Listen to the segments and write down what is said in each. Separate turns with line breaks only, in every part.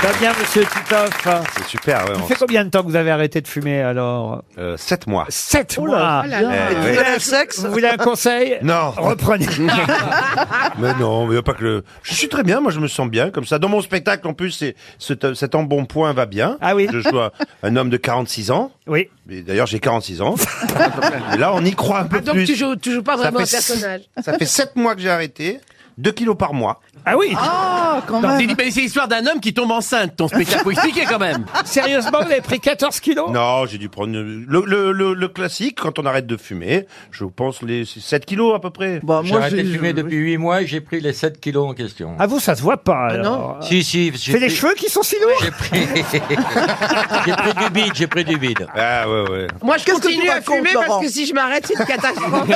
Ça va bien, monsieur Titoff
C'est super, ouais.
Ça fait combien de temps que vous avez arrêté de fumer, alors
7 mois.
7
Oh
mois
là là.
Eh, oui.
un sexe Ah, Vous voulez un conseil
Non,
Reprenez.
mais non, mais pas que le. Je suis très bien, moi je me sens bien comme ça. Dans mon spectacle, en plus, c'est cet, cet embonpoint va bien.
Ah oui.
Je joue un, un homme de 46 ans.
Oui.
Mais d'ailleurs, j'ai 46 ans. Et là, on y croit un peu
Ah, Donc
plus.
tu joues, tu joues pas
ça,
vraiment un
fait
personnage.
ça fait 7 mois que j'ai arrêté. 2 kilos par mois.
Ah oui
C'est mais c'est l'histoire d'un homme qui tombe enceinte, Hein, ton spectacle. Faut expliquer quand même.
Sérieusement, vous avez pris 14 kilos
Non, j'ai dû prendre le, le, le, le classique quand on arrête de fumer. Je pense les 7 kilos à peu près.
Bah,
J'ai arrêté de fumer depuis 8 mois et j'ai pris les 7 kilos en question.
Ah vous, ça se voit pas, alors.
Si, si,
C'est
j'ai
les
pris-
cheveux qui sont si lourds
J'ai pris... j'ai pris du bide, j'ai pris du bide.
Ah ouais, ouais.
Moi, je
Qu'est-ce que tu
continue à
racontes,
fumer parce
Laurent
que si je m'arrête, c'est une catastrophe.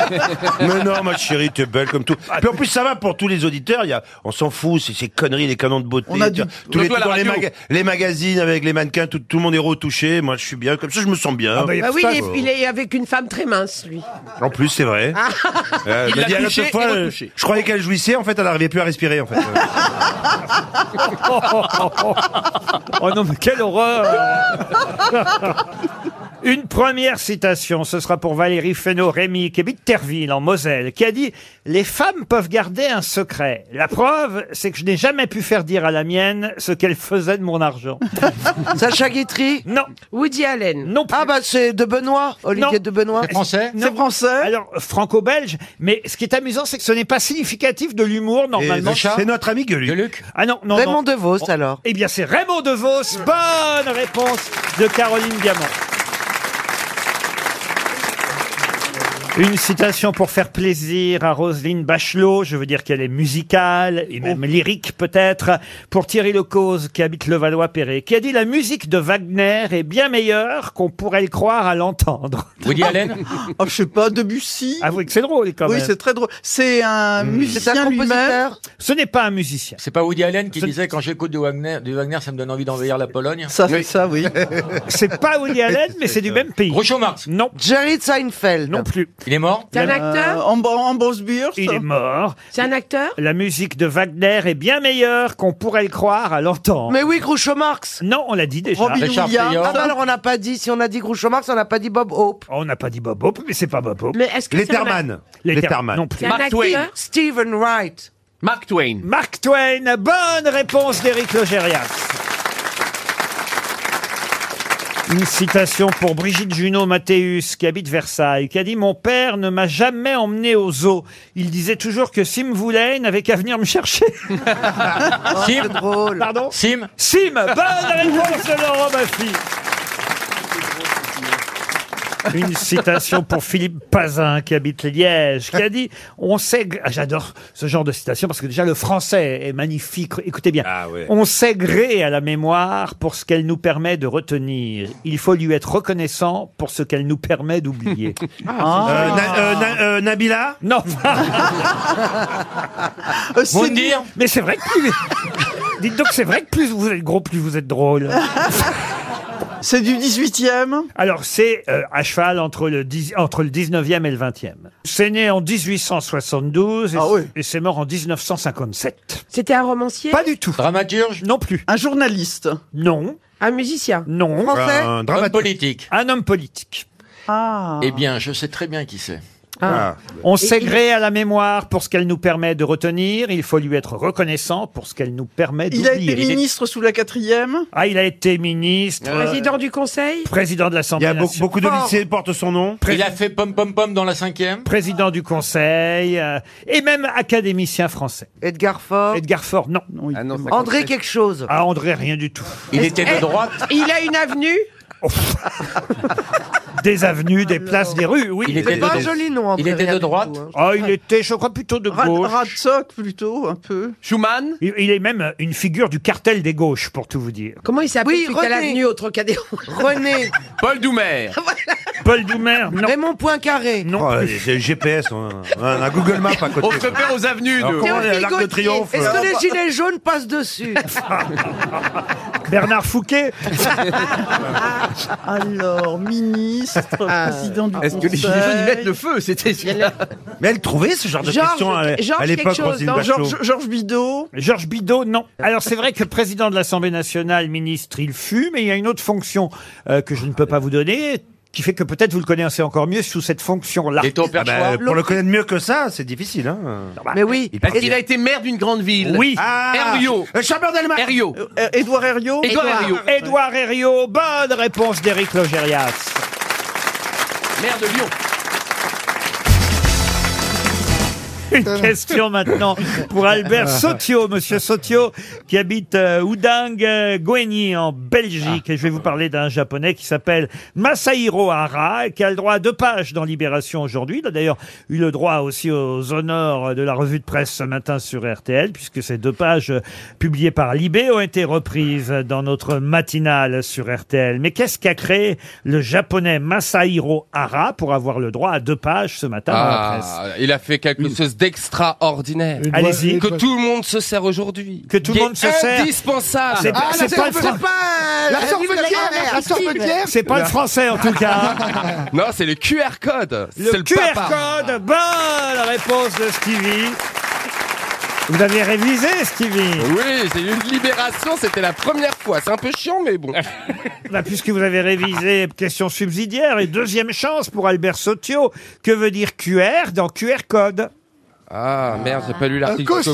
Mais non, ma chérie, t'es belle comme tout. Puis en plus, ça va pour tous les auditeurs. Il y a, on s'en fout, c'est ces conneries, les canons de beauté.
On a
tu vois.
du-
tous les,
Surtout à la
dans les,
radio.
maga- les magazines avec les mannequins, tout, tout le monde est retouché. Moi, je suis bien. Comme ça, je me sens bien.
Ah bah, y a
bah oui,
pas-
il est, il est avec une femme très mince, lui.
En plus, c'est vrai.
Ah.
Euh,
Il
je l'ai
l'a
dit à
touché
l'autre fois,
et
euh,
retouché.
je croyais qu'elle jouissait. En fait, elle n'arrivait plus à respirer. En fait.
Oh non, mais quelle horreur Une première citation, ce sera pour Valérie Fesneau-Rémy, qui habite Terville, en Moselle, qui a dit « Les femmes peuvent garder un secret. La preuve, c'est que je n'ai jamais pu faire dire à la mienne ce qu'elle faisait de mon argent.
Sacha Guitry »
Non,
Woody Allen.
non plus.
Ah bah c'est de Benoît, Olivier
Non.
de Benoît.
C'est français
Non.
C'est français
Alors, franco-belge, mais ce qui est amusant, c'est que ce n'est pas significatif de l'humour,
Et
normalement.
c'est notre ami
De
Gueuluc.
Luc
Ah non, non,
Raymond
non.
DeVos alors.
Eh bien, c'est Raymond DeVos. Bonne réponse de Caroline Diamant. Une citation pour faire plaisir à Roselyne Bachelot. Je veux dire qu'elle est musicale et même lyrique peut-être. Pour Thierry Lecause qui habite Levallois-Perret, qui a dit la musique de Wagner est bien meilleure qu'on pourrait le croire à l'entendre.
Woody Allen
Oh, je sais pas, Debussy.
Avouez que c'est drôle quand
Oui,
même.
c'est très drôle. Hmm. C'est un
C'est un
musicien lui-même.
compositeur.
Ce n'est pas un musicien.
C'est pas Woody Allen qui
Ce-
disait quand j'écoute du Wagner, du Wagner, ça me donne envie d'envahir la Pologne
Ça, c'est ça, oui.
C'est pas Woody Allen, mais c'est du même pays.
Groucho Marx,
Non,
Jerry Seinfeld.
non plus.
il est mort
C'est un acteur
Ambrose Bierce.
Il est mort.
C'est un acteur
La musique de Wagner est bien meilleure qu'on pourrait le croire à l'entendre.
Mais oui, Groucho Marx.
Non, on l'a dit déjà.
Robin
Richard
Williams.
Ah bah alors on n'a pas dit, si on a dit Groucho Marx, on n'a pas dit Bob Hope.
Oh, On n'a pas dit Bob Hope, mais c'est pas Bob Hope.
Mais est-ce que c'est un-
Letterman. Letterman.
Non plus.
C'est un
Mark
acteur
Twain.
Stephen Wright.
Mark Twain.
Mark Twain, bonne réponse d'Éric Logérias. Une citation pour Brigitte Junot Mathéus, qui habite Versailles, qui a dit Mon père ne m'a jamais emmené au zoo. Il disait toujours que s'il me voulait, il n'avait qu'à venir me chercher.
Sim
Drôle.
Pardon
Sim
Sim, bonne réponse de Laurent Baffy. Une citation pour Philippe Pazin qui habite Liège, qui a dit On sait. gr- Ah, J'adore ce genre de citation parce que déjà le français est magnifique. Écoutez bien.
Ah ouais.
On sait gré à la mémoire pour ce qu'elle nous permet de retenir. Il faut lui être reconnaissant pour ce qu'elle nous permet d'oublier. Ah.
Euh, Na- euh, Na- euh, Nabila.
non,
Euh, c'est-
Moundir
mais c'est vrai que plus. Dites donc, c'est vrai que plus vous êtes gros, plus vous êtes drôle.
C'est du 18e.
Alors, c'est euh, à cheval entre le, dix- entre le 19e et le 20e. C'est né en 1872 et,
Ah oui.
et c'est mort en 1957.
C'était un romancier
Pas du tout.
Dramaturge
Non plus.
Un journaliste.
Non,
Un musicien
non.
Français.
Un
Homme
dramatique.
politique
Un homme politique.
Ah.
Eh bien, je sais très bien qui c'est.
Ah.
On s'égrée à la mémoire pour ce qu'elle nous permet de retenir. Il faut lui être reconnaissant pour ce qu'elle nous permet
Il a été
d'oublier.
ministre sous la quatrième.
Ah, il a été ministre, euh,
Président du conseil
président de
Il y
l'Assemblée
a beaucoup,
nationale,
beaucoup de lycées portent son nom.
Il a fait pom pom pom dans la cinquième
président du Conseil euh, et même académicien français.
Edgar Faure.
Edgar Faure, non.
Non, il-
Ah
André quelque chose.
Ah, André, rien du tout.
Il était de droite
Eh, Il a une avenue
Des avenues, des places, des rues, oui.
Il était
C'est
de
pas un
droite.
joli nom, André.
Il était
rien
de
du
droite.
tout, hein.
Ah, il était, je crois, plutôt de
Ra-
gauche.
Ratsock plutôt, un peu.
Schumann.
Il il est même une figure du cartel des gauches, pour tout vous dire.
Comment il s'appelle
Oui,
celui qui a
René.
l'avenue au Trocadéro
René.
Paul Doumer.
Paul Doumer, non.
Raymond Poincaré.
Non.
Oh, c'est le GPS, on a, on a un Google Maps à côté.
On se perd aux avenues,
Alors,
nous.
comment
Ah.
Théophile
l'arc de
Gautier.
triomphe
Est-ce
euh,
que les gilets jaunes passent dessus
Bernard Fouquet
Alors, ministre,
Ah.
président du
Est-ce que les gilets jaunes y mettent le feu C'était celui-là.
Mais elle trouvait ce genre de
Georges-
questions à,
Georges
à l'époque,
quelque chose,
Roselyne
non,
Bachelot.
Georges Georges Bidault.
Georges Bidault, non. Alors c'est vrai que président de l'Assemblée nationale, ministre, il fut, mais il y a une autre fonction euh, que je ne peux pas vous donner, qui fait que peut-être vous le connaissez encore mieux sous cette fonction-là. bah,
Il était au
Ah ben,
perchoir.
pour le connaître mieux que ça, c'est difficile. Hein.
Mais oui.
Il
Est-ce qu'il a été maire d'une grande ville
Oui.
Ah
Herriot.
Euh, Chamberlain d'Allemagne
Herriot.
Euh, Édouard Herriot.
Édouard Herriot.
Édouard Herriot, bonne réponse d'Éric Logérias.
Maire de Lyon.
Une question maintenant pour Albert Sotio, monsieur Sotio, qui habite euh, Oudingue-Goueny en Belgique. Et je vais vous parler d'un japonais qui s'appelle Masahiro Hara, et qui a le droit à deux pages dans Libération aujourd'hui. Il a d'ailleurs eu le droit aussi aux honneurs de la revue de presse ce matin sur RTL, puisque ces deux pages euh, publiées par Libé ont été reprises dans notre matinale sur RTL. Mais qu'est-ce qu'a créé le japonais Masahiro Hara pour avoir le droit à deux pages ce matin dans la presse
Ah, il a fait quelque chose d'extraordinaire.
Une
Allez-y.
voix-
Que tout le monde se sert aujourd'hui.
Que tout le
Qui
monde
est
se sert. C'est
Ah,
Indispensable.
Ah,
pas, c'est pas le fran-
euh,
La sorbetière, mec, la sorbetière.
c'est pas le français en tout cas.
Non, c'est le QR code.
Le,
C'est le
QR
papa.
code, bonne réponse de Stevie. Vous avez révisé Stevie
Oui, j'ai eu une libération, c'était la première fois. C'est un peu chiant, mais bon.
Bah, Puisque vous avez révisé question subsidiaire et deuxième chance pour Albert Sotio. Que veut dire QR dans QR code
Ah merde, j'ai pas lu
Euh,
l'article.
Caution.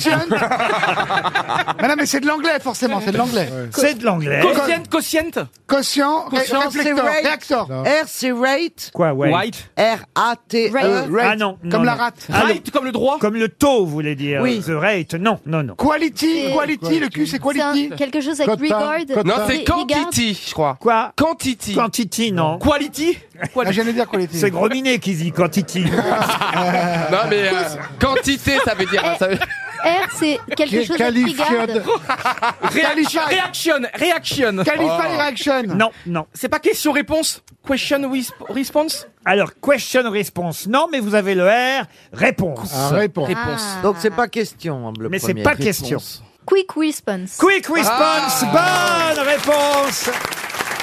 mais non, mais c'est de l'anglais, forcément, c'est de l'anglais.
C'est de l'anglais.
Quotiente, quotiente.
Quotient, ré-
Quotient, c'est
réflecteur,
right.
réacteur.
R, c'est rate.
Quoi, ouais
White.
E.
R-A-T-E.
Euh, rate,
Ah non, non,
Comme la
non.
rate.
Ah,
Right comme le droit.
Comme le taux, vous voulez dire
Oui.
The rate Non, non, non.
Quality,
C'est-
quality, le Q c'est
C'est un-
quality.
quelque chose avec
Quota,
regard.
quota.
Non, c'est quantity, je crois.
Quoi
Quantity.
Quantity, non.
Quality.
Ah, j'allais dire quality.
C'est Grominet qui dit quantity.
Non mais euh, quantité, ça veut dire. hein, ça veut-
R, c'est quelque
Qui-
chose avec regard.
Qualified.
Réaction. Réaction. Réaction. Oh.
Qualified reaction.
non, non.
C'est pas question-réponse Question with- response
Alors, question réponse, non, mais vous avez le R, réponse.
Ah, réponse.
Ah.
Donc c'est pas question. hein, le
mais c'est
premier.
pas question.
Quick response.
Quick response,
Ah
bonne réponse.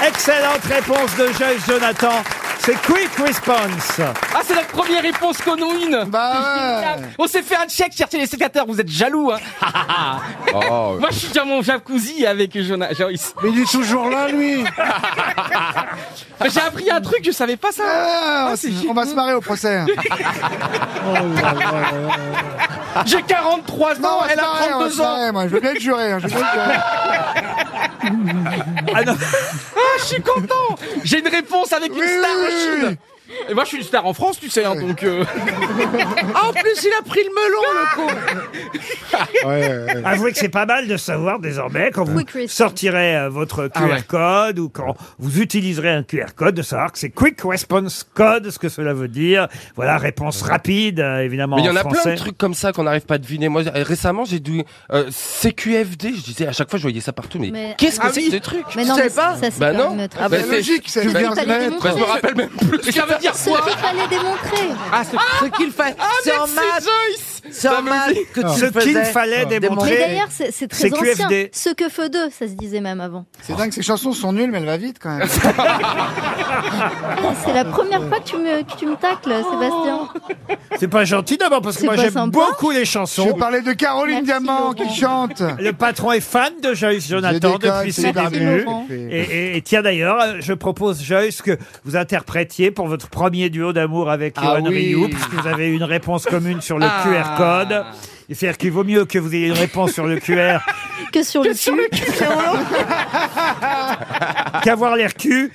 Excellente réponse de Joyce Jonathan. C'est quick response.
Ah, c'est la première réponse qu'on a une
Bah ouais.
On s'est fait un check, chercher les sécateurs, vous êtes jaloux, hein
Oh,
Moi, je suis dans mon jacuzzi avec Jonah Joyce.
Mais il est toujours là, lui.
Mais J'ai appris un truc, je savais pas ça
Ah,
Ah, c'est
on va se marrer au procès.
J'ai 43
Non,
ans,
on va se
elle a
marrer, on va
32
se
ans
marrer, moi. Je veux bien le jurer. hein, je veux bien le jurer.
Ah non,
Ah, je suis content J'ai une réponse avec une
Oui,
star
oui,
Rachid.
oui.
Et moi, je suis une star en France, tu sais, hein, donc... euh,
Ah, en plus, il a pris le melon, le con.
avouez que c'est pas mal de savoir désormais quand vous
Quick response.
sortirez euh, votre QR
Ah
ouais.
code ou quand vous utiliserez un QR code de savoir que c'est quick response code, ce que cela veut dire. Voilà, réponse rapide, euh, évidemment.
Mais il y en a
français.
plein de trucs comme ça qu'on n'arrive pas à deviner. Moi, euh, récemment, j'ai dû euh, CQFD. Je disais à chaque fois, je voyais ça partout. Mais,
Mais-
qu'est-ce que
Ah
c'est
oui.
que ce truc
Mais non,
savais
mais
pas
ça, ça, c'est
Bah
quand
non.
même très-
Ah,
Ah, bah,
c'est-
logique, c'est
bah,
bien
t'as dit
connaître.
mon-
Bah, je me rappelle même plus.
Ça veut dire
Ce
quoi
qu'il fallait démontrer.
Ah, ce, ce qu'il fait. c'est en maths,
Joyce Bah,
C'est en maths que
Ah.
tu
Ce qu'il
faisais.
fallait
Ah. Mais
démontrer.
d'ailleurs, c'est c'est
C'est
très ancien.
QFD.
Ce que feu d'eux, ça se disait même avant.
C'est dingue, ces chansons sont nulles, mais elle va vite quand même.
Ah, c'est la première fois que tu me, que tu me tacles, Sébastien.
C'est pas gentil d'abord parce que
C'est
moi
pas
j'aime
sympa.
beaucoup les
Je vais
chansons.
parler de
Merci,
Caroline Diamant
Laurent.
qui chante.
Le patron est fan de Joyce Jonathan
déconne,
depuis
c'est
ses
barbu.
débuts.
Laurent.
Et, et- et tiens d'ailleurs, euh, je propose Joyce que vous interprétiez pour votre premier duo d'amour avec
Ah
Yoann
oui.
Rioux, puisque vous avez une réponse commune sur le
Ah.
QR code. Et C'est-à-dire qu'il vaut mieux que vous ayez une réponse sur le QR
Que sur le cul.
qu'avoir l'air cul.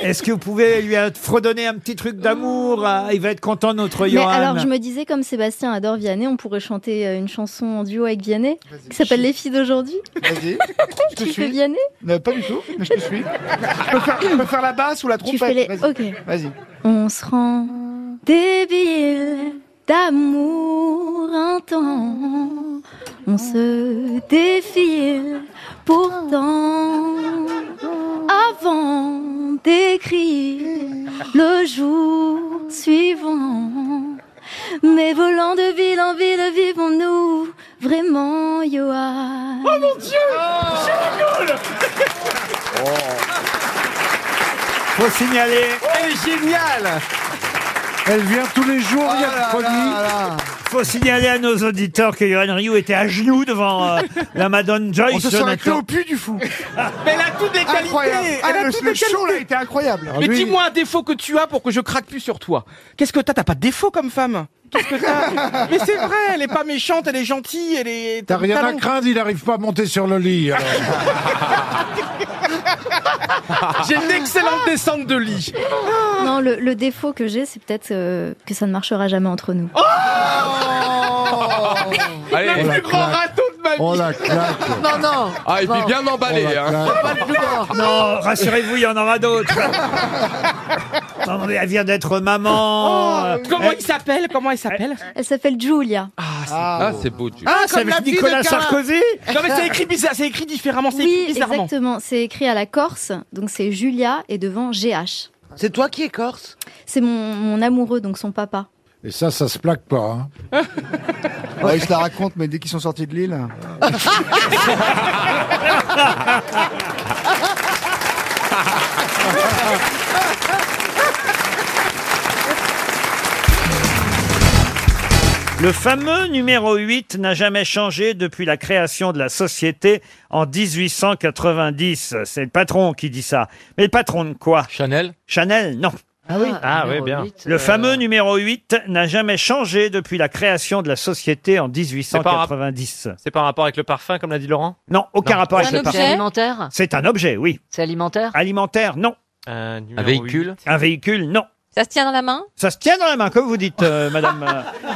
Est-ce que vous pouvez lui euh, fredonner un petit truc d'amour euh, Il va être content notre
Mais
Johan.
alors, je me disais, comme Sébastien adore Vianney, on pourrait chanter euh, une chanson en duo avec Vianney qui s'appelle Les filles d'aujourd'hui.
Vas-y, je te
Tu fais
suis.
Vianney
Euh, pas du tout, mais je te suis. Je peux faire, je peux faire la basse ou la
Tu fais
trompette.
les.
Vas-y.
Ok.
Vas-y.
On se rend débile d'amour un temps. On se défile pourtant avant d'écrire le jour suivant. Mais volant de ville en ville, vivons-nous vraiment, Johan
Oh mon Dieu
Oh.
Je rigole
Faut signaler.
Elle est géniale
Elle vient tous les jours, il y a Faut signaler à nos auditeurs que Johan Rioux était à genoux devant euh, la Madone Joyce.
On se serait cru
Jonathan.
au pu du fou.
Mais elle a toutes les qualités
Incroyable. Ah,
Elle a
le,
toutes
le
les
show là
qualités
était incroyable.
Ah,
Mais
Lui-
dis-moi un défaut que tu as pour que je craque plus sur toi. Qu'est-ce que t'as T'as pas de défaut comme femme Qu'est-ce que t'as Mais c'est vrai, elle est pas méchante, elle est gentille, elle est.
T'as rien à
talent.
craindre, il n'arrive pas à monter sur le lit. alors.
J'ai une excellente descente de lit.
Non, le, le défaut que j'ai, c'est peut-être euh, que ça ne marchera jamais entre nous.
Oh Le
Allez, on la
plus grand
claque.
râteau de ma vie
On la claque.
Non, non.
Ah, et puis
Bon.
bien
On
emballé.
la
Hein.
claque.
Pas le plus grand.
Non, rassurez-vous, il y en aura d'autres. Attendez, Ah, elle vient d'être
Oh,
maman. euh,
Oh. Comment
elle-
il s'appelle Comment il s'appelle
Eh. Elle s'appelle Julia.
Ah, c'est beau, Dieu.
Ah, c'est
comme la
avec
fille de
Nicolas
Cara.
Sarkozy
Non mais c'est écrit bizarre, c'est écrit différemment, c'est
Oui,
écrit bizarrement.
exactement. C'est écrit à la Corse, donc c'est Julia et devant GH.
C'est toi qui es corse
C'est mon, mon amoureux, donc son papa.
Et ça, ça se plaque pas. hein.
Ouais, je la raconte, mais dès qu'ils sont sortis de l'île.
Le fameux numéro 8 n'a jamais changé depuis la création de la société en 1890. C'est le patron qui dit ça. Mais le patron de quoi
Chanel
Chanel Non.
Ah oui.
Ah, oui, bien.
euh,
Le fameux numéro 8 n'a jamais changé depuis la création de la société en 1890.
C'est pas un rapport avec le parfum, comme l'a dit Laurent
Non, aucun rapport avec le parfum.
alimentaire
C'est un objet, oui.
C'est alimentaire
Alimentaire, non.
Un, véhicule
Un véhicule, non.
Ça se tient dans la main
Ça se tient dans la main, comme vous dites, euh, madame. euh,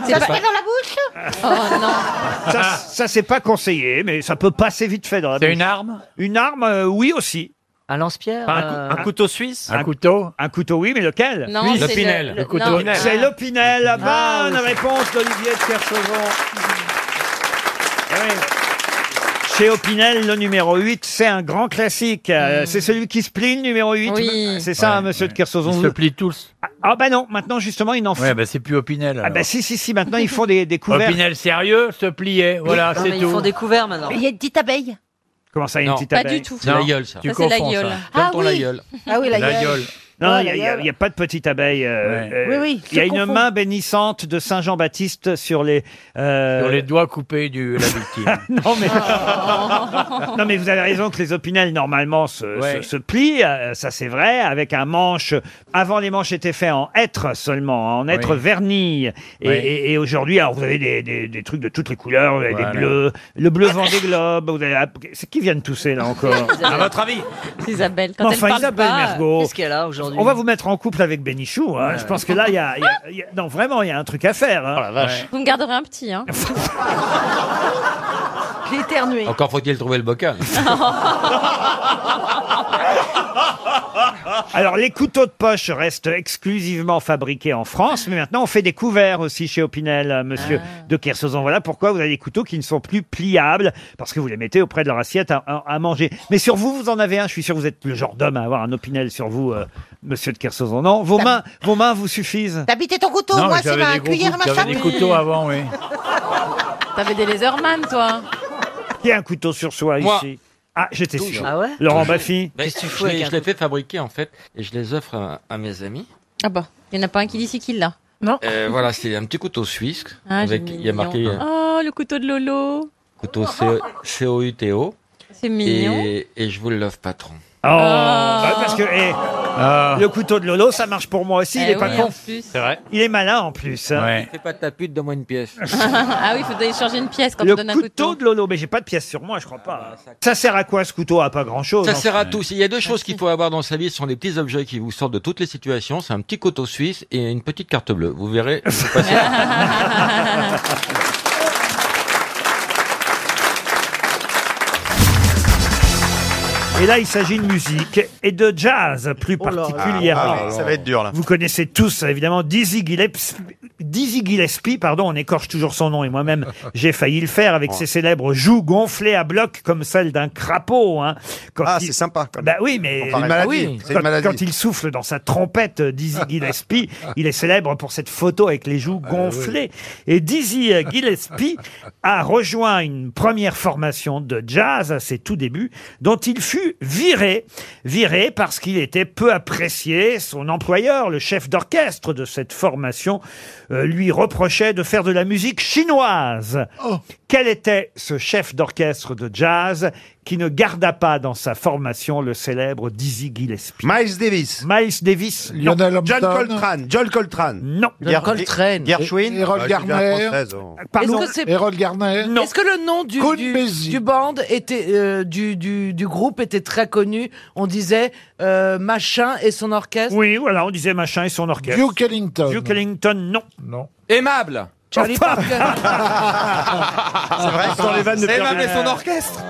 Ça se tient dans la bouche Oh non
Ça, ça c'est pas conseillé, mais ça peut passer vite fait dans la
C'est
bouche.
une arme
Une arme, euh, oui aussi.
Un lance-pierre euh,
un, cou- un couteau suisse
Un
couteau
Un couteau, oui, mais lequel
Non,
Le
c'est
Pinel.
le,
Le
couteau.
C'est l'opinel, la
Ah,
bonne
oui.
réponse d'Olivier de Kersauzon. Oui. Chez Opinel, le numéro 8, c'est un grand classique. Euh, C'est celui qui se plie, le numéro 8.
Oui.
C'est ça, monsieur de Kersauzon.
plient tous.
Ah bah non, maintenant justement, ils n'en font.
bah c'est plus Opinel.
Ah bah si, si, si, maintenant ils font des, des couverts.
sérieux se pliait. Voilà,
Non, mais ils font des couverts maintenant.
Il y a une petite abeille.
Comment ça, une
Non,
petite
Pas
abeille
du tout.
C'est la gueule, ça.
Ça, c'est la gueule.
Donne ton la gueule.
Ah oui, la,
Non,
Ouais,
il n'y a,
d'ailleurs.
il y a pas de petite abeille. euh,
Ouais.
euh,
Oui, oui,
Il y a
je
une
confonds.
main bénissante de Saint Jean-Baptiste sur les. euh,
doigts coupés de la victime.
non, mais... non, mais vous avez raison que les opinels, normalement, se,
Ouais.
se, se plient, euh, ça c'est vrai, avec un manche. Avant, les manches étaient faits en être seulement, hein, en être
Oui.
vernis. Et,
Ouais.
et- et aujourd'hui, alors, vous avez des, des- des trucs de toutes les couleurs, vous avez
Voilà.
des bleus, euh, le bleu Vendée Globe, vous avez. la- C'est qui vient de tousser là encore Ah, bah,
À votre avis
Isabelle, quand
Enfin,
elle parle
Isabelle
pas,
Mergo.
qu'est-ce qu'elle a aujourd'hui
On va vous mettre en couple avec Bénichou. hein. Je pense que là, il y a, il y a- il y a- non vraiment, il y a un truc à faire.
Oh
hein.
Vous me garderez un petit, hein
J'ai
Oh.
éternué.
Encore faut-il trouver le bocal.
Alors, les couteaux de poche restent exclusivement fabriqués en France, mais maintenant, on fait des couverts aussi chez Opinel, euh, monsieur de Kersauzon. Voilà pourquoi vous avez des couteaux qui ne sont plus pliables, parce que vous les mettez auprès de leur assiette à, à- à manger. Mais sur vous, vous en avez un. Je suis sûr que vous êtes le genre d'homme à avoir un Opinel sur vous, euh, monsieur de Kersauzon. Non, vos mains, vos mains vous suffisent.
T'habitais ton couteau, moi c'est ma cuillère, ma
J'avais des couteaux avant, oui.
T'avais des laserman, toi
Qui a un couteau sur soi
Moi.
ici Ah, j'étais sûr.
Ah ouais
Laurent Baffy
Qu'est-ce que tu fous
je, Bah,
avec
les-
un
je les fais fabriquer, en fait, et je les offre à, à mes amis.
Ah bah, il n'y en a pas un qui dit c'est qui l'a.
Euh, voilà, c'est un petit couteau suisse.
Ah,
avec-
j'ai mis
il y a marqué
mignon.
euh, Oh.
Oh, le couteau de Lolo
couteau C- C-O-U-T-O.
C'est mignon. Euh,
Et, et je vous l'offre, patron.
Oh,
Ah.
Ah,
bah, parce que eh, le couteau de Lolo, ça marche pour moi aussi. il
Eh
est pas
oui,
con.
en plus.
vrai
Il est malin en plus. hein.
Ouais.
Fais pas de ta pute, donne-moi une pièce.
ah oui, il faut aller changer une pièce quand
le
on donne un
couteau,
couteau.
de Lolo, mais j'ai pas de pièce sur moi, je crois pas. ça... sert à quoi ce couteau À pas hein. grand chose.
Ça sert à tout. Il y a deux choses qu'il faut avoir dans sa vie, ce sont des petits objets qui vous sortent de toutes les situations. C'est un petit couteau suisse et une petite carte bleue. Vous verrez. c'est pas ça.
Et là, il s'agit de musique et de jazz plus
Oh là là.
particulièrement.
Ah ouais, ça va être dur, là.
Vous connaissez tous évidemment Dizzy Gillespie. Dizzy Gillespie, pardon, on écorche toujours son nom et moi-même j'ai failli le faire avec
Ouais.
ses célèbres joues gonflées à bloc comme celle d'un crapaud. Hein,
Ah, c'est sympa, quand même.
Bah oui, mais
C'est une maladie,
oui.
c'est une
Quand-
maladie.
quand il souffle dans sa trompette, euh, Dizzy Gillespie, il est célèbre pour cette photo avec les joues gonflées. Et Dizzy euh, Gillespie a rejoint une première formation de jazz à ses tout débuts, dont il fut viré. Viré parce qu'il était peu apprécié. Son employeur, le chef d'orchestre de cette formation, euh, lui reprochait de faire de la musique chinoise. Quel était ce chef d'orchestre de jazz qui ne garda pas dans sa formation le célèbre Dizzy Gillespie Miles Davis. Miles Davis. non.
John Coltrane. John Coltrane.
Non.
John Coltrane. Gershwin.
Harold
Ah, je suis bien
Garner.
française, oh.
Euh, Pardon
Est-ce que c'est- Harold Garner.
Est-ce que le nom du,
Côte
du,
Béziers.
du band était euh, du, du, du groupe était très connu On disait euh, machin et son orchestre.
Oui, voilà, on disait machin et son orchestre.
Duke
Ellington. Duke Ellington, non.
Non.
Aimable.
Charlie Parker.
C'est
vrai Sans les vannes de Pierre
Aimable et
Bénichou.
son orchestre.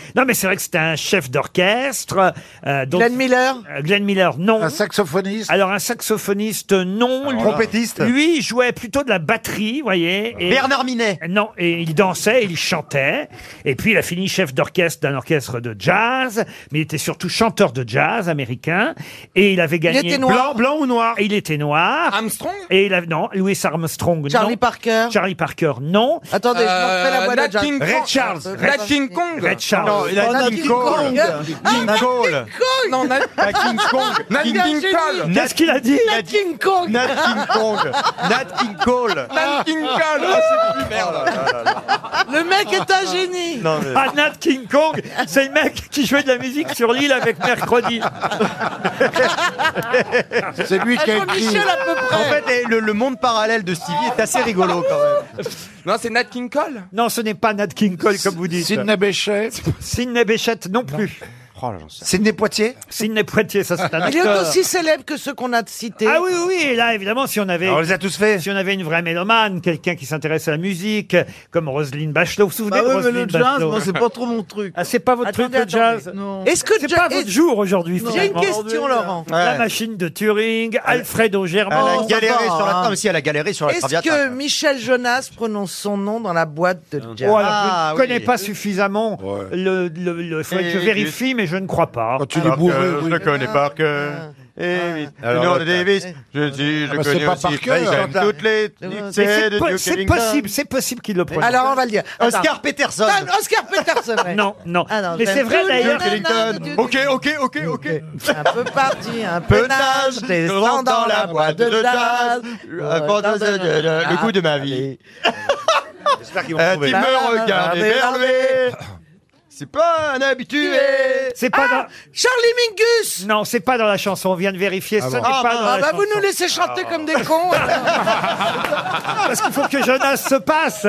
non, mais c'est vrai que c'était un chef d'orchestre. Glenn Miller Glenn Miller, non. Un saxophoniste Alors, un saxophoniste, non. Lui-
Trompettiste
Lui, il jouait plutôt de la batterie, vous voyez. et- Euh,
Bernard Minet
Non, et il dansait, il chantait. Et puis, il a fini chef d'orchestre d'un orchestre de jazz, mais il était surtout chanteur de jazz américain. Et il avait gagné...
était noir
Blanc, blanc ou noir Il était noir. Armstrong Et il a... Non, Louis Armstrong, Charlie Parker Charlie Parker, non.
Attendez, je me refais la voix
Euh,
de Jack.
Ray Charles.
Ray King Kong.
Ray Charles.
Non, il a Nat King Cole. Nat King Cole.
Non, Nat
Nat King Kong.
Nat King Cole.
Qu'est-ce qu'il a dit
Nat King Kong.
Nat King Kong. Nat King Cole.
Nat King Cole. Ah, c'est du merde.
Le mec est un génie.
Non, mais-
Ah, Nat King Kong, c'est le mec qui jouait de la musique sur l'île avec Mercredi.
C'est lui qui a écrit. En fait, eh, le, le monde parallèle de Stevie est assez rigolo quand même.
Non, c'est Nat King Cole.
Non, ce n'est pas Nat King Cole, comme vous dites.
Sidney
Bechet Sidney Bechet non Oh, plus.
Sidney Poitier
Sidney Poitier, ça c'est un
Il est
acteur.
aussi célèbre que ceux qu'on a cités.
Ah oui, oui, oui, et là, évidemment, si on avait.
Alors, on
les a tous fait. Si on avait une vraie mélomane, quelqu'un qui s'intéresse à la musique, comme Roselyne Bachelot. Vous vous souvenez
Bah
de
ouais, mais
Roselyne
le jazz,
Bachelot
moi, c'est pas trop mon truc.
Ah, c'est pas votre
Attendez,
truc, le
attendez.
jazz
Non.
Est-ce que
C'est
ja-
pas
est-
votre jour aujourd'hui,
J'ai
finalement.
une question, Laurent.
La
Ouais.
machine de Turing, Alfredo Germain.
elle a galéré sur la.
hein.
Non, mais si elle a galéré sur la
Est-ce
traviata.
que Michel Jonas prononce son nom dans la boîte de jazz
Oh, alors,
Ah,
je ne
oui.
connais pas suffisamment le, le, le- faudrait que je
Et-
vérifie, mais je ne crois pas. Ah. Quand
tu Alors dis bourré, que oui. je le
connais par que.
Eh oui.
Alors,
Lenore
attends.
Davis,
Eh.
je dis, je
Ah, bah, c'est
connais
pas
aussi.
par cœur.
J'aime
Attends.
toutes les
Mais
c'est de
po-
Duke
c'est
Ellington.
possible, c'est possible qu'il le prononce.
Alors on va le dire. Attends.
Oscar Peterson.
Ah, Oscar Peterson. ouais.
Non, non.
Ah, non,
mais
j'aime
c'est vrai
tout,
d'ailleurs.
Duke Ellington.
Ok, ok, ok, ok.
Un peu parti, un peu nage, descends dans la boîte de jazz. Euh,
Euh,
Avant de- euh, le coup de ma vie.
J'espère qu'ils vont
Euh,
trouver.
tu me regardes émerveillé. C'est pas un habitué.
C'est pas dans...
Charlie Mingus
Non, c'est pas dans la chanson. On vient de vérifier. ce n'est
Ah,
pas dans la
bah vous
chanson. Ah.
nous laissez chanter comme
Ah,
des cons.
Parce qu'il faut que Jonas se passe.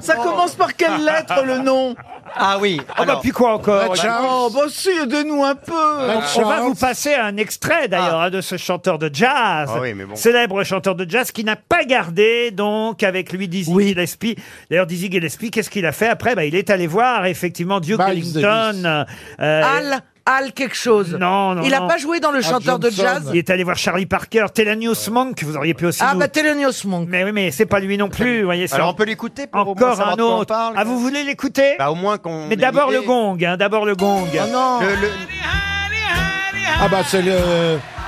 Ça commence par quelle lettre, le nom
Ah oui.
Ah bah
alors.
puis quoi encore
Oh, bah si, aidez-nous un peu
Bah,
On, on va vous passer un extrait d'ailleurs hein, de ce chanteur de jazz,
Ah oui, mais bon.
célèbre chanteur de jazz qui n'a pas gardé donc avec lui Dizzy Gillespie. D'ailleurs Dizzy Gillespie, qu'est-ce qu'il a fait après bah, Il est allé voir effectivement Duke
Miles
Ellington. euh,
Al, Al quelque chose.
Non, non,
Il n'a
non.
pas joué dans le chanteur de jazz.
Il est allé voir Charlie Parker, Thelonious Monk, vous auriez pu aussi
Ah
nous-
bah Thelonious Monk.
Mais oui, mais c'est pas lui non plus, vous voyez. c'est
Alors
en-
on peut l'écouter pour au moins
encore
savoir
un
de quoi on
autre.
parle.
Ah, vous voulez l'écouter
Bah au moins qu'on.
Mais
ait
d'abord le
l'idée.
gong, hein, d'abord le gong.
Oh non.
Le- le-
Ah bah c'est le.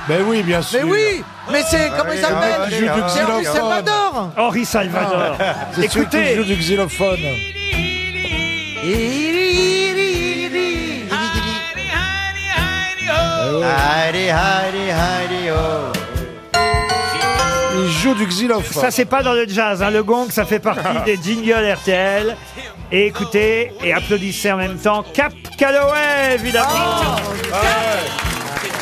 Ben oui, bien sûr.
Mais oui, mais c'est comment il
C'est le mec
s'appelle
qui joue du
C'est Henri
xylophone.
Salvador.
Henri Salvador.
Ah, C'est celui qui joue
Écoutez,
du xylophone.
Heidi, Heidi, Heidi, oh.
Il joue du xylophone.
ça c'est pas dans le jazz, hein, le gong, ça fait partie des jingles RTL. Et écoutez et applaudissez en même temps Cap Calloway, évidemment.
Oh.
Oh,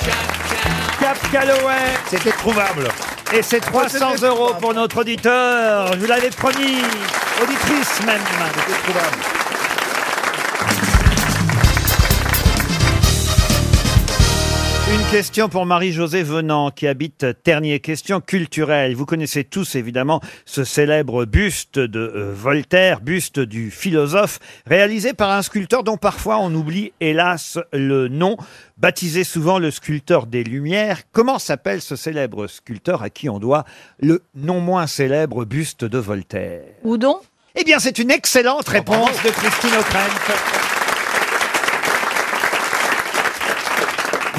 Cap Calloway.
C'était trouvable.
Et c'est 300 euros pour notre auditeur. Je vous l'avais promis. Auditrice même. Une question pour Marie-Josée Venant qui habite Ternier. Question culturelle. Vous connaissez tous évidemment ce célèbre buste de euh, Voltaire, buste du philosophe, réalisé par un sculpteur dont parfois on oublie hélas le nom, baptisé souvent le sculpteur des Lumières. Comment s'appelle ce célèbre sculpteur à qui on doit le non moins célèbre buste de Voltaire
Houdon
Eh bien, c'est une excellente réponse de Christine O'Krent.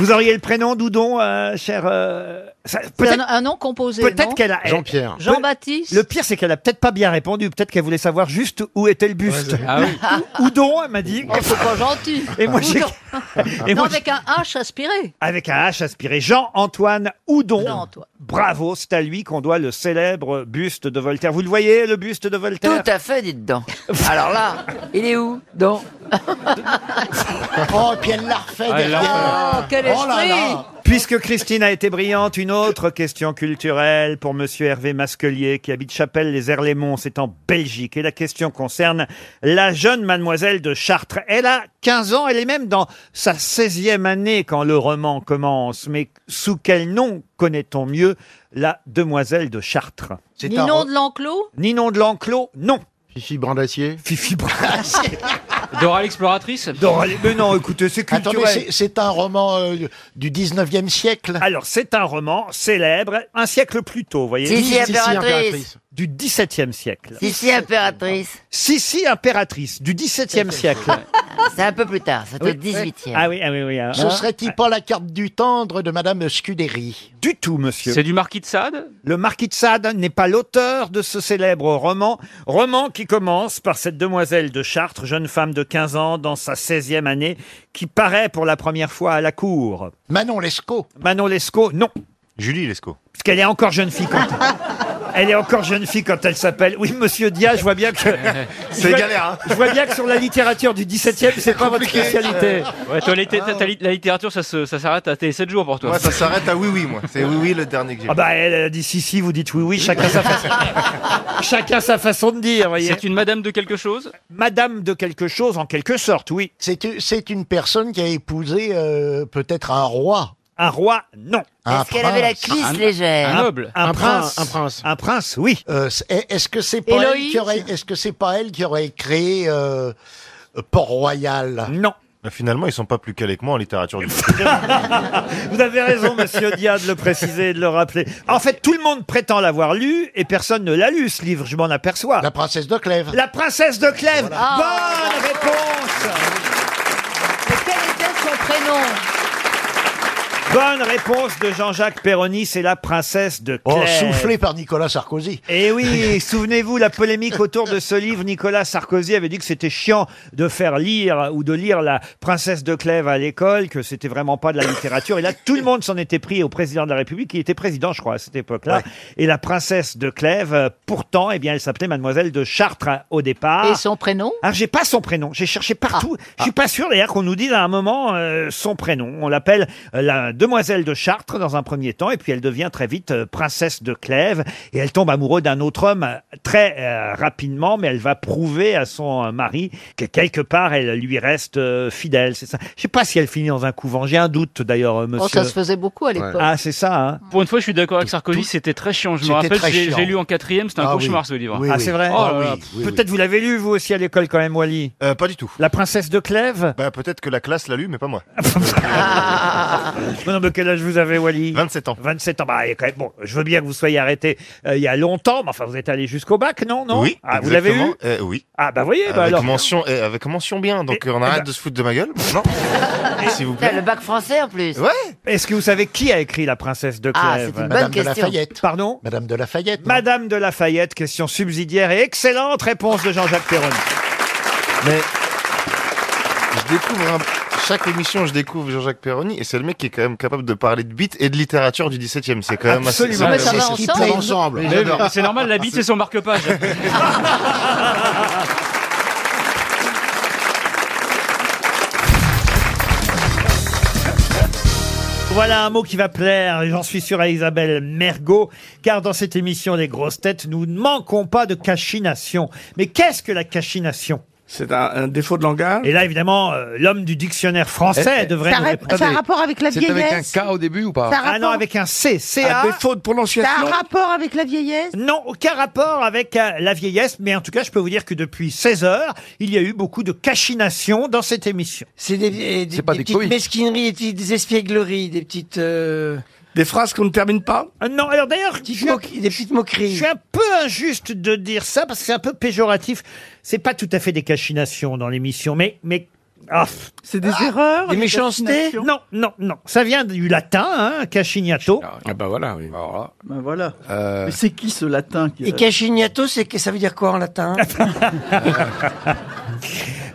Vous auriez le prénom d'Oudon, euh, cher. euh, ça-
C'est
peut-être-
un, un nom composé.
Peut-être
non
qu'elle a. elle-
Jean-Pierre.
Peu-
Eh, Jean-Baptiste.
Le pire, c'est qu'elle a peut-être pas bien répondu. Peut-être qu'elle voulait savoir juste où était le buste.
Ah oui.
Ou- hein, Oudon, elle m'a dit.
Oh, c'est pas gentil.
Et moi, j'ai-
Houdon.
Et
non,
moi,
avec un H aspiré.
Avec un H aspiré. Jean-Antoine Oudon.
Jean-Antoine.
Bravo, c'est à lui qu'on doit le célèbre buste de Voltaire. Vous le voyez, le buste de Voltaire
Tout à fait, dites donc. Alors là, il est où donc
Oh, puis elle l'a refait
Ah, elle l'a
derrière.
refait.
Oh là là.
Puisque Christine a été brillante, une autre question culturelle pour Monsieur Hervé Masquelier qui habite Chapelle-les-Herlémont, c'est en Belgique. Et la question concerne la jeune mademoiselle de Chartres. Elle a 15 ans, elle est même dans sa 16e année quand le roman commence. Mais sous quel nom connaît-on mieux la demoiselle de Chartres
Ninon de l'enclos.
Ninon de l'Enclos, non. Fifi Brandacier Fifi Brandacier. Dora l'exploratrice Dora l'E- Mais non, écoutez, c'est culturel.
Attendez, c'est- c'est un roman euh, du 19e siècle.
Alors, c'est un roman célèbre, un siècle plus tôt, vous voyez.
Sissi, Si, si, si, impératrice. impératrice.
Du XVIIe siècle.
Sissi impératrice.
Sissi impératrice, du XVIIe siècle.
Ah, C'est un peu plus tard, c'est
Oui.
au 18e.
Ah oui, ah oui, oui. ah.
Ce serait-il pas la carte du tendre de Madame Scudéry
Du tout, monsieur.
C'est
du marquis de Sade Le marquis de Sade n'est pas l'auteur de ce célèbre roman. Roman qui commence par cette demoiselle de Chartres, jeune femme de 15 ans, dans sa 16e année, qui paraît pour la première fois à la cour. Manon Lescaut Manon Lescaut, non. Julie Lescaut. Parce qu'elle est encore jeune fille quand Elle est encore jeune fille quand elle s'appelle. Oui, monsieur Dia, je vois bien que.
C'est
Je vois-
galère, hein.
Je vois bien que sur la littérature du 17e, c'est pas votre spécialité.
Ouais, toi, les- ta- ta- li- la littérature, ça se- ça s'arrête à tes 7 jours pour toi.
Moi, ça s'arrête à oui, oui, moi. C'est oui, oui, le dernier que j'ai.
Ah bah elle, elle a dit si si, vous dites oui oui, chacun sa façon. chacun sa façon de dire, voyez.
C'est une madame de quelque chose
Madame de quelque chose en quelque sorte, oui.
C'est u- c'est une personne qui a épousé euh, peut-être un roi.
Un roi, non.
Est-ce qu'elle avait la cuisse
Un-
légère
Un prince. Un prince, oui.
Euh, c'est- est- est-ce que c'est pas elle
Héloïse
qui aurait est-ce que c'est pas elle qui aurait créé euh, Port Royal
Non.
Finalement, ils sont pas plus calés que moi en littérature. Du...
Oh,
Vous avez raison, monsieur Dia, de le préciser et de le rappeler. En fait, tout le monde prétend l'avoir lu et personne ne l'a lu, ce livre, je m'en aperçois. La
princesse de Clèves.
La princesse de Clèves
Ah.
Bonne réponse
Mais quel était son prénom
Bonne réponse de Jean-Jacques Perroni, c'est la princesse de
Oh,
Clèves.
soufflé par Nicolas Sarkozy.
Et Eh oui, souvenez-vous la polémique autour de ce livre. Nicolas Sarkozy avait dit que c'était chiant de faire lire ou de lire la princesse de Clèves à l'école, que c'était vraiment pas de la littérature. Et là, tout le monde s'en était pris au président de la République, qui était président, je crois, à cette époque-là. Et la princesse de Clèves, euh, pourtant, eh bien, elle s'appelait Mademoiselle de Chartres hein, au départ.
Et son prénom
Ah, j'ai pas son prénom. J'ai cherché partout. Je suis pas sûr d'ailleurs qu'on nous dise à un moment euh, son prénom. On l'appelle euh, la demoiselle de Chartres dans un premier temps, et puis elle devient très vite euh, princesse de Clèves, et elle tombe amoureuse d'un autre homme euh, très euh, rapidement, mais elle va prouver à son euh, mari que quelque part elle lui reste euh, fidèle. C'est ça. Je sais pas si elle finit dans un couvent. J'ai un doute d'ailleurs, euh, monsieur.
Oh, ça se faisait beaucoup à l'époque.
Ah, c'est ça. hein.
Pour une fois, je suis d'accord avec Sarkozy, c'était très chiant. Je me rappelle, j'ai j'ai lu en quatrième, c'était un
Ah oui.
cauchemar ce livre.
ah, c'est vrai.
Oh là là.
Peut-être vous l'avez lu vous aussi à l'école quand même, Wally.
Euh, pas du tout.
La princesse de Clèves
Bah, peut-être que la classe l'a lu, mais pas moi.
Non, non, mais quel âge vous avez, Wally
27 ans.
27 ans. Bah, il y a quand même- bon, je veux bien que vous soyez arrêté euh, il y a longtemps, mais enfin, vous êtes allé jusqu'au bac, non, non
Oui.
Ah, vous l'avez eu
exactement. Euh, Oui.
Ah, bah, voyez, bah,
avec
alors. bah.
Mention, eh, avec mention bien, donc euh, on arrête de se foutre de ma gueule maintenant. S'il vous
Putain,
plaît.
Le bac français en plus.
Ouais.
Est-ce que vous savez qui a écrit La Princesse de
Ah,
Clèves
c'est une bonne Madame de question. Lafayette.
Pardon
Madame de Lafayette.
Madame de Lafayette, question subsidiaire et excellente réponse de Jean-Jacques Perroni.
Mais je découvre un- chaque émission, je découvre Jean-Jacques Perroni et c'est le mec qui est quand même capable de parler de beats et de littérature du 17e. C'est quand même assez.
Absolument. Mais ça va
c'est-
ensemble.
plaît
Mais-
j'adore.
mais C'est normal, la bite, c'est son marque-page.
Voilà un mot qui va plaire, et j'en suis sûr à Isabelle Mergot, car dans cette émission Les Grosses Têtes, nous ne manquons pas de cachination. Mais qu'est-ce que la cachination C'est un, défaut de langage. Et là, évidemment, euh, l'homme du dictionnaire français
Eh, eh,
devrait
ça
nous
ra-
répondre.
ça a rapport avec la C'est avec vieillesse un K
au début ou
pas Ça a
Ah non,
rapport-
avec un C.
Un
CA.
défaut
de
Ça a un rapport avec la vieillesse
Non, aucun rapport avec euh, la vieillesse, mais en tout cas, je peux vous dire que depuis 16 heures, il y a eu beaucoup de cachinations dans cette émission.
C'est des, des, des petites mesquineries, des petites espiègleries, des petites... euh,
Des phrases qu'on ne termine pas Euh, Non, alors d'ailleurs...
des petites moqueries.
Je suis un peu injuste de dire ça, parce que c'est un peu péjoratif. C'est pas tout à fait des cachinations dans l'émission, mais... mais ah. c'est des erreurs
des des méchancetés cachinations
Non, non, non. Ça vient du latin, hein, cachignato.
Ah bah voilà, oui.
Ben voilà.
Euh,
Mais c'est qui ce latin qui
Euh.
Et cachignato, c'est que ça veut dire quoi en latin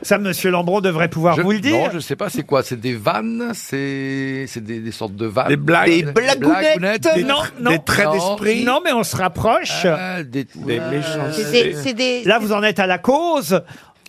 Ça, Monsieur Lambron devrait pouvoir vous le dire.
Non, je sais pas, c'est quoi C'est des vannes C'est c'est des, des sortes de vannes
Des blagues. Des blagounettes.
des-
Non, non.
des traits
Non.
d'esprit
Non, mais on se rapproche.
Ah, des,
C'est- c'est des-
Là, vous en êtes à la cause.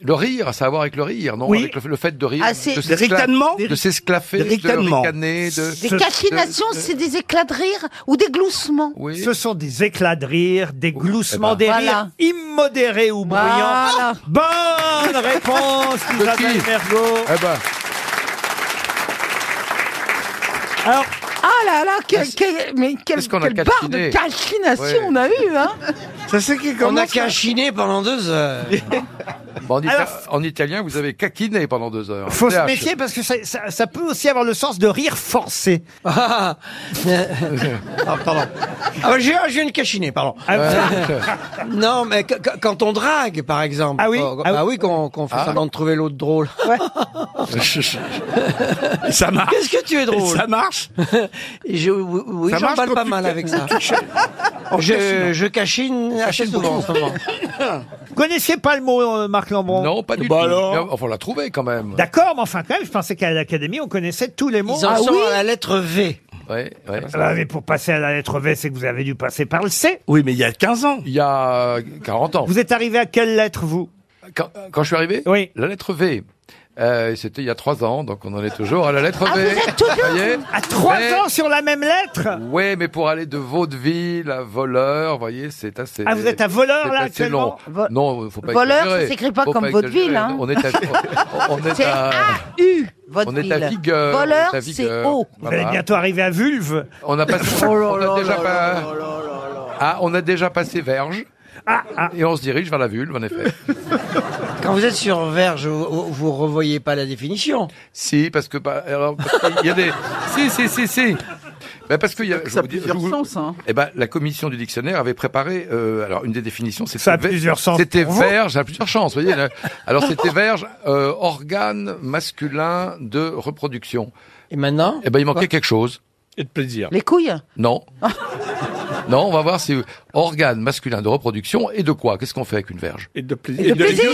Le rire, ça a à voir avec le rire, non
Oui.
Avec le, le fait de rire,
Ah,
de
c'est-
s'escla-
Des ricanements
de s'esclaffer, de
Des ricanements.
ricaner, de...
Des
de-
cachinations,
de-
c'est des éclats de rire ou des gloussements.
Ce sont des éclats de rire, des gloussements,
eh ben.
des
Voilà.
rires immodérés ou bruyants.
Voilà.
Bonne réponse, Isabelle Mergo. Alors,
ah là là, quel, quel- mais quel,
qu'on a
quelle barre
cachiné
de cachination
Ouais.
on a eu, hein
Ça c'est qui On a
commence, là.
cachiné pendant deux heures.
Bon, en, ita- en italien, vous avez caquiné pendant deux heures.
faut se
TH.
méfier parce que ça, ça- ça peut aussi avoir le sens de rire forcé.
ah, pardon. Ah, bah, j'ai, ah, je viens de cachiner, pardon. Euh, non, mais qu- qu- quand on drague, par exemple. Ah oui
Ah
Ah
oui.
oui, qu'on, qu'on fait
Ah.
semblant de trouver l'autre drôle.
Ça marche.
Qu'est-ce que tu es drôle
Ça marche.
Je, oui, oui,
Ça marche
j'emballe
quand
pas
tu
mal
ca-
avec ça.
tu ca- en
je,
cachinant.
je cachine assez souvent en ce moment.
Vous connaissiez pas le mot, euh, Marc Lambron
Non, Oh, pas du
Bah
tout. Ah,
alors
Mais Enfin, on l'a trouvé quand même.
D'accord, mais enfin quand même, je pensais qu'à l'académie, on connaissait tous les mots. Ah
Ils en sont à la
lettre V.
Ouais, ouais.
mais pour passer à la lettre V, c'est que vous avez dû passer par le C.
Oui, mais il y a 15 ans. Il y a 40 Euh, ans.
Vous êtes arrivé à quelle lettre, vous
quand, quand je suis arrivé
Oui.
La lettre V. Euh, C'était il y a 3 ans, donc on en est toujours à la lettre
Ah,
V.
vous êtes toujours à trois ans sur la même lettre
Oui, mais pour aller de vaudeville à voleur, vous voyez, c'est assez.
Ah, vous êtes à voleur,
c'est
là,
assez
actuellement
long. Non, faut pas
Voleur,
exagérer.
ça s'écrit pas
Faut
comme
exagérer.
vaudeville, hein.
On est à. On on est
C'est
à.
U, votre
On est à Vigueur.
Voleur,
on est à
c'est
Vigueur.
O.
Vous
Voilà.
allez bientôt arriver à vulve.
On a passé.
Oh là
on a
là
déjà
là
pas- Ah, on a déjà passé verge.
Ah,
Et on se dirige vers la vulve, en effet.
Quand vous êtes sur Verge, vous, vous revoyez pas la définition.
Si, parce que bah, alors, parce que il y a des. si, si, si, si. Ben, parce que il y a, je
Ça a
vous dis-
plusieurs
je vous-
sens, hein.
Eh ben, la commission du dictionnaire avait préparé. euh, alors, une des définitions, c'était.
Ça a
ver-
plusieurs sens
C'était
pour vous.
verge, à plusieurs chances. Vous voyez. là. Alors, c'était verge, euh, organe masculin de reproduction.
Et maintenant
Eh ben, il manquait quelque chose. Et de plaisir.
Les couilles
Non. non, on va voir si organe masculin de reproduction et de quoi Qu'est-ce qu'on fait avec une verge
Et de, plaisir
Et de plaisir.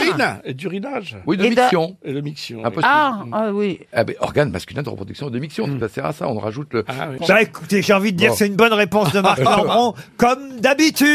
Et d'urinage.
Oui, de miction.
Et de miction.
Impossible.
Ah, ah oui.
Ah, ben, organe masculin de reproduction et de miction.
Hmm.
Ça sert à ça. On rajoute le.
Ah
Bah écoutez, j'ai envie de dire
Bon.
que c'est une bonne réponse de Marc Lambron, comme d'habitude.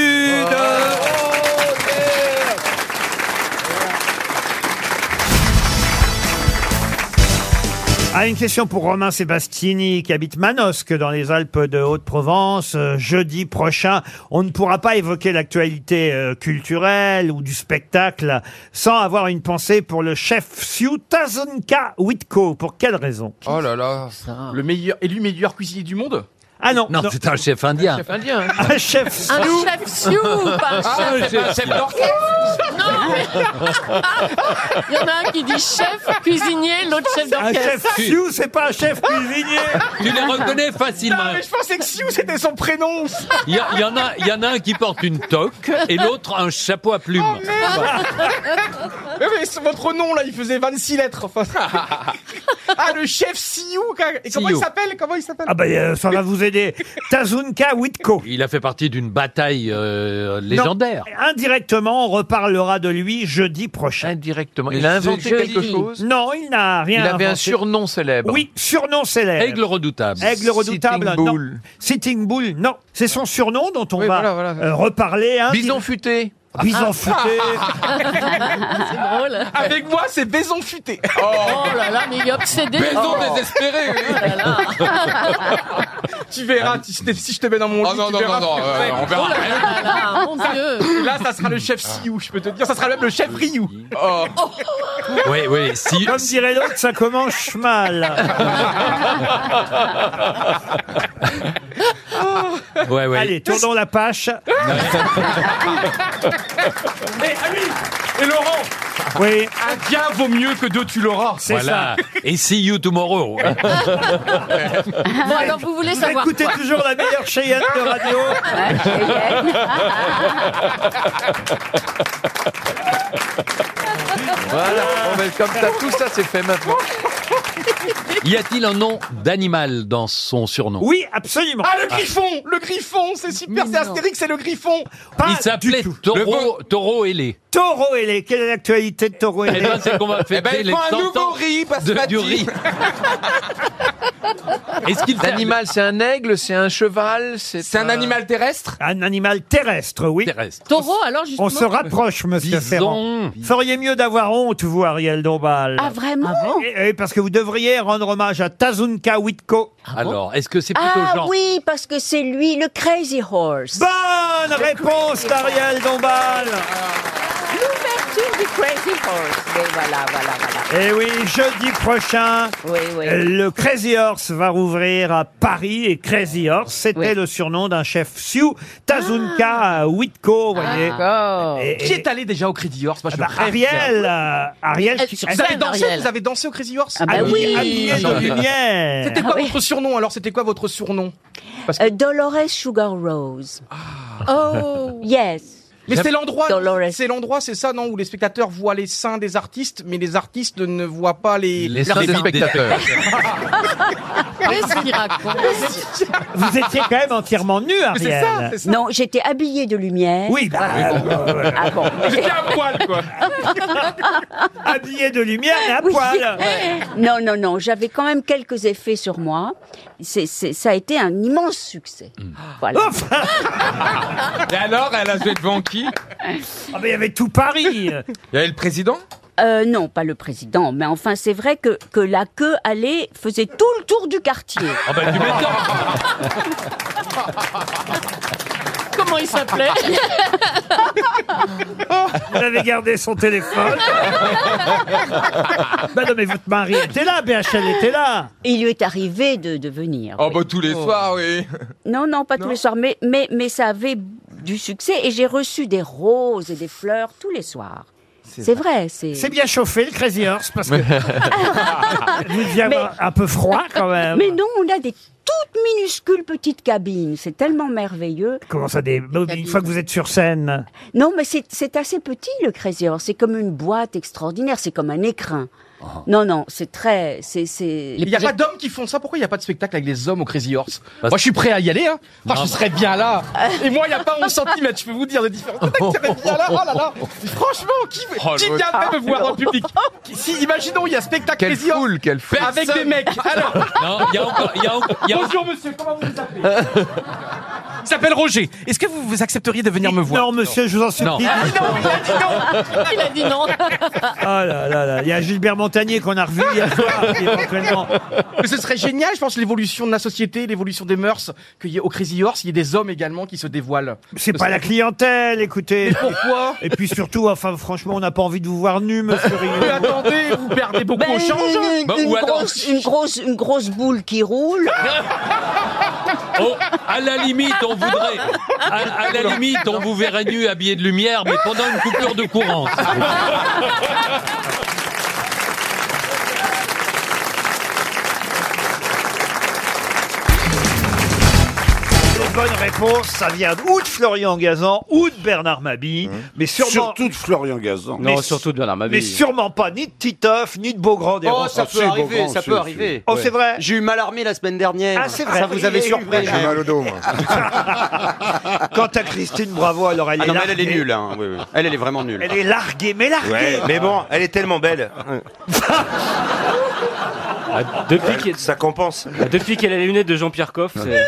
Ah, une question pour Romain Sébastini qui habite Manosque dans les Alpes de Haute-Provence. Euh, Jeudi prochain, on ne pourra pas évoquer l'actualité euh, culturelle ou du spectacle sans avoir une pensée pour le chef Siutazonka Witko. Pour quelle raison
Oh là là.
Le meilleur, élu meilleur cuisinier du monde
Ah non.
Non, c'est un chef indien.
chef indien. Un chef
Un
Sioux.
chef Sioux, pas un Ah, chef- c'est pas un chef
d'orchestre Non, mais... Il y en a un qui dit chef cuisinier, l'autre chef
Un chef
d'orchestre.
Sioux, c'est pas Ah, un chef cuisinier.
Tu les reconnais facilement.
Non, mais je pensais que Sioux, c'était son prénom.
Il y, a- il y en a, il y en a un qui porte une toque et l'autre un chapeau à plumes.
mais, mais c'est votre nom là, il faisait 26 lettres. enfin. ah le chef Siou. quoi. Et comment il
Siou.
s'appelle Comment il s'appelle
Ah bah euh, ça va vous aider. Tazunka Witko.
Il a fait partie d'une bataille euh, légendaire.
Non, indirectement, on reparlera de lui jeudi prochain. Indirectement.
Il a inventé Jeudi. quelque chose
Non, il n'a rien
Il avait un
inventé.
surnom célèbre.
Oui, surnom célèbre.
Aigle redoutable.
Aigle redoutable,
Sitting
non.
Bull.
Sitting Bull, non. C'est son surnom dont on
Oui,
va
voilà, voilà.
euh, reparler.
Bison
futé. Bison futé.
Ah, C'est drôle.
Avec moi, c'est Baison futé.
Oh là là, mais il est obsédé. Oh.
Baison
désespéré.
tu verras, tu- Ah, si je te mets dans mon lit,
Ah non,
tu
Ah,
non,
verras.
non, non,
Ouais.
euh, on verra.
Oh là là là là, mon
Ça-
Dieu. Ah. Là, ça sera le chef
Ah.
Siou, je peux te dire. Ça sera même le chef Ryu. Oh.
Oui, oui. Si... Comme dirait l'autre, ça commence mal.
Ouais, ouais.
Allez, tournons la page.
Mais, ah oui, et Laurent
Oui.
Un bien vaut mieux que deux, tu l'auras.
voilà. Et see you tomorrow.
Bon, alors vous voulez
Vous
savoir
écoutez
quoi
toujours la meilleure Cheyenne de radio.
voilà.
comme ça, tout ça, c'est fait maintenant.
Y a-t-il un nom d'animal dans son surnom
Oui, absolument.
Ah, le griffon Le griffon, c'est super, c'est Astérix, c'est le griffon
Il s'appelait Taureau, taureau ailé.
Taureau ailé, quelle est l'actualité de Taureau ailé
Eh ben, c'est qu'on va fêter
Eh ben, ils
les
font un
100
nouveau
ans
riz, parce
de-
que-
du riz. Est-ce qu'il sert-
L'animal, c'est un aigle, c'est un cheval, c'est.
C'est un animal terrestre
Un animal terrestre, oui.
Taureau, alors justement.
On se rapproche, monsieur
Bison.
Ferrand. Feriez mieux d'avoir honte, vous, Ariel Dombal.
Ah vraiment
Eh, eh, parce que vous devriez rendre hommage à Tazunka Witko.
Alors, est-ce que c'est plutôt
Ah
genre
oui, parce que c'est lui, le Crazy Horse.
Bonne réponse d'Ariel Dombal.
L'ouverture du Crazy Horse. Mais voilà, voilà, voilà.
Et Eh oui, jeudi prochain, euh, le Crazy Horse va rouvrir à Paris. Et Crazy Horse, c'était le surnom d'un chef Sioux, Tazunka
Ah.
à Witko, vous voyez. Et-
Qui
et-
est allé déjà au Crédit Horse Moi, je
bah,
me rêve,
Ariel,
tiens.
euh, Ariel,
Eh,
tu-
sur
elle-
scène, vous avez dansé,
Ariel.
vous avez dansé au Crazy Horse
Ah bah Habillé- oui. habillé de
Attendez.
lumière.
C'était quoi
Ah oui.
votre surnom alors C'était quoi votre surnom
Euh, Dolores Sugar Rose.
Ah.
Oh
Yes.
Mais c'est l'endroit,
Dolores.
c'est l'endroit, c'est ça, non, où les spectateurs voient les seins des artistes, mais les artistes ne voient pas les
Les seins des spectateurs.
Qu'est-ce qu'il raconte
Vous étiez quand même entièrement nu, Ariel.
Non, j'étais habillée de lumière.
Oui, bah, euh,
Ah bon.
habillée de lumière et à poil.
Non, non, non, j'avais quand même quelques effets sur moi. C'est, c'est- ça a été un immense succès. Voilà.
Et alors, elle a joué devant qui
bah,
Ah, mais il y avait tout Paris.
Il y avait le président
Euh, non, pas le président, mais enfin, c'est vrai que, que la queue allait, faisait tout le tour du quartier.
Ah
ben,
bah, tu m'étonnes.
Comment il s'appelait
Vous avez gardé son téléphone. bah non, mais votre mari était là, BHL était là.
Il lui est arrivé de, de venir.
Oh, bah, tous les soirs, oui.
Non, non, pas tous les soirs, mais, mais, mais ça avait du succès et j'ai reçu des roses et des fleurs tous les soirs. C'est vrai, c'est.
C'est bien chauffé, le Crazy Horse, parce que vous deviez avoir un peu froid quand même.
Mais non, on a des toutes minuscules petites cabines. C'est tellement merveilleux.
Comment ça, des... une fois que vous êtes sur scène
Non, mais c'est c'est assez petit le Crazy Horse. C'est comme une boîte extraordinaire. C'est comme un écrin. Non, non, c'est très. c'est c'est.
Il n'y a pas d'hommes qui font ça. Pourquoi il n'y a pas de spectacle avec les hommes au Crazy Horse Moi, je suis prêt à y aller. Hein. Enfin, je serais bien là. Et moi, il n'y a pas 11 cm, je peux vous dire, de différence. Il y en a qui seraient bien là. Oh là là. Franchement, qui,
Oh,
qui
l'autre.
viendrait me voir en public Qui- Si, imaginons, il y a spectacle
Quelle
Crazy Horse
foule, quelle foule.
Avec des
Personne.
mecs. Alors.
Non, il y a encore. il Y a encore- il y a-
Bonjour, monsieur, comment vous vous appelez Il s'appelle Roger. Est-ce que vous, vous accepteriez de venir me voir
Non, monsieur, je vous en supplie.
Ah, non, il a dit non.
Il a dit non.
Ah là là là, il y a Gilbert Montagnier qu'on a revu hier soir, qui, éventuellement.
Mais ce serait génial, je pense, l'évolution de la société, l'évolution des mœurs, qu'il y ait au Crazy Horse, il y ait des hommes également qui se dévoilent.
C'est pas la clientèle, écoutez.
Mais pourquoi
Et puis surtout, enfin, franchement, on n'a pas envie de vous voir nu, monsieur Rio.
Mais attendez, vous perdez beaucoup
Ben,
au change.
une- une,
Bah, ou alors-
grosse, une, grosse, une grosse boule qui roule.
Oh, à la limite, on voudrait. À, à la limite, on vous verrait nu, habillé de lumière, mais pendant une coupure de courant.
Oh Les bonnes réponses, ça vient ou de Florian Gazan ou de Bernard Mabille,
Hein
mais sûrement.
Surtout de Florian Gazan.
mais- Mais sûrement pas ni de Titoff, ni de Beaugrand des
Oh,
Roses.
ça
si,
peut arriver,
Beaugrand,
ça
si,
peut
si.
arriver.
Oh, c'est vrai
J'ai eu mal armé la semaine dernière.
Ah, c'est vrai.
Ça vous avait
Oui,
surpris.
oui,
Ah.
hein.
oui. J'ai mal
au dos, moi.
Quant à Christine Bravo, alors elle
Ah
est
non, mais
larguée.
elle, elle est nulle. hein, oui, oui. Elle, elle est vraiment nulle.
Elle est larguée, mais larguée.
Ouais, mais bon, elle est tellement belle.
Depuis ça compense.
Ah,
Depuis qu'elle a les lunettes de Jean-Pierre Coff, c'est...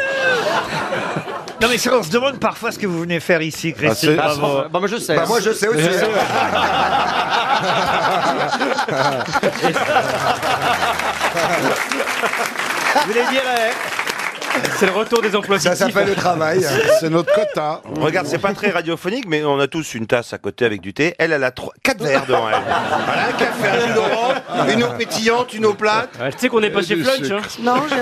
Non mais c'est- on se demande parfois ce que vous venez faire ici, Christine.
Ah, c'est-
bravo.
Bah, moi, je sais. Bah, moi, je sais aussi. Je sais.
Ah,
Vous les
euh,
direz.
C'est le retour des emplois
Ça
fictifs.
s'appelle le travail.
C'est notre quota.
Regarde, c'est pas très radiophonique, mais on a tous une tasse à côté avec du thé. Elle, elle a trois, quatre verres devant elle. Voilà, un café, un jus d'orange, une eau pétillante, une eau plate.
tu sais qu'on n'est pas chez Flunch. hein.
sucre.
Non, j'ai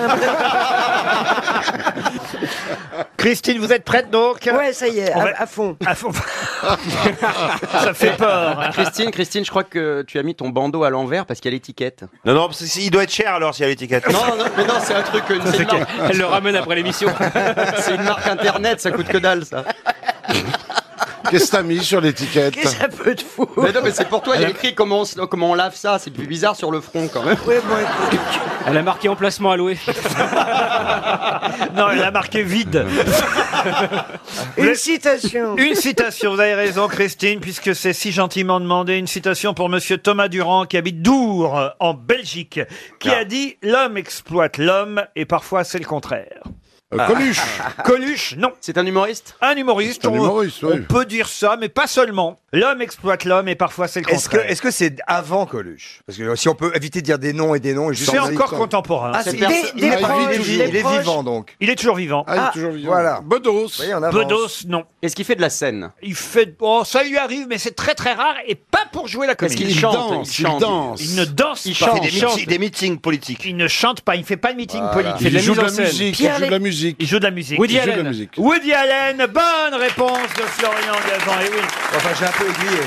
Christine, vous êtes prête donc
Ouais, ça y est,
On
à,
va-
à fond.
À fond. Ça fait peur.
Christine, Christine, je crois que tu as mis ton bandeau à l'envers parce qu'il y a l'étiquette. Non, non, parce que si- il doit être cher alors s'il y a l'étiquette. Non, non, mais non, c'est un truc.
c'est qu'elle- elle le ramène après l'émission.
c'est une marque internet, ça coûte que dalle, ça.
Qu'est-ce que t'as mis sur l'étiquette
Qu'est-ce que ça
peut te foutre
Mais non, mais c'est pour toi, il y a
Elle a-
écrit comment on, se- comment on lave ça, c'est plus bizarre sur le front quand même.
Elle a marqué emplacement à louer.
non, elle a marqué vide.
Une citation.
Une citation, vous avez raison Christine, puisque c'est si gentiment demandé. Une citation pour Monsieur Thomas Durand, qui habite Dour, euh, en Belgique, qui
Ah.
a dit « L'homme exploite l'homme, et parfois c'est le contraire Ah.
Euh, Coluche.
Coluche, non.
C'est un humoriste
Un humoriste,
C'est un
on-
humoriste,
on,
oui.
peut dire ça, mais pas seulement. L'homme exploite l'homme, et parfois c'est le
Est-ce que
contraire.
est-ce que c'est avant Coluche Parce que si on peut éviter de dire des noms et des noms, et juste
C'est
en
encore
dire comme-
contemporain.
Ah,
Cette
c'est-
personne-
il, est- il est-
des proches,
il est- il est- il est
des proches.
vivant donc.
Il est toujours vivant.
Ah, il est toujours vivant.
Voilà. Bedos.
Vous voyez, on avance.
Bedos, non.
Est-ce qu'il fait de la scène
Il fait. Oh, ça lui arrive, mais c'est très très rare et pas pour jouer la comédie.
qu'il Il chante, danse, il il chante. danse.
Il ne danse
Il
pas.
fait des
Il chante.
meetings- des meetings politiques.
Il ne chante pas, il ne fait pas de meeting
Voilà.
politique.
Il Il fait de la joue mise de en la scène.
musique, il joue de la musique.
Il joue de la musique.
Woody
Il joue de
Allen.
la musique. Woody Allen, bonne réponse de Florian Gazan. Et oui.
Enfin, j'ai un peu oublié.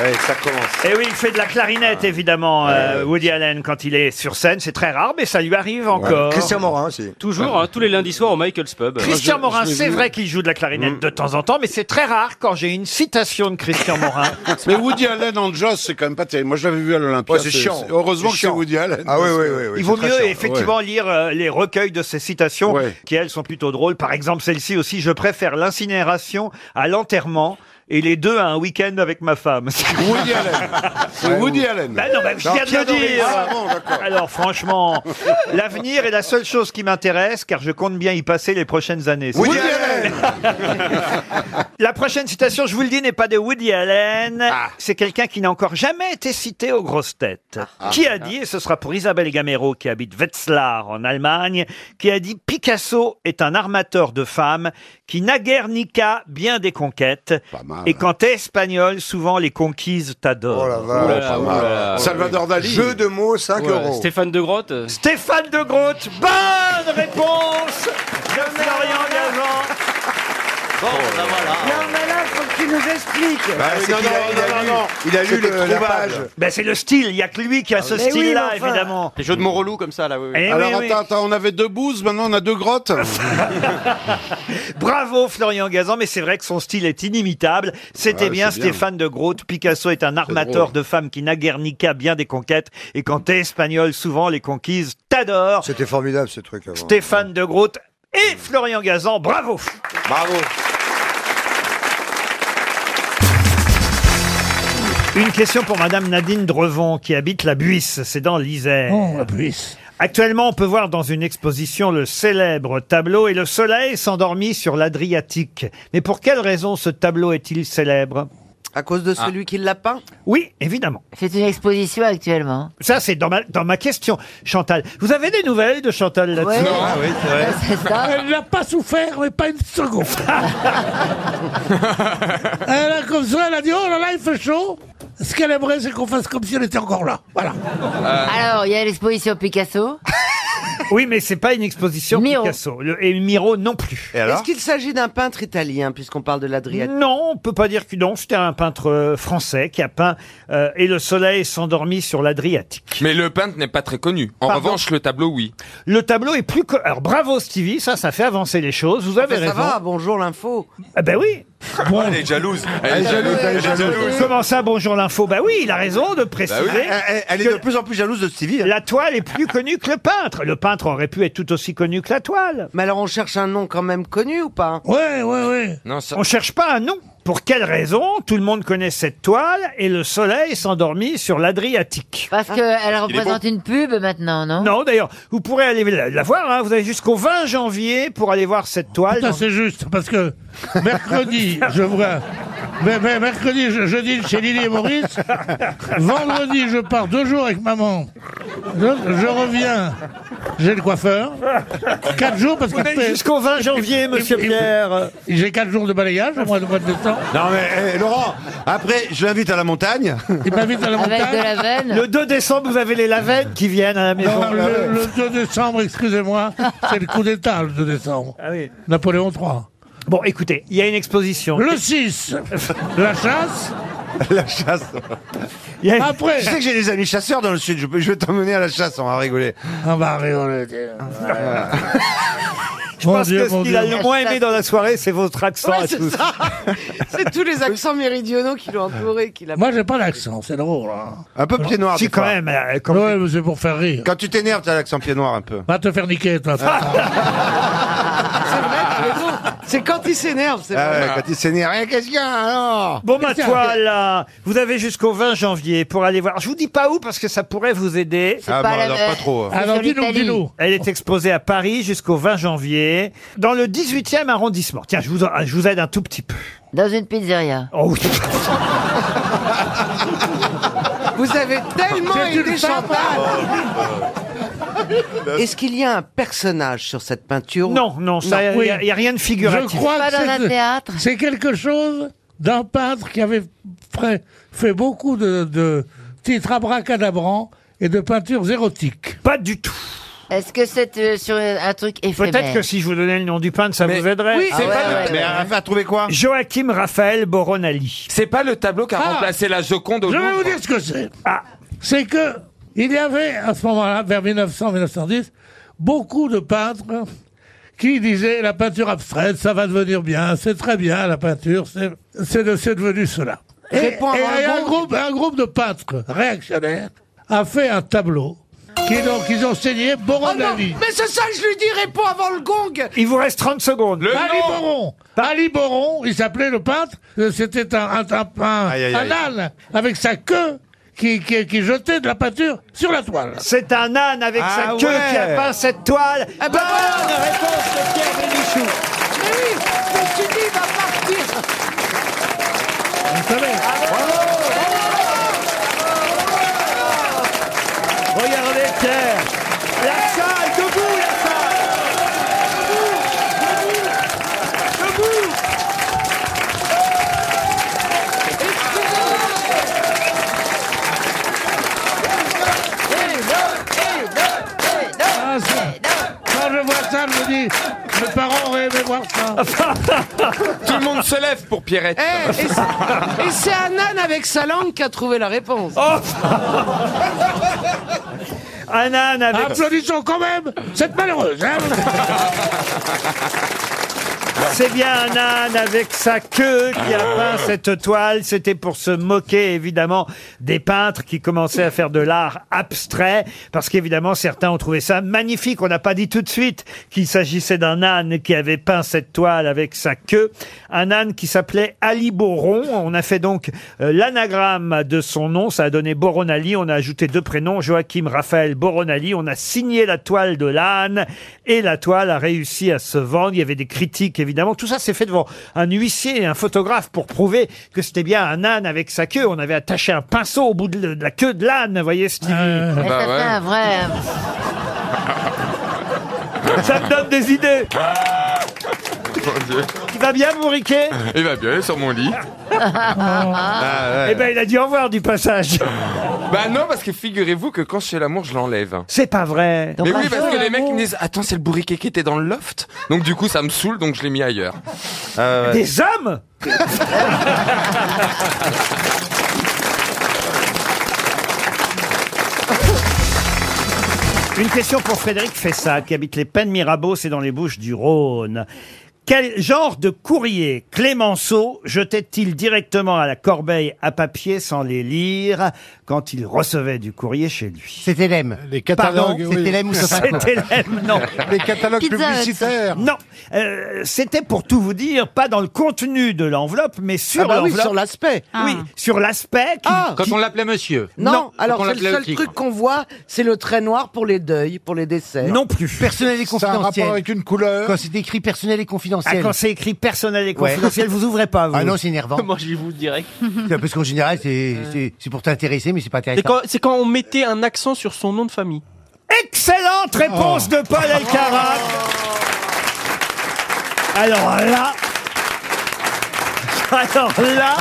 Ouais, ça commence.
Et oui, il fait de la clarinette,
Ah.
évidemment, euh, Woody Allen, quand il est sur scène. C'est très rare, mais ça lui arrive encore.
Christian Morin aussi.
Toujours, hein, tous les lundis soirs au Michael's Pub.
Christian Morin, c'est vrai qu'il joue de la clarinette
Mm.
de temps en temps, mais c'est très rare quand j'ai une citation de Christian Morin.
Mais Woody Allen en jazz, c'est quand même pas terrible. Moi, je l'avais vu à l'Olympia.
Ouais, c'est chiant.
Heureusement
C'est
que c'est
chiant.
Woody Allen.
Ah oui,
parce
oui,
que-
oui, oui,
Il vaut mieux effectivement lire euh, les recueils de ces citations qui elles sont plutôt drôles. Par exemple celle-ci aussi, je préfère l'incinération à l'enterrement et les deux à un week-end avec ma femme.
Woody Allen. C'est Woody Allen.
Bah non, bah, je
Non,
viens de
Pierre
le
Doris.
dire.
Ah, bon,
Alors franchement, l'avenir est la seule chose qui m'intéresse car je compte bien y passer les prochaines années.
Woody
La prochaine citation, je vous le dis, n'est pas de Woody Allen.
Ah.
C'est quelqu'un qui n'a encore jamais été cité aux grosses têtes.
Ah.
qui a dit, et ce sera pour Isabelle Gamero qui habite Wetzlar en Allemagne, qui a dit Picasso est un armateur de femmes qui naguère nica bien des conquêtes.
hein.
Et quand t'es espagnol, souvent les conquises
Oh
t'adorent.
Oulala, oulala. Jeu de mots, 5
Ouais,
euros.
Stéphane de Grotte. euh,
Stéphane de Grotte, bonne réponse de Florian Gazan.
Bon, ben voilà.
Non, mais là, faut que tu nous expliques.
Ah,
Bah, c'est qu'il a- il a lu- il a lu le- la page.
Ben, c'est le style, il n'y a que lui qui a ce
Ah, Mais oui,
style-là,
mais enfin.
évidemment.
Les jeux de mots relous comme ça, là, oui. oui.
Eh
Alors
oui, oui.
attends, attends, on avait deux bouses, maintenant on a deux grottes.
Bravo Florian Gazan, mais c'est vrai que son style est inimitable. C'était
Ouais,
bien
c'est bien.
Stéphane de Groot. Picasso est un armateur
drôle.
de femmes qui naguère nica bien des conquêtes. Et quand t'es espagnol, souvent les conquises t'adorent.
C'était formidable ce truc hein. avant.
Stéphane de Groot et Florian Gazan, bravo
Bravo.
Une question pour Madame Nadine Drevon qui habite la Buisse, c'est dans l'Isère.
Oh, la Buisse.
Actuellement, on peut voir dans une exposition le célèbre tableau et le soleil s'endormit sur l'Adriatique. Mais pour quelle raison ce tableau est-il célèbre Ah.
À cause de celui qui l'a peint
Oui, évidemment.
C'est une exposition actuellement.
Ça, c'est dans ma, dans ma question, Chantal. Vous avez des nouvelles de Chantal là-dessus
Ouais. Non, ah oui, c'est vrai. Elle n'a pas souffert, mais pas une seconde. elle a comme ça, elle a dit oh là là, il fait chaud. Ce qu'elle aimerait, c'est qu'on fasse comme si elle était encore là. Voilà. Euh,
Alors, il y a l'exposition Picasso.
Oui, mais c'est pas une exposition Picasso. Le- et Miro non plus.
Est-ce qu'il s'agit d'un peintre italien, puisqu'on parle de l'Adriatique
Non, on peut pas dire que non. C'était un peintre euh, français qui a peint euh, Et le soleil s'endormit sur l'Adriatique.
Mais le peintre n'est pas très connu. En
Pardon
revanche, le tableau, oui.
Le tableau est plus... co- Alors bravo Stevie, ça, ça fait avancer les choses. Vous avez
Ah, Ça
raison.
va, bonjour l'info.
Ah ben oui.
elle est jalouse.
Elle est jalouse, elle est jalouse. Comment ça, bonjour l'info Bah oui, il a raison de préciser.
Bah oui.
Elle- elle est de plus en plus jalouse de Stevie.
La toile est plus connue que le peintre. Le peintre aurait pu être tout aussi connu que la toile.
Mais alors on cherche un nom quand même connu ou pas
Ouais, ouais, ouais.
Non, ça...
On cherche pas un nom. Pour quelle raison tout le monde connaît cette toile et le soleil s'endormit sur l'Adriatique
Parce qu'elle représente une pub maintenant, non
Non, d'ailleurs, vous pourrez aller la, la voir, hein, vous avez jusqu'au 20 janvier pour aller voir cette toile.
Putain, c'est juste, parce que mercredi, je vois. Mais, mais mercredi, je, je dîne chez Lily et Maurice. Vendredi, je pars deux jours avec maman. Je, je reviens, j'ai le coiffeur. Quatre jours parce
Vous
que.
avez jusqu'au 20 janvier, monsieur Pierre.
J'ai quatre jours de balayage au mois de, mois de décembre.
Non mais eh, Laurent, après je l'invite à la montagne.
Il m'invite à la Avec montagne. de la veine.
Le 2 décembre, vous avez les lavettes qui viennent à la maison. Ah
Non, le, le 2 décembre, excusez-moi, c'est le coup d'État, le 2 décembre. Napoléon III.
Ah Bon, écoutez, il y a une exposition.
Le 6, la chasse.
la chasse.
Après.
Je sais que j'ai des amis chasseurs dans le sud, je, peux- je vais t'emmener à la chasse, on va rigoler. Ah,
On va rigoler.
Je pense que ce qu'il a le moins aimé dans la soirée, c'est votre accent à
Ouais, c'est
tous.
ça. C'est tous les accents méridionaux qui l'ont entouré, qui l'a.
Moi, j'ai pas l'accent, c'est drôle. hein.
Un peu pied noir.
Si,
des
quand
fois.
même, Ouais, mais c'est pour faire rire.
Quand tu t'énerves, t'as l'accent pied noir un peu.
Va te faire niquer, toi.
C'est quand il s'énerve, c'est
Ah
vrai.
ouais, quand il s'énerve, Eh, qu'est-ce qu'il y a alors
Bon, ma toile, là, vous avez jusqu'au 20 janvier pour aller voir. Je vous dis pas où parce que ça pourrait vous aider.
Ah, pas bon, la- alors, pas trop, hein. c'est
Alors,
sur
dis-nous,
l'Italie.
dis-nous. Elle est exposée à Paris jusqu'au 20 janvier, dans le 18e arrondissement. Tiens, je vous, en- je vous aide un tout petit peu.
Dans une pizzeria.
Oh oui.
Vous avez tellement
C'est une
été
femme.
Chantal.
Est-ce qu'il y a un personnage sur cette peinture
Non, non, ça, il
Oui.
n'y a, y a rien de figuratif.
Je crois
Pas
que
dans
c'est-
un théâtre.
C'est quelque chose d'un peintre qui avait fait, fait beaucoup de, de titres abracadabrants et de peintures érotiques.
Pas du tout.
Est-ce que c'est euh, sur un truc éphémère
Peut-être que si je vous donnais le nom du peintre, ça vous aiderait.
Oui, c'est Ah ouais, pas le- ouais,
Mais à, à trouver quoi
Joachim Raphaël Boronali.
C'est pas le tableau qui a
Ah
remplacé la Joconde au
Je vais
Louvre
vous dire ce que c'est.
Ah.
C'est que il y avait à ce moment-là, vers 1900-1910, beaucoup de peintres qui disaient la peinture abstraite, ça va devenir bien, c'est très bien la peinture, c'est c'est de- c'est devenu cela. Et,
Réponds avant
et
le
un,
bon.
groupe, un groupe de peintres réactionnaires a fait un tableau qui donc ils ont saigné
Oh
Boronali.
Mais c'est ça, je lui dis, réponds avant le gong.
Il vous reste 30 secondes.
Ali Boron Ali Ah. Boron, il s'appelait le peintre, euh, c'était un, un, un- un-
aïe, aïe.
un âne avec sa queue qui, qui- qui jetait de la peinture sur la toile.
C'est un âne avec
Ah
sa queue
ouais.
qui a peint cette toile.
Ah bah
Bonne
voilà.
réponse de Pierre Bénichou.
Mais oui, je me suis dit, il va partir.
Regardez Pierre. La salle, debout la salle. Debout, debout, debout.
Ah, ça- Quand je vois ça, je me dis, mes parents auraient aimé voir ça.
Tout le monde se lève pour Pierrette.
Eh, et c'est- et c'est un âne avec sa langue qui a trouvé la réponse.
Oh, Un âne avec...
Applaudissons quand même cette malheureuse. hein.
C'est bien un âne avec sa queue qui a peint cette toile. C'était pour se moquer, évidemment, des peintres qui commençaient à faire de l'art abstrait. Parce qu'évidemment, certains ont trouvé ça magnifique. On n'a pas dit tout de suite qu'il s'agissait d'un âne qui avait peint cette toile avec sa queue. Un âne qui s'appelait Ali Boron. On a fait donc euh, l'anagramme de son nom. Ça a donné Boron Ali. On a ajouté deux prénoms, Joachim Raphaël Boron Ali. On a signé la toile de l'âne et la toile a réussi à se vendre. Il y avait des critiques, évidemment. Tout ça s'est fait devant un huissier et un photographe pour prouver que c'était bien un âne avec sa queue. On avait attaché un pinceau au bout de de la queue de l'âne, voyez, Stevie.
Bah
Mais Ah. Bah,
Bah
ça fait un vrai.
hein
Ça me donne des idées.
Ah. Mon Dieu.
Il va bien, mon Riquet Ah.
Il va bien, il est sur mon lit. Ah,
Eh ben, il a dit au revoir du passage.
Bah non, parce que figurez-vous que quand je fais l'amour, je l'enlève.
C'est pas vrai.
Mais oui, parce que les mecs ils me disent ah, Attends, c'est le bourriquet qui était dans le loft Donc du coup, ça me saoule, donc je l'ai mis ailleurs. Euh,
Des hommes Une question pour Frédéric Fessat, qui habite les Pennes Mirabeau, c'est dans les Bouches du Rhône. Quel genre de courrier Clémenceau jetait-il directement à la corbeille à papier sans les lire quand il recevait du courrier chez lui C'était l'EM. Les
catalogues, oui.
C'était l'EM ou C'était l'EM, non.
Les catalogues Pizza Hut. publicitaires.
Non. Euh, C'était pour tout vous dire, pas dans le contenu de l'enveloppe, mais sur
Ah bah oui,
l'enveloppe.
sur l'aspect.
Oui,
Ah.
sur l'aspect. qui-
Quand
qui-
on l'appelait monsieur.
Non, alors
Quand on
c'est le
l'appelait
seul
tigre.
truc qu'on voit, c'est le trait noir pour les deuils, pour les décès.
Non plus.
Personnel et confidentiel.
une couleur.
Quand c'est écrit personnel et
Ah,
confidentiel.
quand c'est écrit personnel et
Ouais.
confidentiel, vous ouvrez pas, vous
Ah non, c'est énervant.
Moi, je vous dirais.
Parce qu'en général, c'est c'est- c'est pour t'intéresser, mais c'est pas
C'est
intéressant.
quand, c'est quand on mettait un accent sur son nom de famille.
Excellente réponse de Paul Elkarat.
Oh.
Alors là. Alors là.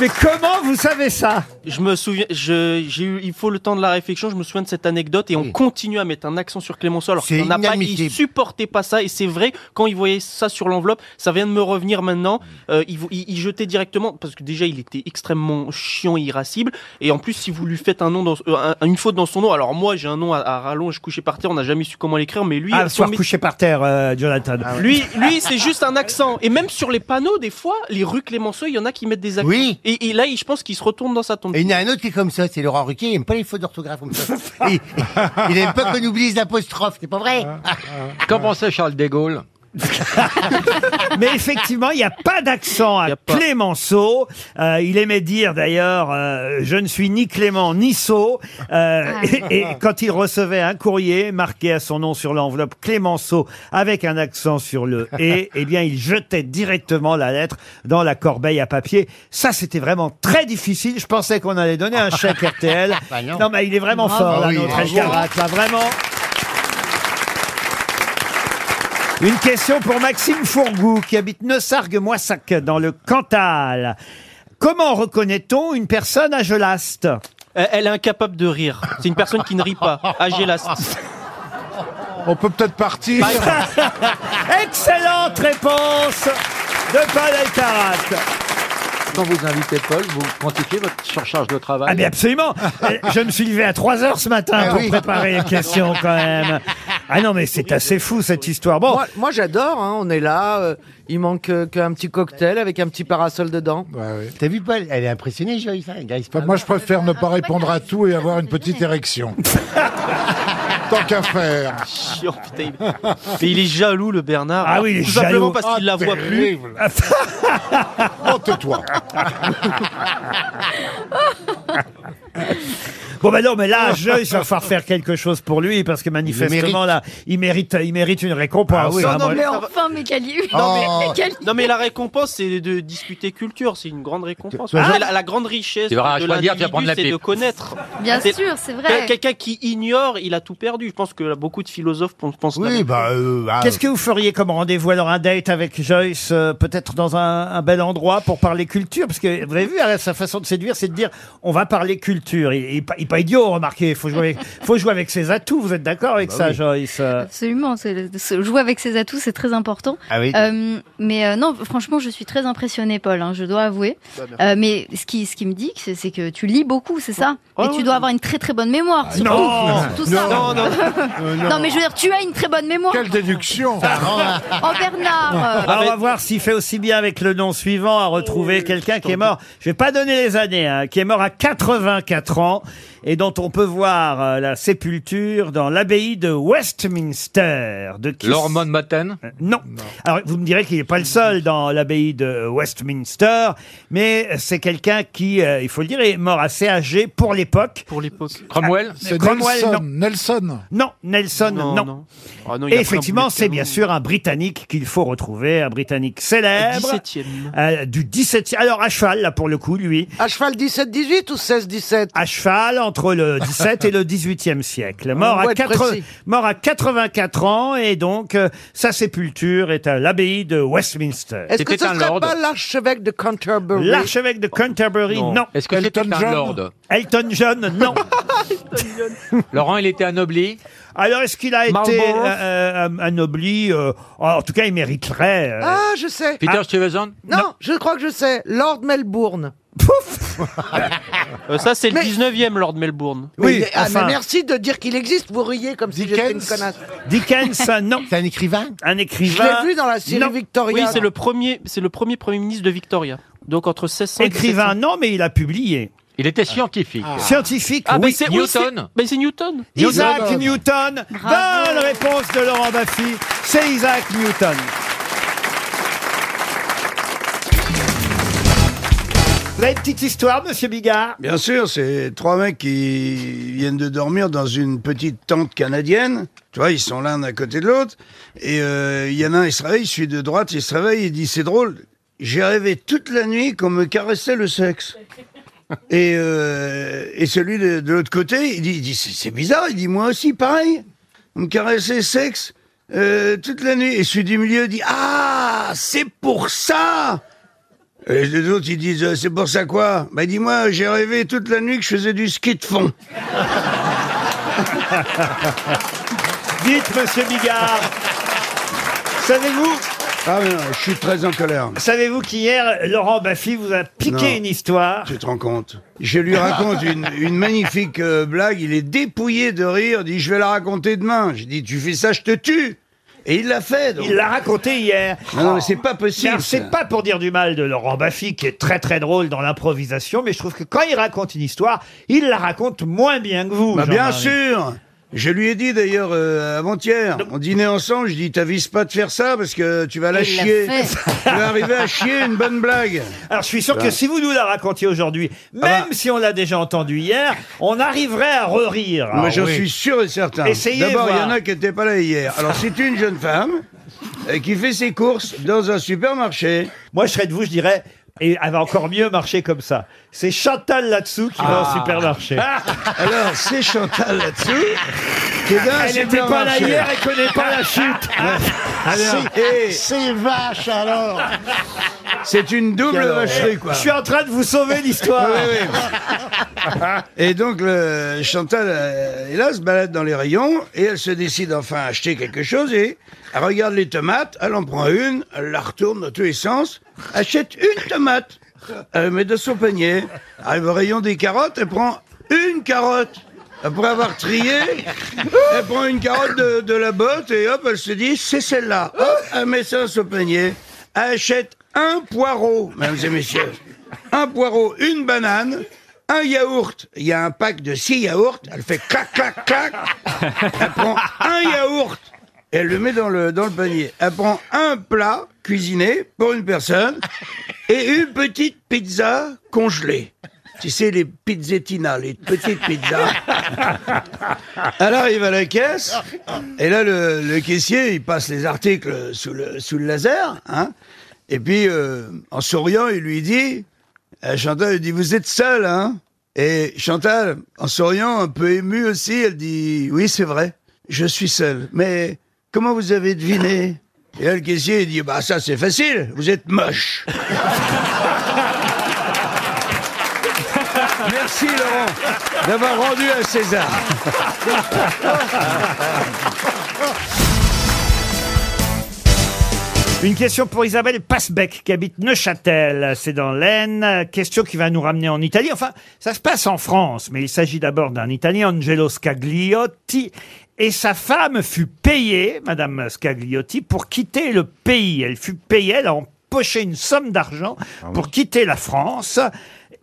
Mais comment vous savez ça
Je me souviens, je- j'ai eu, il faut le temps de la réflexion, je me souviens de cette anecdote et on continue à mettre un accent sur Clémenceau alors
C'est
qu'on n'a pas, il
inadmissible.
supportait pas ça et c'est vrai, quand il voyait ça sur l'enveloppe, ça vient de me revenir maintenant, euh, il, vous- il- il jetait directement, parce que déjà il était extrêmement chiant et irascible et en plus si vous lui faites un nom dans, euh, un- une faute dans son nom, alors moi j'ai un nom à, à rallonge couché par terre, on n'a jamais su comment l'écrire mais lui, euh,
Ah,
son
soir
mé-
couché par terre, euh, Jonathan.
Ah
Lui, lui, c'est juste un accent. Et même sur les panneaux, des fois, les rues Clémenceau, il y en a qui mettent des accents.
Oui.
Et, et là, il- je pense qu'il se retourne dans sa tombe.
Et il y en a un autre qui est comme ça, c'est Laurent Ruquier, il aime pas les fautes d'orthographe comme ça. il, il aime pas qu'on oublie les apostrophes, c'est pas vrai
Qu'en pensait Charles de Gaulle
Mais effectivement, il n'y a pas d'accent à Clémenceau. Euh, il aimait dire d'ailleurs, euh, je ne suis ni Clément ni Sceau. Euh, et, et quand il recevait un courrier marqué à son nom sur l'enveloppe Clémenceau avec un accent sur le et, eh bien, il jetait directement la lettre dans la corbeille à papier. Ça, c'était vraiment très difficile. Je pensais qu'on allait donner un chèque RTL.
Bah
non.
non.
mais il est vraiment
Bravo.
fort,
Ah
là,
oui,
notre
bravo.
Elkarat, là, vraiment. Une question pour Maxime Fourgou, qui habite Neussargues-Moissac, dans le Cantal. Comment reconnaît-on une personne à gelaste
Euh, Elle elle est incapable de rire. C'est une personne qui ne rit pas. Ah, Agélas.
On peut peut-être partir.
Par exemple.
Excellente réponse de Paul Elkarat.
Quand vous invitez Paul, vous quantifiez votre surcharge de travail.
Ah mais absolument Euh, Je me suis levé à 3 heures ce matin
Ah
pour
oui.
préparer les questions quand même. Ah non mais c'est assez fou cette histoire. Bon,
Moi, moi, j'adore, hein, on est là, euh, il manque euh, qu'un petit cocktail avec un petit parasol dedans.
T'as vu Paul Elle est impressionnée, Joyce.
Moi, je préfère ne pas répondre à tout et avoir une petite érection. Tant qu'à faire.
Chiant, putain. il- Mais il est jaloux, le Bernard.
Ah oui, il est
Tout
jaloux.
simplement parce qu'il la
Ah,
voit plus.
terrible. Monte-toi.
Bon ben non, mais là, je, il va falloir faire quelque chose pour lui parce que manifestement
mérite.
là, il mérite, il mérite une récompense.
Ah
hein, moi.
enfin, mais
Oh.
Non, mais la récompense, c'est de discuter culture. C'est une grande récompense.
Ah.
C'est la, la grande richesse
Tu verras,
de
je vais dire, tu vas prendre
l'individu,
la
c'est de
pipe.
connaître.
Bien
C'est-
sûr, c'est vrai.
Quelqu'un qui ignore, il a tout perdu. Je pense que beaucoup de philosophes pensent la même chose.
Ah
Qu'est-ce que vous feriez comme rendez-vous alors un date avec Joyce, euh, peut-être dans un, un bel endroit pour parler culture, parce que vous avez vu hein, sa façon de séduire, c'est de dire on va parler culture. Il, il, est pas- il est pas idiot, remarquez. Faut jouer, faut jouer avec ses atouts. Vous êtes d'accord avec
Bah
ça,
oui.
Joyce euh
Absolument, c'est- c'est- jouer avec ses atouts, c'est très important.
Ah oui.
Euh, mais euh, non, franchement, je suis très impressionnée, Paul, hein, je dois avouer.
Bah, merci.
Euh, mais ce qui, ce qui me dit, c'est c'est que tu lis beaucoup, c'est ça
Ah
Et
oui.
tu dois avoir une très très bonne mémoire.
Ah,
surtout.
non.
Surtout
Non,
ça.
non, non.
non, mais je veux dire, tu as une très bonne mémoire. Quelle
déduction
Oh Bernard euh,
Alors, on va voir s'il fait aussi bien avec le nom suivant à retrouver quelqu'un qui est mort. Je vais pas donner les années, hein, qui est mort à 84 ans et dont on peut voir euh, la sépulture dans l'abbaye de Westminster. De qui Euh,
Lormon Matten
non. Alors, vous me direz qu'il n'est pas le seul dans l'abbaye de Westminster, mais c'est quelqu'un qui, euh, il faut le dire, est mort assez âgé pour l'époque.
Pour l'époque.
Cromwell
C'est
Cromwell, non.
Nelson. Nelson.
Non, Nelson, non.
Non, non. Ah non, il
Et
a pris un
effectivement,
boulet de
c'est
canon.
bien sûr un Britannique qu'il faut retrouver, un Britannique célèbre.
17e.
Euh, du 17e. Alors, à cheval, là, pour le coup, lui.
À cheval 17-18 ou 16-17
À cheval entre le 17 et le 18e siècle. Mort,
On
à,
doit être
quatre-
Ah, précis.
mort à 84 ans et donc euh, sa sépulture est à l'abbaye de Westminster.
Est-ce que ce serait pas l'archevêque de Canterbury
L'archevêque de Canterbury, non.
Non.
Est-ce que
Elton
c'était un
John
lord
Elton John, non.
Laurent, il était anobli.
Alors, est-ce qu'il a été
Marlborough
euh, euh, anobli euh, En tout cas, il mériterait. euh,
Ah, je sais.
Peter
Ah,
Stuyvesant
non, je crois que je sais. Lord Melbourne.
Euh, ça, c'est le 19e, Lord Melbourne.
Mais- ah, mais merci de dire qu'il existe, vous riez comme si j'étais une connasse.
Dickens, euh, non.
C'est un écrivain
Un
écrivain. Je l'ai vu dans la série Non. Victoria.
Oui, c'est le premier, c'est le premier premier ministre de Victoria. Donc entre 1600
Écrivain, non, mais il a publié.
Il était scientifique.
Scientifique,
Ah, mais
oui.
c'est oui, c'est- Mais c'est Newton.
Isaac Newton. Bonne réponse de Laurent Baffy. C'est Isaac Newton. Vous avez une petite histoire, monsieur Bigard
Bien sûr, c'est trois mecs qui viennent de dormir dans une petite tente canadienne. Tu vois, ils sont l'un à côté de l'autre. Et euh, il y en a un, il se réveille, celui de droite, il se réveille, il dit C'est drôle, j'ai rêvé toute la nuit qu'on me caressait le sexe. Et, euh, et celui de, de l'autre côté, il dit, il dit, C'est c'est bizarre, il dit Moi aussi, pareil. On me caressait le sexe euh, toute la nuit. Et celui du milieu dit Ah, c'est pour ça et les autres, ils disent, euh, c'est pour ça quoi Bah dis-moi, j'ai rêvé toute la nuit que je faisais du ski de fond.
Dites, monsieur Bigard, savez-vous
Ah mais non, je suis très en colère.
Savez-vous qu'hier, Laurent Baffy vous a piqué
Non.
une histoire
Tu te rends compte Je lui raconte une, une magnifique euh, blague, il est dépouillé de rire, dit, je vais la raconter demain. J'ai dit, tu fais ça, je te tue Et il l'a fait, donc.
Il l'a raconté hier.
Non, non, mais c'est pas possible,
Car
ça.
C'est pas pour dire du mal de Laurent Baffy, qui est très très drôle dans l'improvisation, mais je trouve que quand il raconte une histoire, il la raconte moins bien que vous.
Bah, bien
Jean-Marie.
sûr je lui ai dit d'ailleurs euh, avant-hier, on dînait ensemble, je dis t'avises pas de faire ça parce que tu vas la
Il l'a
chier.
fait.
tu vas arriver à chier une bonne blague. Ah
Alors je suis sûr
Bah.
que si vous nous la racontiez aujourd'hui, même si on l'a déjà entendue hier, on arriverait à rire. Ah
Moi, j'en suis sûr et certain.
Essayez,
D'abord, il y
voir.
en a qui n'étaient pas là hier. Alors, c'est une jeune femme euh, qui fait ses courses dans un supermarché.
Moi, je serais de vous, je dirais. Et elle va encore mieux marcher comme ça. C'est Chantal là-dessous qui va
Ah.
au supermarché.
Alors, c'est Chantal là-dessous. qui est dans un
Elle n'était pas là
supermarché.
hier, elle connaît pas la chute.
Et
C'est vache alors
c'est une double
Alors,
vacherie, quoi.
Je suis en train de vous sauver l'histoire.
Oui, Et donc, le- Chantal, euh, hélas, se balade dans les rayons et elle se décide enfin à acheter quelque chose et elle regarde les tomates, elle en prend une, elle la retourne dans tous les sens, achète une tomate, elle la met dans son panier, arrive au rayon des carottes, elle prend une carotte. Après avoir trié, elle prend une carotte de, de la botte et hop, elle se dit, c'est celle-là. Hop, elle met ça dans son panier, elle achète un poireau, mesdames et messieurs. Un poireau, une banane, un yaourt, il y a un pack de six yaourts, elle fait clac, clac, clac, elle prend un yaourt, et elle le met dans le, dans le panier. Elle prend un plat cuisiné pour une personne et une petite pizza congelée. Tu sais, les pizzettinas, les petites pizzas. Elle arrive à la caisse,
Ah,
Ah. et là, le, le caissier, il passe les articles sous le, sous le laser, hein, et puis, euh, en souriant, il lui dit, euh, Chantal lui dit, vous êtes seul, hein Et Chantal, en souriant, un peu émue aussi, elle dit, oui, c'est vrai, je suis seul. Mais comment vous avez deviné Et là, le caissier, il dit, bah ça, c'est facile, vous êtes moche. Merci, Laurent, d'avoir rendu à César.
Une question pour Isabelle Passbeck qui habite Neuchâtel, c'est dans l'Aisne. Question qui va nous ramener en Italie. Enfin, ça se passe en France, mais il s'agit d'abord d'un Italien, Angelo Scagliotti. Et sa femme fut payée, Madame Scagliotti, pour quitter le pays. Elle fut payée, elle a empoché une somme d'argent
Ah
pour quitter la France.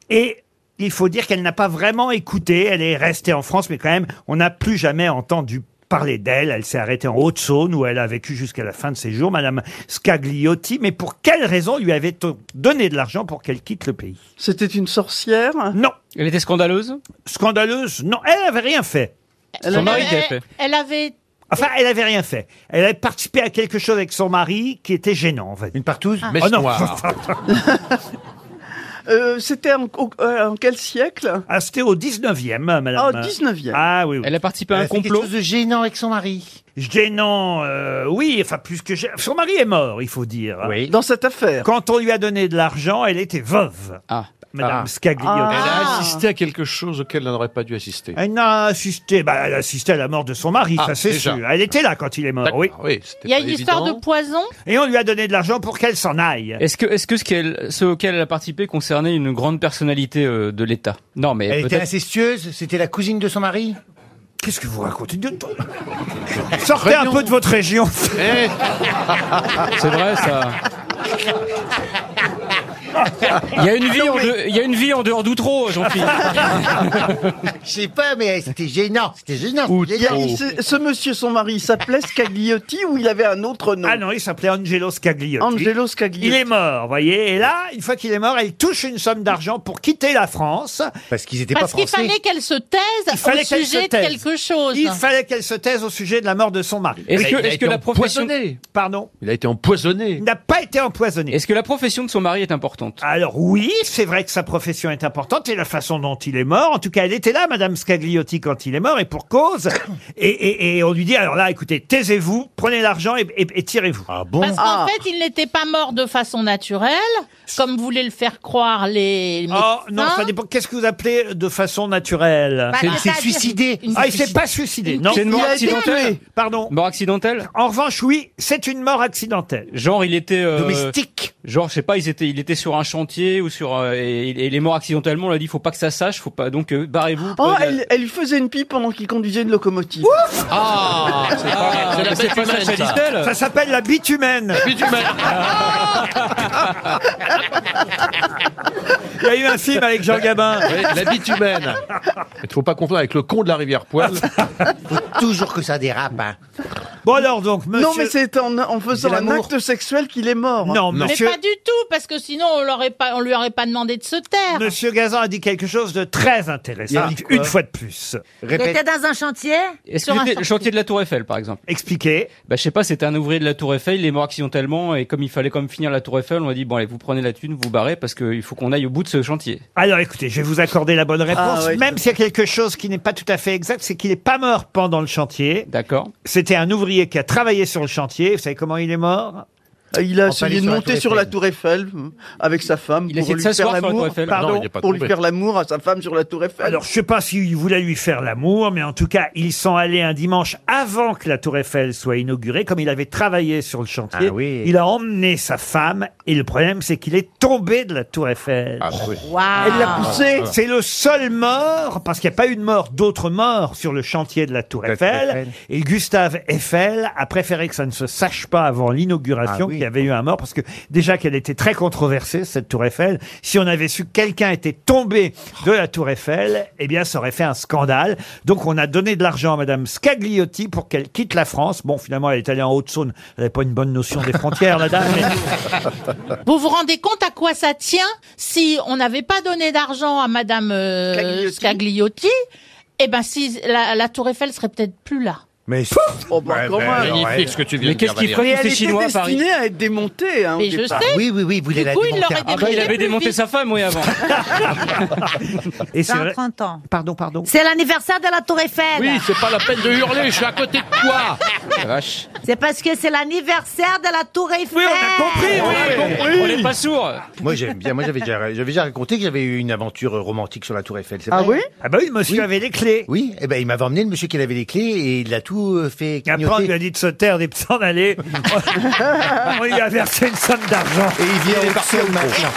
Et il faut dire qu'elle n'a pas vraiment écouté. Elle est restée en France, mais quand même, on n'a plus jamais entendu parler d'elle. Elle s'est arrêtée en Haute-Saône où elle a vécu jusqu'à la fin de ses jours, Madame Scagliotti. Mais pour quelle raison lui avait-on donné de l'argent pour qu'elle quitte le pays
C'était une sorcière
Non.
Elle était scandaleuse
Scandaleuse Non, elle n'avait rien fait.
Son mari avait- était fait.
Elle avait.
Enfin, elle avait rien fait. Elle avait participé à quelque chose avec son mari qui était gênant, en fait. Ah. Oh, Une partouze
Messe noire. euh, c'était en, au- euh, en quel siècle
Ah, c'était au 19e, madame.
Ah, au 19e.
Ah oui, oui. Elle a participé
à un Elle a fait complot
Chose de gênant avec son mari.
Gênant, euh, oui, enfin plus que gênant. Son mari est mort, il faut dire. Dans cette affaire. Quand on lui a donné de l'argent, elle était veuve. Ah, Madame Scagliotti.
Ah. Elle a assisté à quelque chose auquel elle n'aurait pas dû assister.
Elle n'a assisté, bah, elle a assisté à la mort de son mari,
Ah,
ça c'est
déjà.
sûr. Elle était là quand il est mort, oui.
Il y a pas une histoire évident. de
poison. Et on lui a donné de l'argent pour qu'elle s'en aille.
Est-ce que, est-ce que ce, qu'elle- ce auquel elle a participé concernait une grande personnalité euh, de l'État Non, mais
Elle était
peut-être-
incestueuse C'était la cousine de son mari
Qu'est-ce que vous racontez Sortez un peu de votre région.
Eh.
C'est vrai ça. Il y a une vie, en, de- il y a une vie en dehors d'Outreau, Jean-Philippe.
Je sais pas, mais c'était gênant. C'était gênant.
Il y a- il- ce, ce monsieur, son mari, il s'appelait Scagliotti ou il avait un autre nom
Ah non, il s'appelait Angelo Scagliotti.
Angelo Scagliotti.
Il est mort, voyez. Et là, une fois qu'il est mort, elle touche une somme d'argent pour quitter la France. Parce qu'ils
Parce qu'il fallait qu'elle se
Il
taise
fallait
au
qu'elle se
sujet de
taise.
quelque chose.
Il fallait qu'elle se taise au sujet de la mort de son mari.
Est-ce que- est-ce que la profession-
Pardon
Il a été empoisonné.
n'a pas été empoisonné.
Est-ce que la profession de son mari est importante
Alors oui, c'est vrai que sa profession est importante et la façon dont il est mort. En tout cas, elle était là, Madame Scagliotti, quand il est mort et pour cause. Et, et- et on lui dit alors là, écoutez, taisez-vous, prenez l'argent et, et- et tirez-vous. Ah bon
Parce qu'en fait, il n'était pas mort de façon naturelle, comme voulaient le faire croire les médecins.
Oh non, ça dépend. Qu'est-ce que vous appelez de façon naturelle
Hein Bah, C'est- c'est c'est-à-dire
suicidé.
une-
Ah, il s'est pas suicidé.
une-
Non,
C'est une mort Il a été
accidentelle. tué.
Pardon.
Mort accidentelle
En revanche, oui, c'est une mort accidentelle.
Genre il était euh,
Domestique.
Genre je sais pas, ils étaient, il était sur un chantier ou sur euh, et, et les morts accidentellement. On l'a dit, faut pas que ça sache, faut pas. Donc euh, barrez-vous.
Oh,
prenez-
elle, elle lui faisait une pipe pendant qu'il conduisait une locomotive.
Ah, c'est pas- Ah, c'est la c'est bête pas humaine, Nadia ça. Listel
Ça s'appelle la bitumène. Il y a eu un film avec Jean Gabin.
Oui, la bitumène. Il ne faut pas confondre avec le con de la rivière Poil.
Toujours que ça dérape. hein.
Bon alors donc,
Non, mais c'est en, en faisant
De
un
l'amour.
acte sexuel qu'il est mort.
Non,
Mais
Oh, monsieur,
pas du tout, parce que sinon on l'aurait pas, on lui aurait pas demandé de se taire.
monsieur Gazan a dit quelque chose de très
Il a
intéressant.
dit quoi
Une fois de plus.
dans un chantier
Est-ce que c'était le chantier de la Tour Eiffel, par exemple
Expliquez.
Bah, je sais pas, c'était un ouvrier de la Tour Eiffel, il est mort accidentellement, et comme il fallait comme finir la Tour Eiffel, on a dit, bon, allez, vous prenez la thune, vous barrez, parce qu'il faut qu'on aille au bout de ce chantier.
Alors écoutez, je vais vous accorder la bonne réponse,
Ah, ouais.
même s'il y a quelque chose qui n'est pas tout à fait exact, c'est qu'il n'est pas mort pendant le chantier.
D'accord.
C'était un ouvrier qui a travaillé sur le chantier. Vous savez comment il est mort
Ah, Il a essayé de monter sur la Tour Eiffel euh, avec sa femme
a
pour
essayé de
lui faire
s'asseoir sur la Tour
l'amour.
Eiffel. Ah non,
Pardon,
il y a pas
pour lui
trouvé.
faire l'amour à sa femme sur la Tour Eiffel.
Alors, je sais pas s'il voulait lui faire l'amour, mais en tout cas, ils sont allés un dimanche avant que la Tour Eiffel soit inaugurée, comme il avait travaillé sur le chantier.
Ah oui.
Il a emmené sa femme, et le problème, c'est qu'il est tombé de la Tour Eiffel.
Ah,
Ah.
Elle l'a poussé.
C'est le seul mort, parce qu'il n'y a pas eu de mort, d'autres morts sur le chantier de la Tour Eiffel.
Eiffel.
Et Gustave Eiffel a préféré que ça ne se sache pas avant l'inauguration
Ah oui.
qu'il y avait eu un mort, parce que déjà qu'elle était très controversée, cette Tour Eiffel. Si on avait su que quelqu'un était tombé de la Tour Eiffel, eh bien, ça aurait fait un scandale. Donc, on a donné de l'argent à Madame Scagliotti pour qu'elle quitte la France. Bon, finalement, elle est allée en Haute-Saône. Elle n'avait pas une bonne notion des frontières, la dame. mais-
Vous vous rendez compte à quoi ça tient si on n'avait pas donné d'argent à Madame euh, Scagliotti Eh ben, si la, la Tour Eiffel serait peut-être plus là.
Mais
Oh, bah, comment alors
magnifique ce que tu viens de dire,
Et
Valérie.
elle
Tous ces
était
Chinois à Paris.
destinée à être démontée.
Ah,
Hein, au
Mais je
départ.
sais.
Oui, oui, oui, vous voulez la
coup, il
démonter.
l'aurait
Ah bah, il avait démonté sa femme, oui, avant.
Et c'est
Dans
vrai-
30 ans.
Pardon, pardon.
C'est l'anniversaire de la Tour Eiffel.
Oui, c'est pas la peine de hurler, je suis à côté de toi.
C'est parce que c'est l'anniversaire de la Tour Eiffel.
On n'est pas sourd.
Moi j'aime bien, moi j'avais déjà, j'avais déjà raconté que j'avais eu une aventure romantique sur la Tour Eiffel. c'est
Ah
vrai
oui Ah bah oui, le monsieur avait les clés.
Oui, eh ben il m'avait emmené le monsieur qui avait les clés et il a tout euh, fait
Après, on lui a
clignoter.
dit de se taire et de s'en aller. on lui a versé une somme d'argent.
Et il vient partir au machin.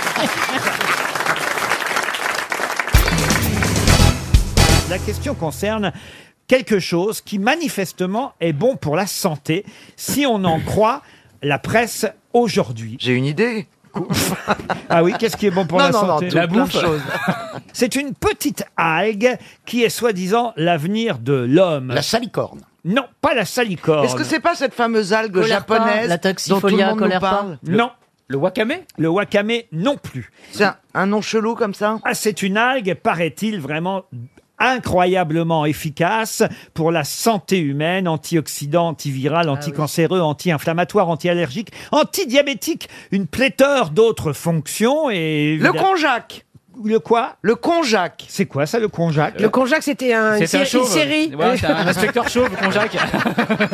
La question concerne quelque chose qui manifestement est bon pour la santé, si on en croit la presse aujourd'hui. J'ai une idée. ah oui, qu'est-ce qui est bon pour
Non,
la
non, non,
santé
tout, La plein de bouffe. choses.
C'est une petite algue qui est soi-disant l'avenir de l'homme. La salicorne. Non, pas la
Oh,
salicorne.
Est-ce que c'est pas cette fameuse algue
Colerpa,
japonaise
la
dont tout le
toxifolia
monde nous
colerpa.
parle
Le- Non. Le wakame Le wakame non plus. C'est un, nom chelou comme ça Ah, c'est une algue, paraît-il, vraiment incroyablement efficace pour la santé humaine, antioxydant, antiviral, anticancéreux, anti-inflammatoire, anti-allergique, antidiabétique, une pléthore d'autres fonctions et...
Le conjac
Le quoi
Le conjac.
C'est quoi ça, le conjac
Le conjac, c'était un, une, sé- une série.
Ouais, c'est un inspecteur chauve, Conjac.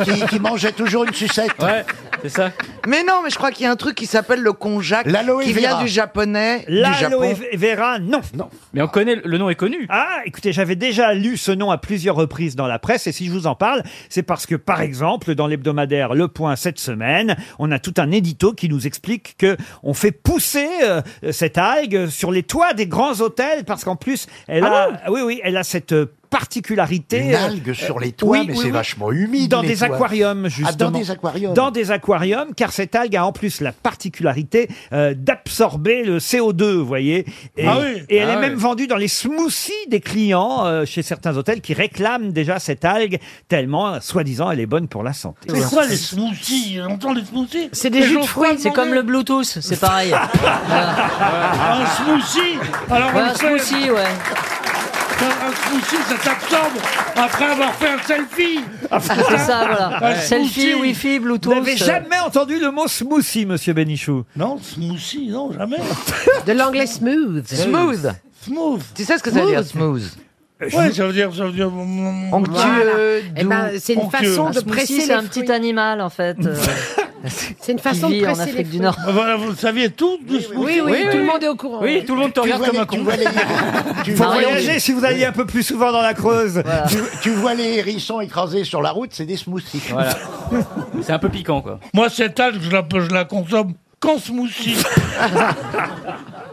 Qui, qui mangeait toujours une sucette.
Ouais. C'est ça
Mais non, mais je crois qu'il y a un truc qui s'appelle le konjac, qui vient
vera.
du japonais. du
L'aloe
Japon.
v- vera, non. non.
Mais on connaît, le nom est connu.
Ah, écoutez, j'avais déjà lu ce nom à plusieurs reprises dans la presse, et si je vous en parle, c'est parce que, par exemple, dans l'hebdomadaire Le Point cette semaine, on a tout un édito qui nous explique que on fait pousser euh, cette algue sur les toits des grands hôtels, parce qu'en plus, elle a, oui, oui, elle a cette euh, particularité.
Ah Une
euh,
algue sur
euh,
les toits,
oui,
mais
oui,
c'est
oui.
vachement humide.
Dans
les
des
toits.
aquariums, justement.
Ah, dans des aquariums.
Dans des aquariums, car cette algue a en plus la particularité euh, d'absorber le CO2, vous voyez. Et,
Ah oui.
et elle
Ah
est
oui.
même vendue dans les smoothies des clients euh, chez certains hôtels qui réclament déjà cette algue tellement, euh, soi-disant, elle est bonne pour la santé.
C'est quoi les smoothies On entend les smoothies
C'est des
Les
jus de
gens
fruits, c'est
font
comme
demander.
le Bluetooth, c'est pareil.
Un smoothie Alors
Ouais,
on le
un
fait-
smoothie, ouais.
Un, un smoothie, ça t'absorbe après avoir fait un selfie
Ah, C'est ça, voilà.
Un
Selfie,
smoothie.
wifi, Bluetooth.
Ah,
euh.
Vous n'avez jamais entendu le mot smoothie, monsieur Bénichou
Non, smoothie, non, jamais.
De l'anglais smooth. Smooth.
Smooth.
Tu sais ce que ça veut dire, smooth
Ouais, ça veut dire. Ça veut dire... mm, Onctueux,
Voilà. Eh ben,
c'est une façon
Un
de
smoothie,
presser
C'est
les
un petit animal, en fait. euh,
C'est une façon
qui
de
vit en
presser
Afrique
les
du Nord.
Ah, Voilà, vous le saviez tous de
Oui,
smoothie.
oui, tout le monde est au courant.
Oui, tout le monde te regarde
vois
comme
les-
un
tu
con.
vois les-
Faut voyager si vous alliez un peu plus souvent dans la Creuse.
tu, tu vois les hérissons écrasés sur la route, c'est des smoothies.
Voilà. C'est un peu piquant, quoi.
Moi, cette algue, je la, peux- je la consomme qu'en smoothie.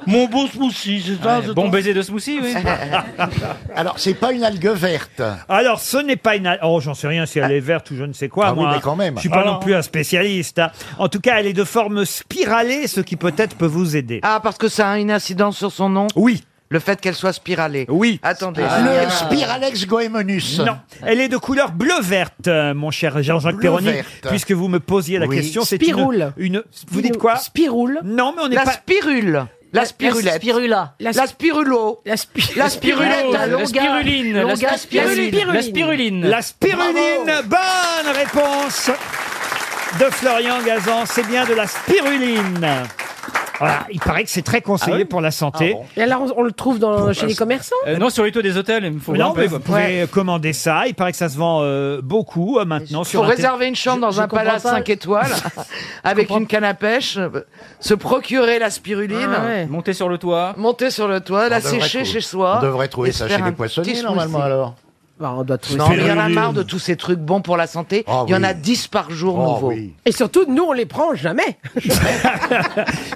Mon beau smoothie, c'est ça
Ouais,
c'est
bon
ton-
baiser de smoothie, oui.
Alors, c'est pas une algue verte.
Alors, ce n'est pas une. al- Oh, j'en sais rien si elle est verte ou je ne sais quoi.
Ah oui,
moi,
mais quand même.
Je suis pas
Ah
non
non.
plus un spécialiste. hein. En tout cas, elle est de forme spiralée, ce qui peut-être peut vous aider.
Ah, parce que ça a une incidence sur son nom
Oui.
Le fait qu'elle soit spiralée Oui. Attendez. Ah.
Le Spiralex goemonus.
Ah. Non, elle est de couleur bleu-verte, euh, mon cher Jean-Jacques
Bleu
Perroni,
verte.
puisque vous me posiez la
Oui.
question. C'est
Spiroule.
Une, une- vous dites quoi
Spiroule.
Non, mais on n'est
La
pas...
spirule. La spirulette.
Spirula.
La, spirulo.
La,
la spirulette.
Oh, La spiruline, la
Longa
spiruline, la spiruline.
La spiruline, bonne réponse de Florian Gazan, c'est bien de la spiruline. Voilà, il paraît que c'est très conseillé
Ah oui
pour la santé.
Et alors, on, on le trouve dans, chez les commerçants
Euh, non, sur les toits des hôtels, il me faut
Mais
voir
Non,
un peu,
mais
quoi.
vous pouvez commander ça. Il paraît que ça se vend euh, beaucoup euh, maintenant
Faut
sur Internet.
réserver une chambre dans
je
un
comprends
palace
pas.
5 étoiles avec une canne à pêche, euh, se procurer la spiruline,
Ah ouais. Monter sur le toit.
monter sur le toit, la
devrait
sécher
trouver-
chez soi.
on devrait trouver
et se
ça
faire
chez
un
les poissonniers,
petit
normalement,
smoothie.
alors.
Bah,
on doit trouver
Non, mais il y en a marre de tous ces trucs bons pour la santé.
Ah
il y en
oui.
a 10 par jour
Oh
nouveaux.
oui.
Et surtout, nous, on les prend jamais.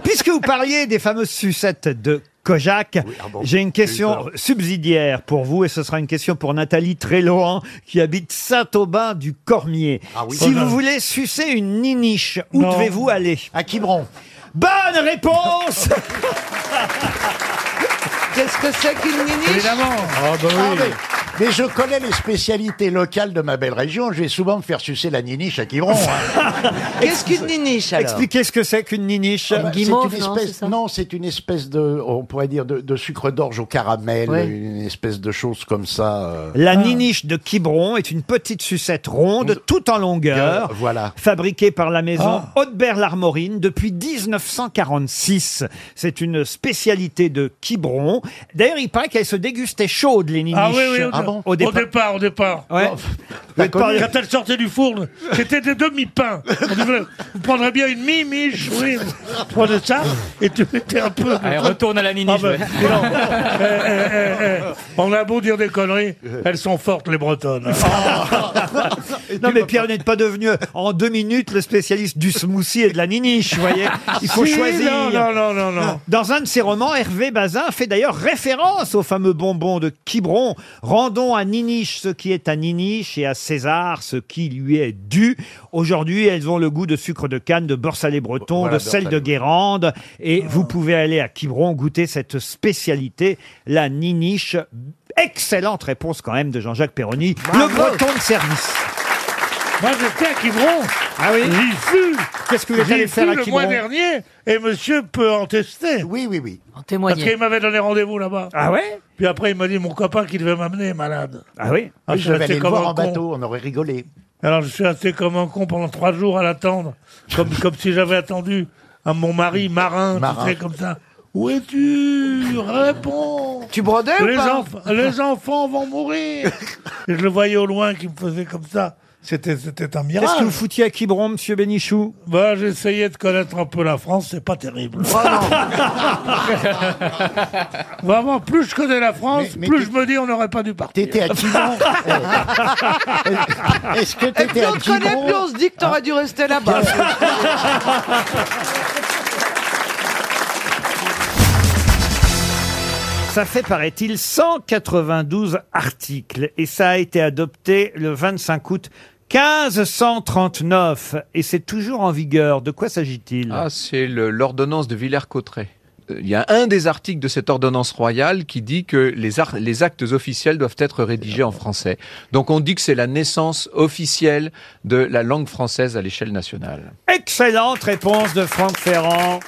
Puisque vous parliez des fameuses sucettes de Kojak,
ah
j'ai une question subsidiaire pour vous et ce sera une question pour Nathalie Trélohan qui habite Saint-Aubin du Cormier.
Ah oui.
Si
Oh
vous
là.
voulez sucer une niniche, où
Non.
devez-vous aller
À Quiberon.
Bonne réponse
Qu'est-ce que c'est qu'une niniche
Évidemment.
bah
Ah, mais, mais je connais les spécialités locales de ma belle région. Je vais souvent me faire sucer la niniche à Quiberon. hein.
Qu'est-ce qu'une niniche alors
Expliquez ce que c'est qu'une niniche.
Bah, c'est
guimauve,
une
non, c'est
espèce,
ça
non, c'est une espèce de, on pourrait dire, de, de sucre d'orge au caramel,
Ouais.
une espèce de chose comme ça. euh.
Ah.
La niniche de Quiberon est une petite sucette ronde, tout en longueur,
Euh, voilà.
fabriquée par la maison
Ah.
Haute-Berre-Larmorine depuis 1946. C'est une spécialité de Quiberon. D'ailleurs, il paraît qu'elle se dégustait chaude, les niniches.
Ah oui, oui, au,
Ah bon
Au
au
départ.
départ, au départ. Oh,
Ouais.
T'as
Vous êtes
connu-
pas-
Quand elle sortait du four, c'était des demi-pains. On disait, vous prendrez bien une mi-miche, oui. Tu prenais ça et tu mettais un peu.
Allez, retourne à la niniche.
Ah ben,
ouais.
dis donc. Eh, eh, eh, eh. On a beau dire des conneries, elles sont fortes les Bretonnes.
Non, mais Pierre, vous n'êtes pas devenu euh, en deux minutes le spécialiste du smoothie et de la niniche, vous voyez. Il faut
Si,
choisir.
Non, non, non, non, non.
Dans un de ses romans, Hervé Bazin fait d'ailleurs référence au fameux bonbon de Quiberon. Rendons à Niniche ce qui est à Niniche et à César ce qui lui est dû. Aujourd'hui, elles ont le goût de sucre de canne, de beurre salé breton,
Voilà,
de sel
beurre
de
salé.
Guérande. Et
Ah.
vous pouvez aller à Quiberon goûter cette spécialité, la Niniche. Excellente réponse quand même de Jean-Jacques Perroni, le breton de service.
Moi j'étais à Quiberon.
Ah oui
J'y fus.
Qu'est-ce que vous êtes
J'y
allé
fus
faire à
le mois
Quiberon
dernier et monsieur peut en tester.
Oui, oui, oui.
En
Parce
témoigner.
qu'il m'avait donné rendez-vous là-bas.
Ah ouais
Puis après, il m'a dit, mon copain qui devait m'amener est malade.
Ah oui
Ah,
Oui, je vais
resté
aller le
comme
voir
un
en
con.
bateau, on aurait rigolé.
Alors je suis resté comme un con pendant trois jours à l'attendre, comme, comme si j'avais attendu à mon mari marin,
Marin.
tu sais, comme ça. Où es-tu Réponds
Tu brodais
les,
ou pas
enf- les enfants vont mourir Et je le voyais au loin qui me faisait comme ça. C'était c'était un mirage.
Qu'est-ce que vous foutiez à Quiberon, monsieur Bénichou
Bah, j'essayais de connaître un peu la France, c'est pas
Oh
terrible. Vraiment, plus je connais la France,
Mais- mais
plus
t'es-
je me dis on n'aurait pas dû partir.
T'étais à Quiberon. Eh. Est-ce que
Et puis on te connaît, plus on se dit que t'aurais dû rester là-bas.
Ça fait, paraît-il, 192 articles et ça a été adopté le 25 août 1539 et c'est toujours en vigueur. De quoi s'agit-il
Ah, c'est le- l'ordonnance de Villers-Cotterêts. Euh, Il y a un des articles de cette ordonnance royale qui dit que les, ar- les actes officiels doivent être rédigés en français. Donc on dit que c'est la naissance officielle de la langue française à l'échelle nationale.
Excellente réponse de Franck Ferrand.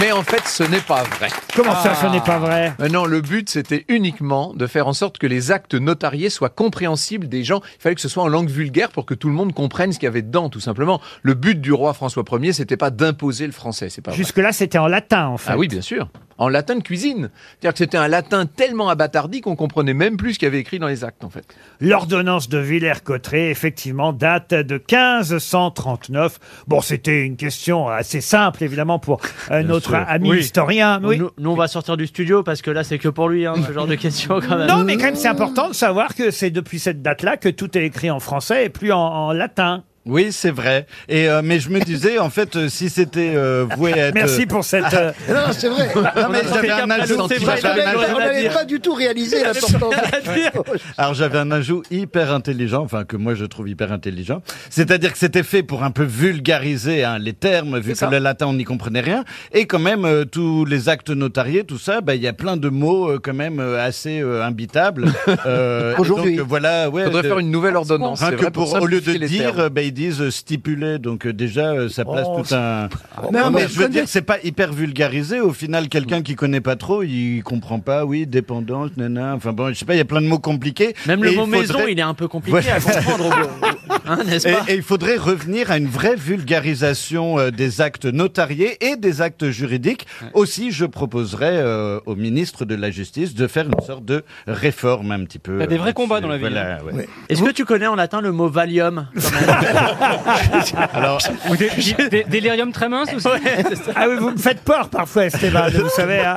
Mais en fait, ce n'est pas vrai.
Comment ça,
Ah.
ce n'est pas vrai
Mais Non, le but, c'était uniquement de faire en sorte que les actes notariés soient compréhensibles des gens. Il fallait que ce soit en langue vulgaire pour que tout le monde comprenne ce qu'il y avait dedans, tout simplement. Le but du roi François Ier, c'était pas d'imposer le français. C'est pas vrai.
Jusque-là, c'était en latin, en fait.
Ah oui, bien sûr. En latin de cuisine. C'est-à-dire que c'était un latin tellement abattardi qu'on comprenait même plus ce qu'il y avait écrit dans les actes, en fait.
L'ordonnance de Villers-Cotterêts, effectivement, date de 1539. Bon, c'était une question assez simple, évidemment, pour euh, notre ami historien. mais oui.
Nous, nous, on va sortir du studio parce que là, c'est que pour lui, hein, ce genre de questions quand même.
Non, mais quand même, c'est important de savoir que c'est depuis cette date-là que tout est écrit en français et plus en, en latin.
Oui, c'est vrai. Et euh, mais je me disais en fait euh, si c'était euh, voué à être
Merci pour cette, euh,
Ah, Non, c'est vrai. Non mais On a j'avais fait un gaffe à ajout. nous, c'est vrai, J'avais un on ajout. avait pas
du tout réalisé
l'importance. Alors j'avais un ajout hyper intelligent, enfin que moi je trouve hyper intelligent. C'est-à-dire que c'était fait pour un peu vulgariser hein, les termes, vu que le latin on n'y comprenait rien, et quand même euh, tous les actes notariés, tout ça, bah, il y a plein de mots euh, quand même euh, assez euh, imbitables. Euh, et
Aujourd'hui.
donc, voilà, ouais.
Faudrait
de-
faire une nouvelle ordonnance,
Rien
c'est
que
vrai, pour
pour, au lieu de
simplifier les
dire,
termes.
euh, bah, ils disent euh, stipuler, donc euh, déjà euh, ça place Oh,
c'est-
tout un.
Non, mais
Non, mais je veux
connais-
dire, c'est pas hyper vulgarisé. Au final, quelqu'un qui connaît pas trop, il comprend pas. Oui, dépendance, nana. Enfin bon, je sais pas, il y a plein de mots compliqués.
Même le
Et
mot
faudrait-
maison, il est un peu compliqué
Ouais.
à comprendre, au- au- hein, n'est-ce
Et,
pas
et il faudrait revenir à une vraie vulgarisation euh, des actes notariés et des actes juridiques. Aussi, je proposerais euh, au ministre de la Justice de faire une sorte de réforme un petit peu.
Il y a Bah, des
euh,
vrais combats
là-dessus.
dans la vie.
Voilà,
hein.
ouais.
Est-ce que tu connais en latin le mot valium
Alors,
Délirium tremens aussi
Ah oui, vous me faites peur parfois, Esteban, vous savez. hein.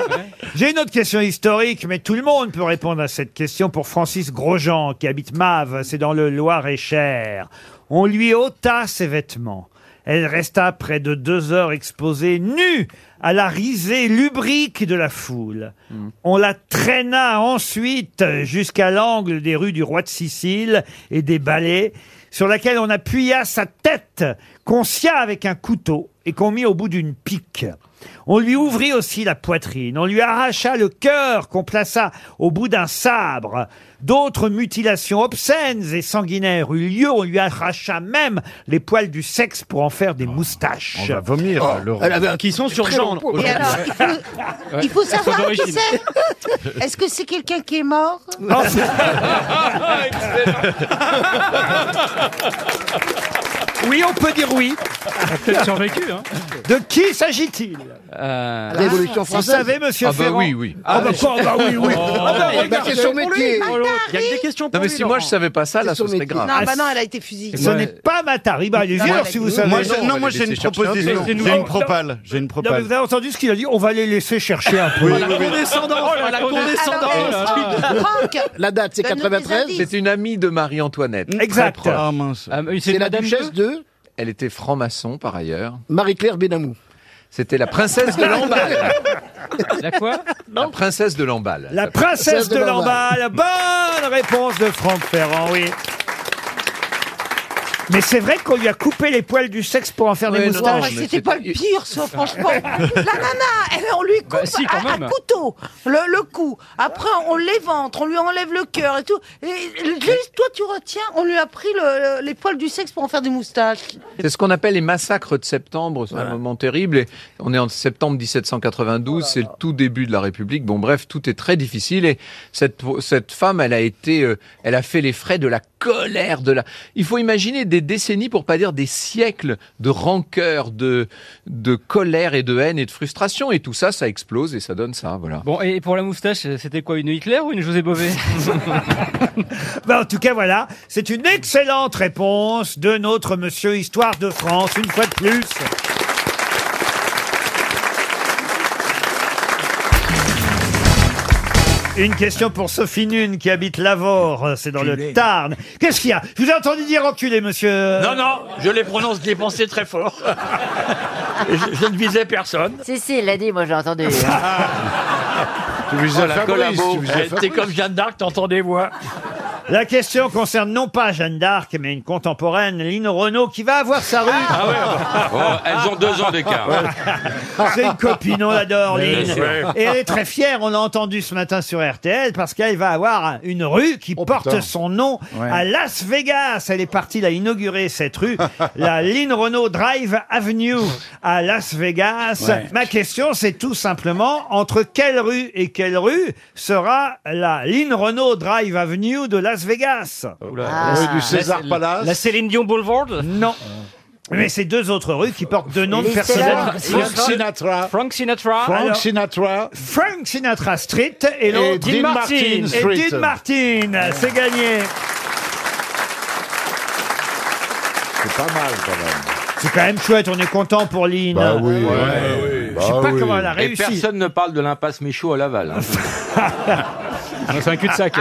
J'ai une autre question historique, mais tout le monde peut répondre à cette question pour Francis Grosjean, qui habite Mave, c'est dans le Loir-et-Cher. On lui ôta ses vêtements. Elle resta près de deux heures exposée, nue, à la risée lubrique de la foule. On la traîna ensuite jusqu'à l'angle des rues du roi de Sicile et des Ballets, sur laquelle on appuya sa tête, qu'on scia avec un couteau et qu'on mit au bout d'une pique. On lui ouvrit aussi la poitrine, on lui arracha le cœur qu'on plaça au bout d'un sabre. D'autres mutilations obscènes et sanguinaires eurent lieu, on lui arracha même les poils du sexe pour en faire des moustaches.
On va vomir,
Oh,
le roi.
Qui sont sur gendre.
Et alors, il faut, il faut savoir qui c'est. Est-ce que c'est quelqu'un qui est mort
Oui, on peut dire oui.
Peut-être survécu, hein.
De qui s'agit-il
Euh,
Révolution française. Vous savez, monsieur
Ah bah
Ferrand
oui, oui.
Ah, bah,
Ah,
quoi, bah oui, oui.
Oh.
Ah bah,
Eh ben,
regardez,
c'est son
pour lui.
métier.
Oh là.
Il y a que des questions pour Non, mais lui, si moi, Laurent. je savais pas ça, là, C'est ce son serait métier. grave.
Non, bah non, elle a été fusillée.
Ah, Ce n'est pas Matari. Bah, allez-y,
Non,
alors,
mais
si vous
nous,
savez.
moi, je- non, moi, j'ai une proposition. J'ai une propale. J'ai
Non,
une
mais
propale.
vous avez entendu ce qu'il a dit On va les laisser chercher un peu.
Oui, oui, oui.
Condescendant,
Oh, la
la
condescendance.
condescendance.
La date,
c'est Donne-nous 93. des indices.
C'est une amie de Marie-Antoinette.
Exact.
Très proche.
Ah,
Ah, mais c'est
C'est la
Madame
duchesse de Elle était franc-maçon, par ailleurs. Marie-Claire Benamou. C'était la princesse de Lamballe.
La quoi
La princesse de Lamballe.
La princesse de Lamballe. Bonne réponse de Franck Ferrand, oui. Mais c'est vrai qu'on lui a coupé les poils du sexe pour en faire
Oui,
des
non,
moustaches.
non, mais C'était c'est- pas le
Pire, ça, franchement. La nana, elle, on lui coupe
Bah, si, quand
à, à
même.
couteau le, le cou. Après, on l'éventre, on lui enlève le cœur et tout. Et, et juste, toi, tu retiens, on lui a pris le- le- les poils du sexe pour en faire des moustaches.
C'est ce qu'on appelle les massacres de septembre, c'est un moment terrible. Et on est en septembre 1792, c'est le tout début de la République. Bon, bref, tout est très difficile. Et cette, cette femme, elle a été, euh, elle a fait les frais de la colère, de la. Il faut imaginer des décennies, pour pas dire des siècles, de rancœur, de, de colère et de haine et de frustration. Et tout ça, ça explose et ça donne ça. Voilà.
Bon, et pour la moustache, c'était quoi, une Hitler ou une José Bové
Ben, en tout cas, voilà, c'est une excellente réponse de notre monsieur Histoire de France, une fois de plus. Une question pour Sophie Nune qui habite Lavore, c'est dans le Tarn. Qu'est-ce qu'il y a Je vous ai entendu dire enculé, monsieur.
Non, non, je les prononce, je les pensais très fort. je, je ne visais personne.
Si, si, il l'a dit, moi j'ai entendu. Ah
Tu
visais Fabrice, tu visais
Eh, T'es
Fabrice.
comme Jeanne d'Arc, t'entends des voix.
La question concerne non pas Jeanne d'Arc, mais une contemporaine, Lino Renault, qui va avoir sa rue.
Oh, elles ont deux ans d'écart.
C'est une copine, on l'adore,
Mais
Lynn.
bien sûr.
Et elle est très fière, on l'a entendu ce matin sur RTL, parce qu'elle va avoir une rue qui porte
Oh, putain.
son nom
Ouais.
à Las Vegas. Elle est partie la inaugurer, cette rue, la Lynn Renault Drive Avenue à Las Vegas.
Ouais.
Ma question, c'est tout simplement, entre quelle rue et quelle rue sera la Lynn Renault Drive Avenue de Las Vegas
Ah. La rue du César
La-
Palace.
La Céline Dion Boulevard Non. Mais c'est deux autres rues qui portent deux noms de
Les
personnages.
César- Frank Sinatra.
Frank Sinatra.
Frank
Alors,
Sinatra.
Frank Sinatra Street et
Et
l'autre
Dean Martin Street.
Et Dean Martin, c'est gagné.
C'est pas mal quand même.
C'est quand même chouette, on est content pour Lynn.
Bah oui, ouais, Bah
Je sais pas comment elle a
Bah Et
réussi.
personne ne parle de l'impasse Michaud à Laval. hein.
Ah
C'est un cul-de-sac.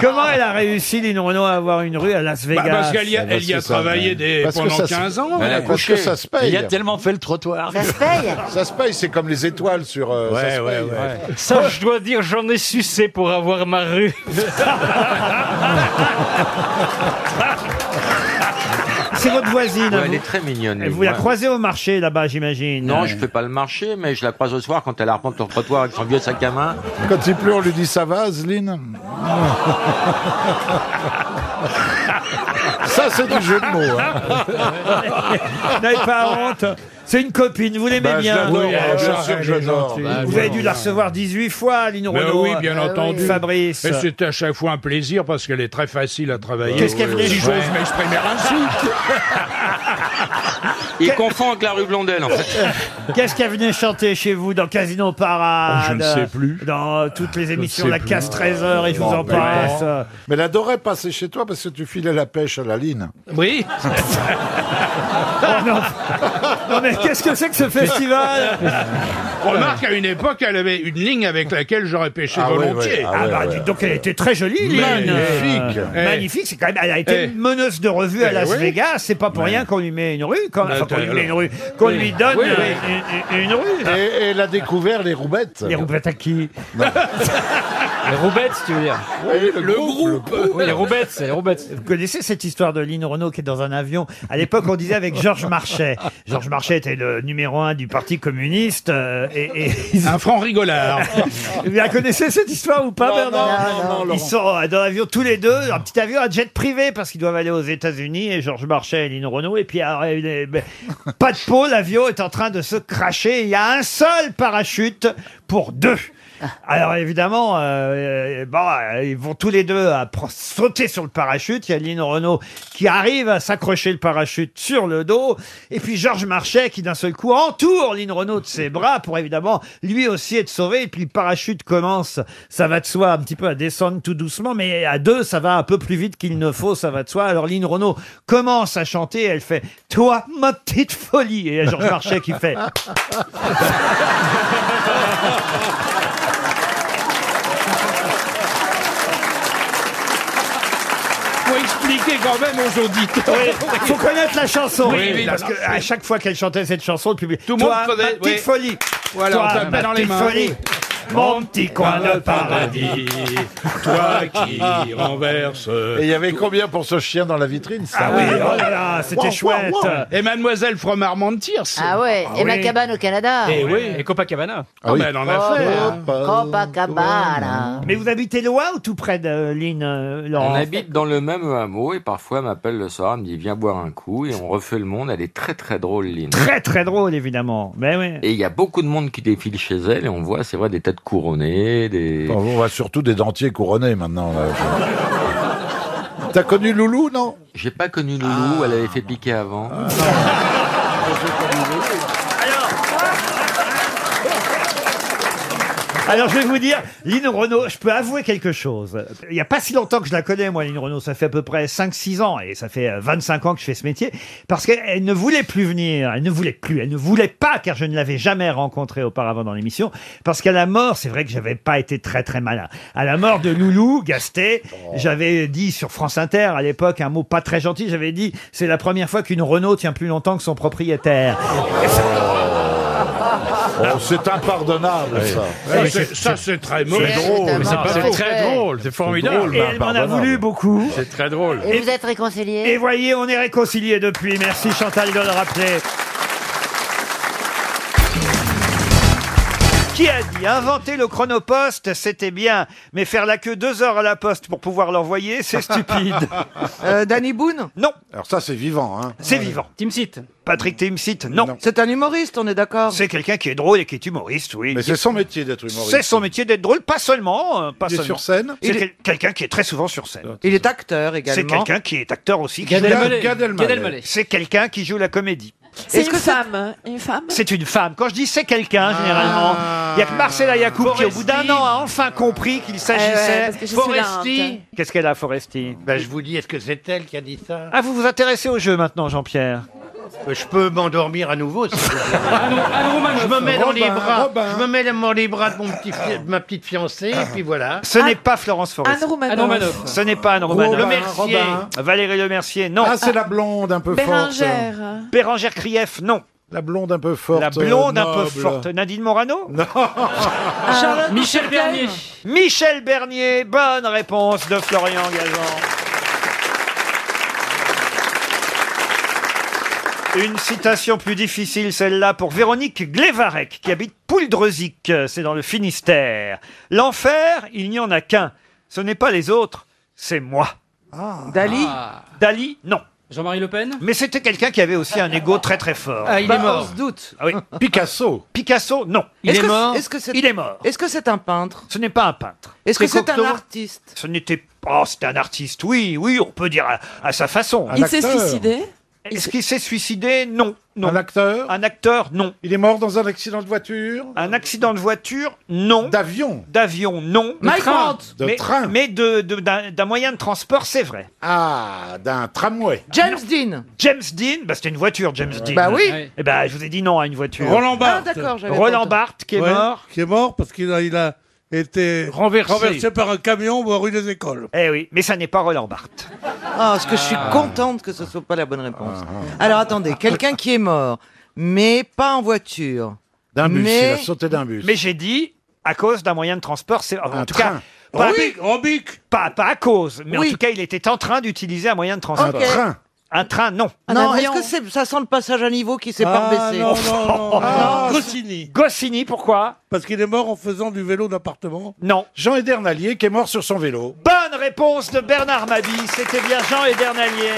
Comment elle a réussi, Lynn Renault, à avoir une rue à Las Vegas
Bah, parce qu'elle y
Eh ben,
a, elle y a travaillé des, pendant 15 ans.
parce que ça se paye.
Il a tellement fait le trottoir.
Ça se paye, c'est comme les étoiles sur. euh, ça se paye.
Ça, je dois dire, j'en ai sucé pour avoir ma rue.
C'est votre voisine.
Ouais,
vous.
elle est très mignonne.
Vous la
Ouais.
croisez au marché là-bas, j'imagine.
Non, je fais pas le marché, mais je la croise au soir quand elle arpente le trottoir avec son vieux sac à main.
Quand il pleut, on lui dit ça va, Zline Ça, c'est du jeu de mots. hein.
N'avez pas honte. C'est une copine, vous l'aimez
Bah, je
bien.
l'adore, Oui, bien sûr que
elle
je
est
l'adore.
gentille.
Bah,
vous
bien
avez dû
sûr.
la recevoir 18 fois, Lino
Ben
Renaud.
oui, bien
Ah,
entendu.
Fabrice.
Et c'est à chaque fois un plaisir parce qu'elle est très facile à travailler.
Qu'est-ce qu'elle venait
Si
de
j'ose
faire
m'exprimer ainsi.
Il confond avec la rue Blondel, en fait.
Qu'est-ce qu'elle venait chanter chez vous dans Casino Parade
Oh, je ne sais
plus. Dans toutes les émissions,
sais
la
plus.
casse 13 heures et je vous en
mais
passe.
non. Mais elle adorait passer chez toi parce que tu filais la pêche à la ligne.
Oui.
Oh non. non mais qu'est-ce que c'est que ce festival
Remarque, à une époque, elle avait une ligne avec laquelle j'aurais pêché volontiers.
Ah, bah, dites donc, elle était très jolie, Lynn.
Magnifique.
Euh,
Eh.
Magnifique, c'est quand même. Elle a été
Eh.
meneuse de revue à
Eh
Las
oui.
Vegas. C'est pas pour rien qu'on lui met une rue, quand,
Mais
enfin, qu'on lui
alors.
met une rue, qu'on
Oui.
lui donne
Oui,
euh,
oui.
Une, une- une rue.
Et, et elle a découvert les roubettes.
Les roubettes à qui
Les roubettes, tu veux dire
Le,
groupe, Oui, les roubettes, c'est les roubettes.
Vous connaissez cette histoire de Lynn Renault qui est dans un avion À l'époque, on disait avec Georges Marchais. Georges Marchais était le numéro un du Parti communiste. euh, et,
Un franc rigolard.
Vous la connaissez cette histoire ou pas,
Non,
Bernard
non, non, non, Laurent.
Ils sont euh, dans l'avion tous les deux, un petit avion à jet privé parce qu'ils doivent aller aux États-Unis et Georges Marchais et Lynn Renault. Et puis, alors, il est- ben, pas de peau, l'avion est en train de se cracher. Il y a un seul parachute pour deux.
Ah.
Alors évidemment, euh, euh, bon, euh, ils vont tous les deux à pr- sauter sur le parachute. Il y a Lynn Renault qui arrive à s'accrocher le parachute sur le dos. Et puis Georges Marchais qui d'un seul coup entoure Lynn Renault de ses bras pour évidemment lui aussi être sauvé. Et puis le parachute commence, ça va de soi, un petit peu à descendre tout doucement. Mais à deux, ça va un peu plus vite qu'il ne faut, ça va de soi. Alors Lynn Renault commence à chanter. Elle fait « Toi, ma petite folie !» Et il y a Georges Marchais qui fait
Faut expliquer quand même aux auditeurs.
Il faut connaître la chanson.
Oui, oui,
parce
voilà.
que à chaque fois qu'elle chantait cette chanson, le public. Tout
le monde
Toi,
faisait-
ma petite
oui.
folie.
Voilà,
Toi,
on tapait
ma
dans les
petite
mains.
folie. Mon petit coin de paradis.
Toi qui renverse.
Et il y avait combien pour ce chien dans la vitrine ça
Ah oui, oh
là là,
c'était chouette. Et Mademoiselle from Armentières.
Ah ouais, et ma
oui.
cabane au Canada.
Et oui, et Copacabana. Ah
Ah, oui. Oh.
ben, elle en a fait. hein.
Copacabana.
Mais vous habitez loin ou tout près de Lynn, euh, Laurent
On habite dans le même hameau et parfois elle m'appelle le soir, elle me dit viens boire un coup et on refait le monde. Elle est très très drôle, Lynn.
Très très drôle, évidemment. Mais oui.
Et il y a beaucoup de monde qui défile chez elle et on voit, c'est vrai, des têtes couronnées, des...
On voit surtout des dentiers couronnés maintenant. là. T'as connu Loulou, non
J'ai pas connu
Ah.
Loulou, elle avait fait piquer avant.
Alors je vais vous dire, Lynn Renault, je peux avouer quelque chose. Il n'y a pas si longtemps que je la connais, moi, Lynn Renault. Ça fait à peu près 5-6 ans et ça fait euh, 25 ans que je fais ce métier. Parce qu'elle elle ne voulait plus venir. Elle ne voulait plus. Elle ne voulait pas, car je ne l'avais jamais rencontrée auparavant dans l'émission. Parce qu'à la mort, c'est vrai que j'avais pas été très très malin. À la mort de Loulou Gasté, j'avais dit sur France Inter à l'époque un mot pas très gentil. J'avais dit, c'est la première fois qu'une Renault tient plus longtemps que son propriétaire.
Oh, c'est impardonnable, ça.
Ça, c'est- ça, c'est très mauvais.
C'est drôle.
Mais c'est
Non,
pas
c'est
drôle.
très drôle,
C'est formidable.
Et elle m'en a voulu beaucoup.
C'est très drôle.
Et vous êtes réconciliés
Et voyez, on est réconciliés depuis. Merci Chantal de le rappeler. Qui a dit inventer le chronopost, c'était bien, mais faire la queue deux heures à la poste pour pouvoir l'envoyer, c'est stupide.
Euh, Danny Boone
Non.
Alors ça, c'est vivant, hein.
C'est vivant. Timsit. Patrick Timsit, non.
C'est un humoriste, on est d'accord
C'est quelqu'un qui est drôle et qui est humoriste, oui.
Mais c'est son métier d'être humoriste.
C'est son métier d'être drôle, pas seulement. euh, Pas
Il est
seulement.
sur scène
C'est
Il est-
quel- quelqu'un qui est très souvent sur scène.
Il est acteur
C'est
également.
quelqu'un qui est acteur aussi. qui
Gad
joue la-
Elmaleh. Gad Elmaleh. Gad Elmaleh.
C'est quelqu'un qui joue la comédie.
C'est une femme. Une femme
C'est une femme. Quand je dis c'est
Ah.
quelqu'un, généralement, il n'y a que Marcella Yacoub qui, au bout d'un an, a enfin compris qu'il
ouais,
s'agissait.
parce que je suis
Foresti.
lente.
Qu'est-ce qu'elle a, Foresti Ben,
je vous dis, est-ce que c'est elle qui a dit ça
Ah, vous vous intéressez au jeu maintenant, Jean-Pierre
Euh, Je peux m'endormir à nouveau. si vous voulez. je me mets dans les
Robin,
bras,
Robin.
je me mets dans les bras de mon petit, fi- de ma petite fiancée, et puis voilà.
Ce n'est pas Florence Foresti.
Anne Romanoff. Anne Romanoff.
Ce n'est pas Anne Romanoff.
Le Mercier.
Valérie Le Mercier, non.
Ah, c'est la blonde un peu
Bérengère.
forte.
Bérangère Krief, non.
La blonde un peu forte.
La blonde un peu
noble.
forte. Nadine Morano Non.
Charlotte
Michel Bernier. Michel Bernier, bonne réponse de Florian Gazan. Une citation plus difficile, celle-là, pour Véronique Glévarec, qui habite Pouldreuzic, c'est dans le Finistère. L'enfer, il n'y en a qu'un. Ce n'est pas les autres, c'est moi.
Ah.
Dali
Ah. Dali, non. Jean-Marie Le Pen Mais c'était quelqu'un qui avait aussi un ego très très fort.
Ah, il est Bah, mort. on se
doute. Picasso. Picasso, non.
Est-ce que- est-ce que c'est-
Il est mort.
Est-ce que c'est un peintre
Ce n'est pas un peintre.
Est-ce que c'est un
Cocteau
artiste
Ce n'était pas. c'était un artiste, oui, oui, on peut dire à, à sa façon.
Il s'est suicidé
Est-ce qu'il s'est suicidé Non, non. Un acteur Un acteur, non. Il est mort dans un accident de voiture Un accident de voiture, non. D'avion D'avion, non.
De Mike train Hunt De
mais,
train
Mais de- de- d'un d'un moyen de transport, c'est vrai.
Ah, d'un tramway.
James Dean James Dean bah, C'était une voiture, James Dean.
Bah oui.
Eh ben, je vous ai dit non à une voiture.
Roland Barthes.
Ah,
Roland Barthes qui est
Ouais,
mort.
Qui est mort parce qu'il a, il a été
Renversé.
par un camion voire rue des écoles.
Eh oui, mais ça n'est pas Roland Barthes.
Ah, parce que je suis contente que ce soit pas la bonne réponse.
Ah,
Alors attendez, quelqu'un qui est mort, mais pas en voiture.
D'un bus,
mais...
il a sauté d'un bus.
Mais j'ai dit à cause d'un moyen de transport, c'est en tout
train.
cas pas,
Robic, Robic.
pas pas à cause, mais
Oui.
en tout cas il était en train d'utiliser un moyen de transport.
Ok. Un train.
Un train, non.
non, est-ce que c'est- ça sent le passage à niveau qui s'est
Ah,
pas baissé
Goscinny.
Goscinny, pourquoi
Parce qu'il est mort en faisant du vélo d'appartement.
Non.
Jean Edernalier qui est mort sur son vélo.
Bonne réponse de Bernard Mabie, c'était bien Jean Edernalier.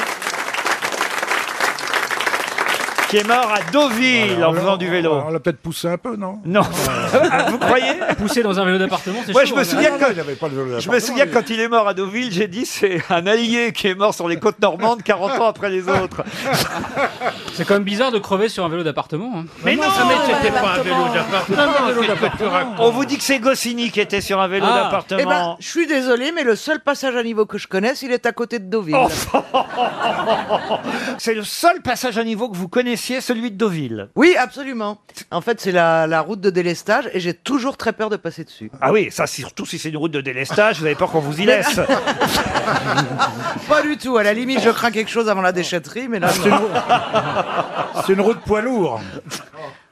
Qui est mort à Deauville en faisant du vélo.
On l'a peut-être poussé un peu, non
Non. Ah, Vous croyez
Pousser dans un vélo d'appartement, c'est
Moi,
chaud,
je me
hein.
Ah,
souviens que-
pas le vélo
Je me souviens que
d'appartement,
quand il est mort à Deauville, j'ai dit c'est un allié qui est mort sur les côtes normandes 40 ans après les autres.
C'est quand même bizarre de crever sur un vélo d'appartement. hein.
Mais non,
ça
mais
c'était
pas un vélo
d'appartement.
On vous dit que c'est Goscinny qui était sur un vélo
Ah.
d'appartement.
Eh ben, je suis désolé, mais le seul passage à niveau que je connaisse, il est à côté de Deauville.
Oh. c'est le seul passage à niveau que vous connaissiez, celui de Deauville.
Oui, absolument. En fait, c'est la, la route de délestage et j'ai toujours très peur de passer dessus.
Ah oui, ça surtout si c'est une route de délestage, vous avez peur qu'on vous y laisse.
Pas du tout. À la limite, je crains quelque chose avant la déchetterie, mais là. non.
C'est une Ah, route poids lourd.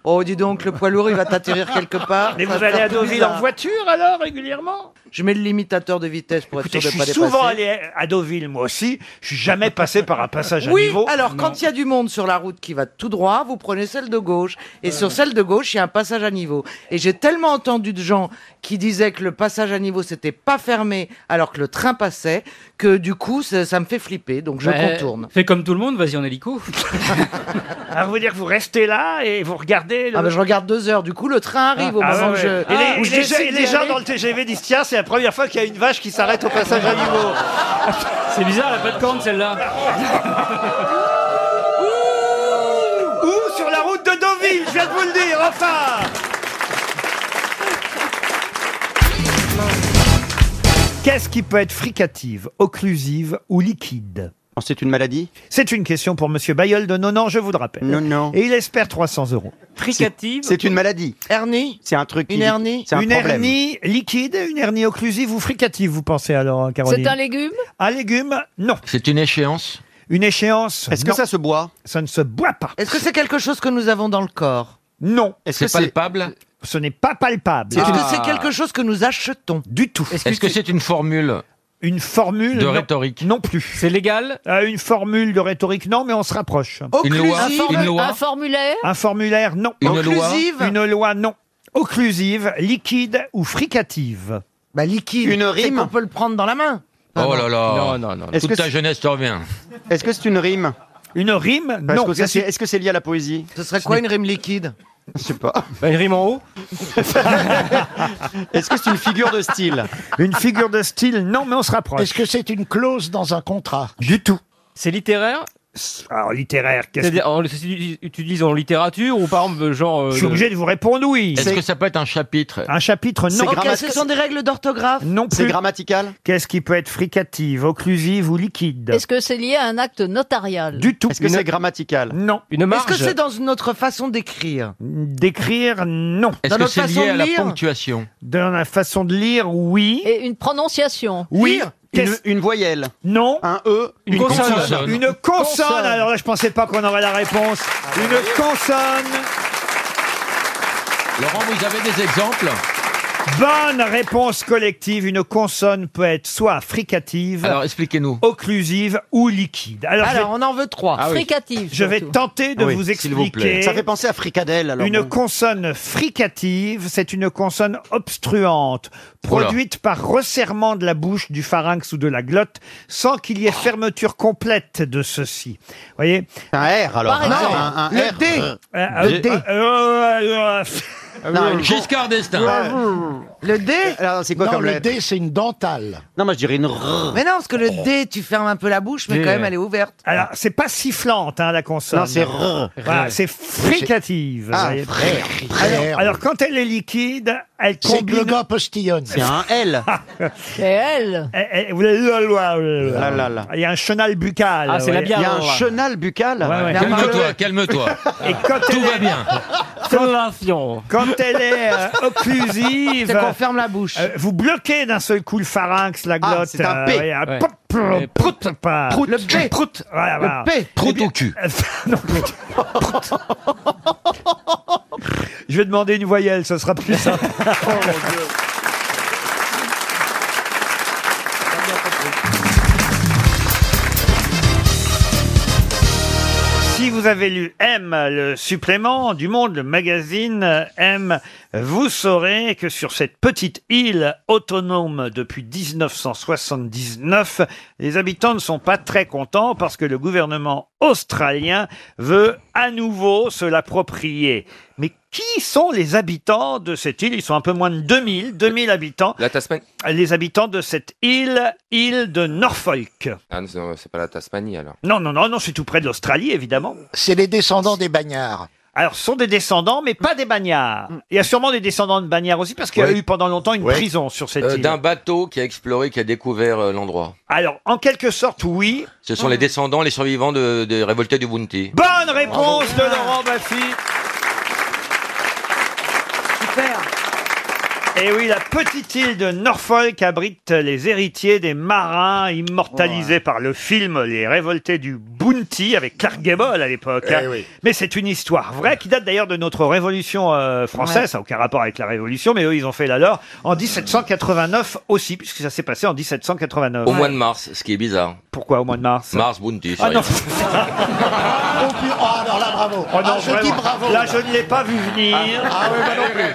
Oh, dis donc, le poids lourd, il va t'atterrir quelque part.
Mais
Ça va
vous
te
allez
faire
à
tout
Deauville
bizarre.
en voiture alors régulièrement
Je mets le limitateur de vitesse pour
Écoutez,
être
je
sûr de
suis
pas dépasser.
souvent allé à Deauville moi aussi, je suis jamais passé par un passage à
Oui,
niveau.
alors quand il y a du monde sur la route qui va tout droit, vous prenez celle de gauche. Et sur celle de gauche, il y a un passage à niveau. Et j'ai tellement entendu de gens qui disaient que le passage à niveau, c'était pas fermé alors que le train passait, que du coup, ça, ça me fait flipper. Donc je
Bah,
contourne.
Fais comme tout le monde, vas-y en hélico.
Alors vous dire que vous restez là et vous regardez le...
Ah ben je regarde deux heures, du coup le train arrive au
Ah,
moment
ouais,
où je...
ouais. Et les-
où
et
je
les,
décide
gens- et les
d'y
gens
aller.
dans le TGV disent tiens c'est la première fois qu'il y a une vache qui s'arrête au passage à niveau.
C'est bizarre, elle a pas de corne celle-là.
Ou sur la route de Deauville, je viens de vous le dire, enfin Qu'est-ce qui peut être fricative, occlusive ou liquide Oh, C'est une maladie C'est une question pour Monsieur Bayeul de Nonan, je vous le rappelle.
Non, non.
Et il espère 300 euros.
Fricative. C'est une maladie.
Hernie.
C'est un truc. qui-
Une
hernie
C'est un
Une
problème.
hernie liquide, une hernie occlusive ou fricative, vous pensez alors, hein, Caroline
C'est un légume
Un légume, non.
C'est une échéance
Une échéance
Est-ce que ça
se boit Ça ne se boit pas.
Est-ce que c'est quelque chose que nous avons dans le corps
Non.
Est-ce
C'est palpable
Ce n'est pas palpable.
Est-ce que c'est quelque chose que nous achetons
Ah. Du tout.
Est-ce que c'est une formule
Une formule
De
non.
rhétorique
Non plus. C'est légal Une formule de rhétorique, non, mais on se rapproche.
Une loi
Un, formu-
Une
un formulaire
Un formulaire, non.
Une Occlusive
loi Une loi, non. Occlusive, liquide ou fricative
Bah liquide. C'est qu'on peut le prendre dans la main.
Oh là là
Non, non, non. Est-ce
Toute
que
ta
c'est-
jeunesse te revient.
Est-ce que c'est une rime
Une rime
Parce
Non,
que
ça,
c'est-
c'est-
Est-ce que c'est lié à la poésie
Ce serait quoi une rime liquide
Je sais pas.
Bah,
Une rime en haut
Est-ce que c'est une figure de style
Une figure de style, non, mais on se rapproche.
Est-ce que c'est une clause dans un contrat
Du tout.
C'est littéraire
Alors littéraire, qu'est-ce
C'est-à-dire, on l'utilise en littérature ou par exemple, genre. euh,
Je suis obligé de vous répondre oui.
Euh, Est-ce que ça peut être un chapitre
Un chapitre, non.
Ok, ce sont des règles d'orthographe
Non plus.
C'est grammatical
Qu'est-ce qui peut être fricative, occlusive ou liquide
Est-ce que c'est lié à un acte notarial
Du tout.
Est-ce que c'est grammatical
Non.
Une
Est-ce que c'est dans une autre façon d'écrire
D'écrire, non.
Est-ce que c'est lié à la ponctuation
Dans la façon de lire, oui.
Et une prononciation
Oui.
une,
Qu'est-ce-
une voyelle
Non.
Un E
Une consonne. Une consonne. Alors là, je pensais pas qu'on aurait la réponse. Une consonne.
Laurent, vous avez des exemples
Bonne réponse collective. Une consonne peut être soit fricative,
Alors expliquez-nous.
occlusive ou liquide. Alors, je vais-
Alors, on en veut trois.
Ah oui.
Fricative.
je vais
surtout.
tenter de
Ah
Ah
Oui,
vous
s'il vous
expliquer.
plaît. Ça fait penser à fricadelle alors.
Une
bon.
consonne fricative, c'est une consonne obstruante,
Oula.
produite par resserrement de la bouche, du pharynx ou de la glotte, sans qu'il y ait fermeture complète de ceci. voyez
Un R alors.
Par exemple,
un, un
le
R.
D.
Euh,
Euh, euh,
D. Ah
euh, euh, euh,
Non, une
Giscard d'Estaing.
Le D
Alors c'est quoi
Non,
comme
le
lettre
D, c'est une dentale.
Non, moi je dirais une R.
Mais non, parce que le D, tu fermes un peu la bouche, mais
D,
quand même,
ouais.
elle est ouverte.
Alors, c'est pas sifflante, hein, la consonne.
Non, c'est rrr.
Voilà, c'est fricative.
Ah,
voyez.
frère.
Alors, alors, quand elle est liquide, elle
C'est que le
combine...
gars postillonne.
C'est un L.
C'est elle.
Eh, eh, vous l'avez-
Là, là, là.
euh, Il y a un chenal buccal.
Ah, c'est la
voyez.
Il
bière.
y a un
alors, là.
chenal buccal.
Ouais, ouais.
Calme-toi, calme-toi.
Et quand
Tout
elle
va
est,
bien.
Collation.
quand elle est euh,
C'est
occlusive,
qu'on ferme la bouche.
euh, vous bloquez d'un seul coup le pharynx, la
Ah,
glotte.
c'est un P.
voyez,
Ouais.
pop, pop,
Et
prout, pas.
le P.
Prout. Voilà, voilà. Eh ben,
Le P.
Prout au cul.
Non, prout. Je vais demander une voyelle, ce sera plus simple.
Oh,
Oh,
Si vous avez lu M, le supplément du Monde, le magazine euh, M, vous saurez que sur cette petite île autonome depuis 1979, les habitants ne sont pas très contents parce que le gouvernement australien veut à nouveau se l'approprier. Mais qui sont les habitants de cette île Ils sont un peu moins de 2000, 2000 habitants,
La Tasmanie
les habitants de cette île, île de Norfolk.
Ah non, c'est pas la Tasmanie alors.
Non, non, non, non, c'est tout près de l'Australie, évidemment.
C'est les descendants des bagnards.
Alors, ce sont des descendants, mais pas des bagnards. Il y a sûrement des descendants de bagnards aussi, parce qu'il y a
Ouais.
eu pendant longtemps une
Ouais.
prison sur cette
Euh,
île.
D'un bateau qui a exploré, qui a découvert euh, l'endroit.
Alors, en quelque sorte, oui.
Ce sont les descendants, les survivants de- des révoltés du Bounty.
Bonne réponse de Laurent Baffy.
Super.
Et oui, la petite île de Norfolk abrite les héritiers des marins immortalisés par le film Les Révoltés du Bounty avec Clark Gable à l'époque.
Eh
hein.
oui.
Mais c'est une histoire vraie qui date d'ailleurs de notre Révolution euh, française,
Ouais.
ça n'a aucun rapport avec la Révolution, mais eux ils ont fait la leur en 1789 aussi, puisque ça s'est passé en 1789.
Au mois de mars, ce qui est bizarre.
Pourquoi au mois de mars
Mars Bounty.
Ah non,
sérieux.
Oh, pu- oh, alors là, bravo.
Oh non,
Ah, je dis
vraiment.
bravo. Ah, bah
Là, je Ah, ne l'ai pas vu venir.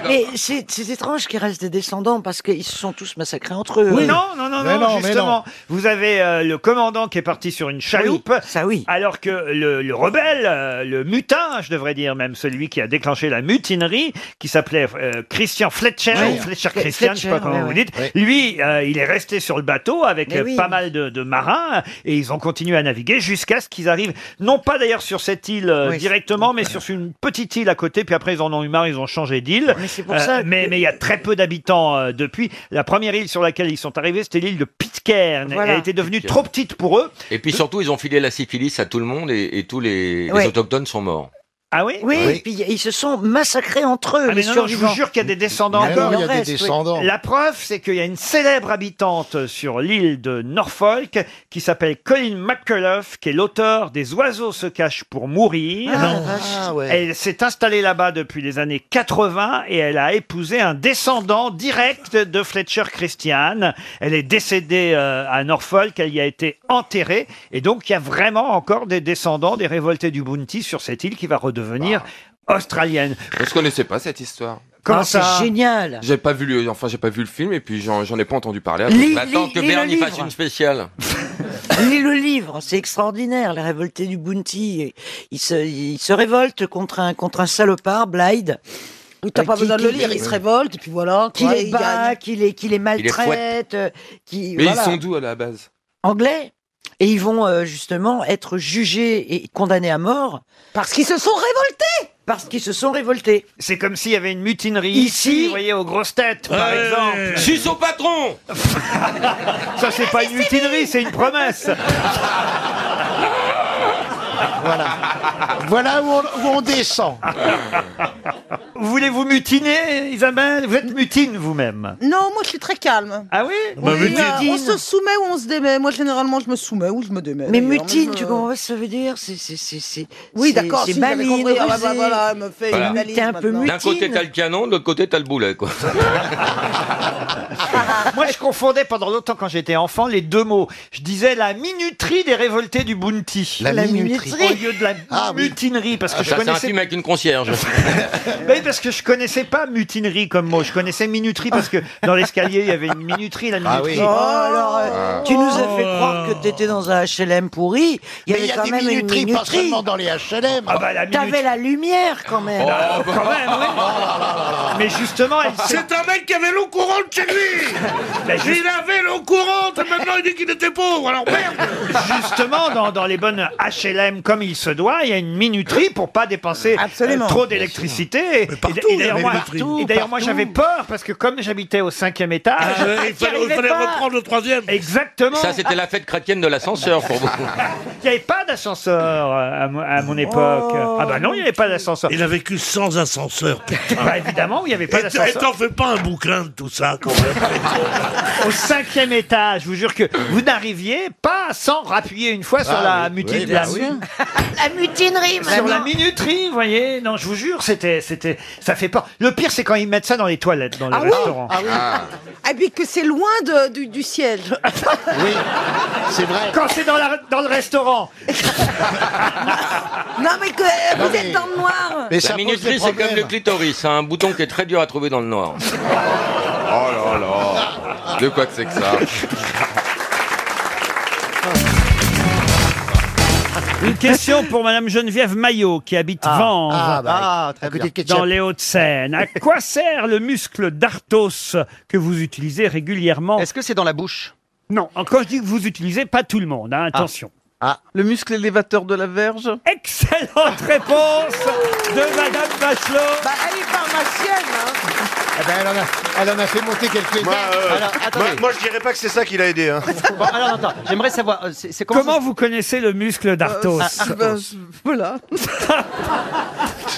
Mais c'est c'est étrange qu'il reste des descendants parce qu'ils se sont tous massacrés entre eux.
Non, non, non,
Mais
non,
non, mais
justement. Vous avez euh, le commandant qui est parti sur une chaloupe.
ça oui.
Alors que le, le rebelle, euh, le mutin, je devrais dire même, celui qui a déclenché la mutinerie, qui s'appelait euh, Christian Fletcher,
Ouais.
ou Fletcher
Fle-
Christian, je sais pas
Fletcher,
comment
ouais,
vous
ouais.
dites, lui, euh, il est resté sur le bateau avec
Mais
euh,
oui.
pas mal de, de marins, et ils ont continué à naviguer jusqu'à ce qu'ils arrivent, non pas d'ailleurs sur cette île euh,
Oui.
directement, mais sur une petite île à côté, puis après ils en ont eu marre, ils ont changé d'île. Mais
c'est pour ça
Mais
que-
mais il y a très peu d'habitants euh, depuis. La première île sur laquelle ils sont arrivés, c'était l'île de Pitcairn.
Voilà.
Elle était devenue
Pitcairn.
trop petite pour eux.
Et puis surtout, ils ont filé la syphilis à tout le monde et, et tous les, les
Ouais.
autochtones sont morts.
Ah oui
Oui,
Oui.
Et puis ils se sont massacrés entre eux.
Ah, mais
les
non, non, je vous
survivants.
jure qu'il y a des descendants
Mais
encore.
non, il y a Il en des reste, oui. descendants.
La preuve, c'est qu'il y a une célèbre habitante sur l'île de Norfolk qui s'appelle Colin McCullough, qui est l'auteur des Oiseaux se cachent pour mourir.
Ah, Non. la vache. Ah, ouais.
Elle s'est installée là-bas depuis les années 80 et elle a épousé un descendant direct de Fletcher Christian. Elle est décédée euh, à Norfolk, elle y a été enterrée et donc il y a vraiment encore des descendants des révoltés du Bounty sur cette île qui va redevenir australienne.
Bah. Je connaissais pas cette histoire.
Comment
Ah, c'est
ça
génial.
J'ai pas vu le, enfin j'ai pas vu le film et puis j'en j'en ai pas entendu parler. Attends,
Lis-
j'attends
lis-
Bah, que
lis le
Bernie fasse
livre.
une spéciale.
Lis le livre, c'est extraordinaire, les révoltés du Bounty. Ils se, ils se révoltent contre un, contre un salopard, Blyde.
Oui, t'as
Euh,
pas
qui-
besoin de le
qui-
lire, il se révolte, et puis voilà.
Qui
quoi,
les
il gagne.
bat, qui les, qui les maltraite.
fouette.
euh, qui,
Mais
voilà.
ils sont d'où à la base
Anglais. Et ils vont euh, justement être jugés et condamnés à mort.
Parce qu'ils se sont révoltés
Parce qu'ils se sont révoltés.
C'est comme s'il y avait une mutinerie
Ici.
ici, vous voyez, aux grosses têtes, par
Ouais.
exemple.
Je suis son patron
Ça, c'est pas une mutinerie, c'est une promesse.
Voilà où on, où on descend.
Vous voulez vous mutiner, Isabelle Vous êtes mutine vous-même.
Non, moi je suis très calme.
Ah oui
Bah,
On, est, euh, on se soumet ou on se démet. Moi généralement je me soumets ou je me démets.
Mais
d'ailleurs.
mutine,
Moi, je
tu
me-
comprends pas ce que ça veut dire C'est c'est- c'est- c'est-
Oui,
c'est-
d'accord,
C'est
si, j'avais
maligne,
compris. Ah, bah,
rusé.
voilà, elle me fait
Voilà.
une analyse
T'es un peu
maintenant.
D'un côté t'as le canon, de l'autre côté t'as le boulet quoi.
Moi, je confondais pendant longtemps, quand j'étais enfant, les deux mots. Je disais la minuterie des révoltés du Bounty.
La La minuterie. minuterie.
Au lieu de la mutinerie, parce que
Ah,
je
ça, c'est un
connaissais
film avec une concierge.
Oui, parce que je connaissais pas mutinerie comme mot. Je connaissais minuterie parce que dans l'escalier, il y avait une minuterie, la
Ah
minuterie.
oui. Oh, alors, euh, tu nous as fait croire que t'étais dans un HLM pourri. Il y
Oh. Mais
avait
il y a
quand
des
même une
minuteries, pas
minuterie.
seulement dans les HLM.
Ah bah, la
T'avais la lumière quand même.
Ah, quand même, oui. Mais justement, elle s'est-
C'est un mec qui avait l'eau courante chez lui
Ben, juste-
Il avait l'eau courante, et maintenant il dit qu'il était pauvre, alors merde
justement, dans, dans les bonnes HLM, comme il se doit, il y a une minuterie pour pas dépenser
Absolument.
euh, trop d'électricité. Et-
partout,
et
il y
d'ailleurs,
avait
moi,
des minuteries.
et d'ailleurs, moi,
Partout.
j'avais peur parce que comme j'habitais au cinquième étage,
Ah, euh, Il fallait, il fallait reprendre le troisième
exactement,
Ça c'était la fête chrétienne de l'ascenseur pour vous.
il n'y avait pas d'ascenseur euh, à, mo- à mon époque. ah bah non, il n'y avait pas d'ascenseur.
Oh. Il a vécu sans ascenseur, putain
Bah évidemment, il n'y avait pas
Et t- et t'en
d'ascenseur.
fais pas un bouquin de tout ça, quand même
Au cinquième étage, je vous jure que vous n'arriviez pas sans rappuyer une fois sur
Ah
la
oui,
mutine.
oui,
la-
bien sûr.
La mutinerie,
Sur la
maintenant.
minuterie, vous voyez Non, je vous jure, c'était, c'était, ça fait peur. Le pire, c'est quand ils mettent ça dans les toilettes, dans le
Ah oui
restaurant.
Ah oui. Ah, puis que c'est loin de- du, du siège.
Oui, c'est vrai.
Quand c'est dans, la- dans le restaurant,
non, mais que euh,
Non,
vous
mais-
êtes dans le noir.
Mais ça
La
pose des
minuterie c'est comme
problèmes.
le clitoris, c'est un bouton qui est très dur à trouver dans le noir. oh là là De quoi que c'est que ça
une question pour Madame Geneviève Maillot, qui habite Vanves,
Ah, bah,
à côté de
dans
Ketchup.
les Hauts-de-Seine. À quoi sert le muscle d'Arthos que vous utilisez régulièrement
Est-ce que c'est dans la bouche
Non, quand je dis que vous utilisez, pas tout le monde, hein, attention.
Ah. Le muscle élévateur de la verge
Excellente réponse de Madame Bachelot.
Bah, elle est pharmacienne. Hein.
Eh ben, elle, en a, elle en a fait monter quelques-uns.
Moi, euh,
Alors,
moi,
attendez.
moi, je dirais pas que c'est ça qui l'a aidé. hein.
Bon, alors attends, j'aimerais savoir, euh, c'est c'est comment,
Comment vous connaissez le muscle d'Arthos
ça- Ah, bah, je- Voilà.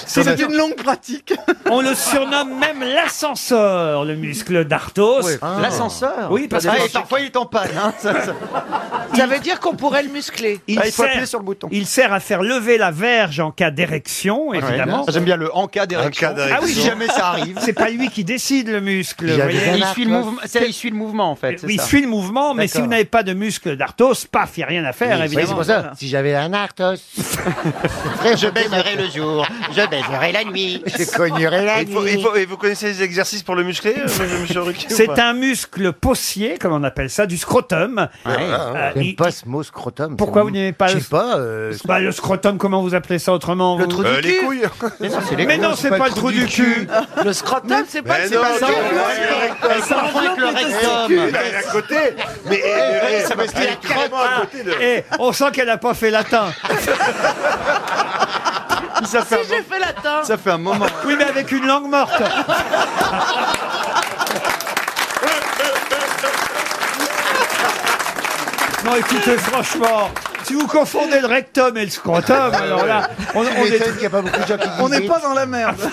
C'est le-
une longue pratique.
On le surnomme même l'ascenseur, le muscle d'Arthos.
L'ascenseur
Oui, parce que-
Ah, et parfois il est en panne. hein, ça- ça-
Ça veut dire qu'on pourrait le muscler.
Ah,
Ah, Il, sert, il sert à faire lever la verge en cas d'érection, évidemment.
Ah, J'aime bien le en cas d'érection.
cas d'érection.
Ah oui, si jamais ça arrive.
C'est pas lui qui décide le muscle.
Il,
vous voyez.
suit le mouvement, c'est- il suit le mouvement en fait. c'est
Euh, Oui, il
ça.
suit le mouvement, mais
D'accord.
si vous n'avez pas de muscle d'Arthos, paf, il n'y a rien à faire, évidemment.
ça.
Si j'avais un Arthos, je baiserais le jour. Je baiserais
cognerai la nuit.
Et il faut- il faut- et vous connaissez les exercices pour le muscler, euh, monsieur Ruquier, ou
C'est
pas
un muscle possier, comme on appelle ça, du scrotum. Euh,
J'aime
il-
pas ce mot scrotum.
Pourquoi
C'est-
vous n'aimez pas
Je
le-
sais pas. euh,
Bah, le scrotum, comment vous appelez ça autrement Le
trou du Euh, les cul. couilles.
Mais
non, c'est les couilles,
non, c'est pas le trou du cul.
Le scrotum, c'est pas
Ben
Mais
c'est
non,
pas-
ça
c'est-
enveloppe le rectum.
Ça enveloppe
Avec le
testicule.
rectum. Bah, elle est à côté. Mais, eh, eh,
ça
parce qu'il y a carrément à côté de-
Eh, on sent qu'elle n'a pas fait latin.
Ça fait,
J'ai fait latin.
ça fait un moment.
Oui, mais avec une langue morte. Non, écoutez, franchement, si vous confondez le rectum et le scrotum, alors
Ah,
là, on, on
Tu m'étonnes
est,
qu'il y a pas beaucoup de gens qui
on
disent
n'est pas
dans la merde.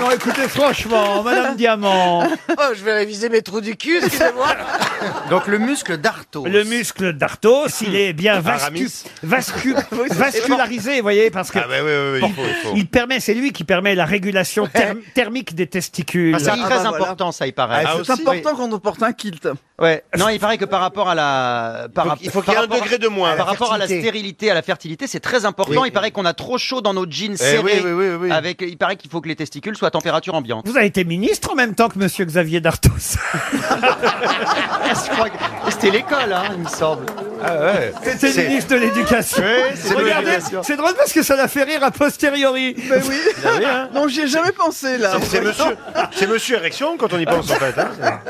Non, écoutez, franchement, Madame Diamant.
Oh, je vais réviser mes trous du cul, excusez-moi.
Donc le muscle d'Arthos. Le muscle d'Arthos, il est bien vascu,
Aramis.
vascu-
Oui, c'est-
vascularisé, vous voyez, parce que
Ah, bah oui, oui, oui, il faut, il faut.
il permet, c'est lui qui permet la régulation therm- thermique des testicules.
Ah, c'est
bah,
très important, ça, il paraît.
bah Ah, aussi,
quand on porte un kilt. Ouais. Non, il paraît que par rapport à la, par
Donc,
rap-
il faut qu'il
par
y ait un
rapport à-
degré de moins.
Par
La
rapport à la
fertilité.
stérilité, à la fertilité, c'est très important.
Oui.
Il paraît qu'on a trop chaud dans nos jeans
Eh oui,
serrés.
oui, oui, oui.
Avec, il paraît qu'il faut que les testicules soient à température ambiante.
Vous avez été ministre en même temps que Monsieur Xavier Dartos.
Je crois Ah, que C'était l'école, hein, il me semble.
C'était le ministre de l'Éducation.
Oui, c'est
Regardez,
l'éducation.
c'est drôle parce que ça l'a fait rire a posteriori.
Mais oui.
hein.
Non, j'y ai jamais pensé là.
C'est- C'est monsieur, c'est monsieur érection quand on y pense en fait. hein.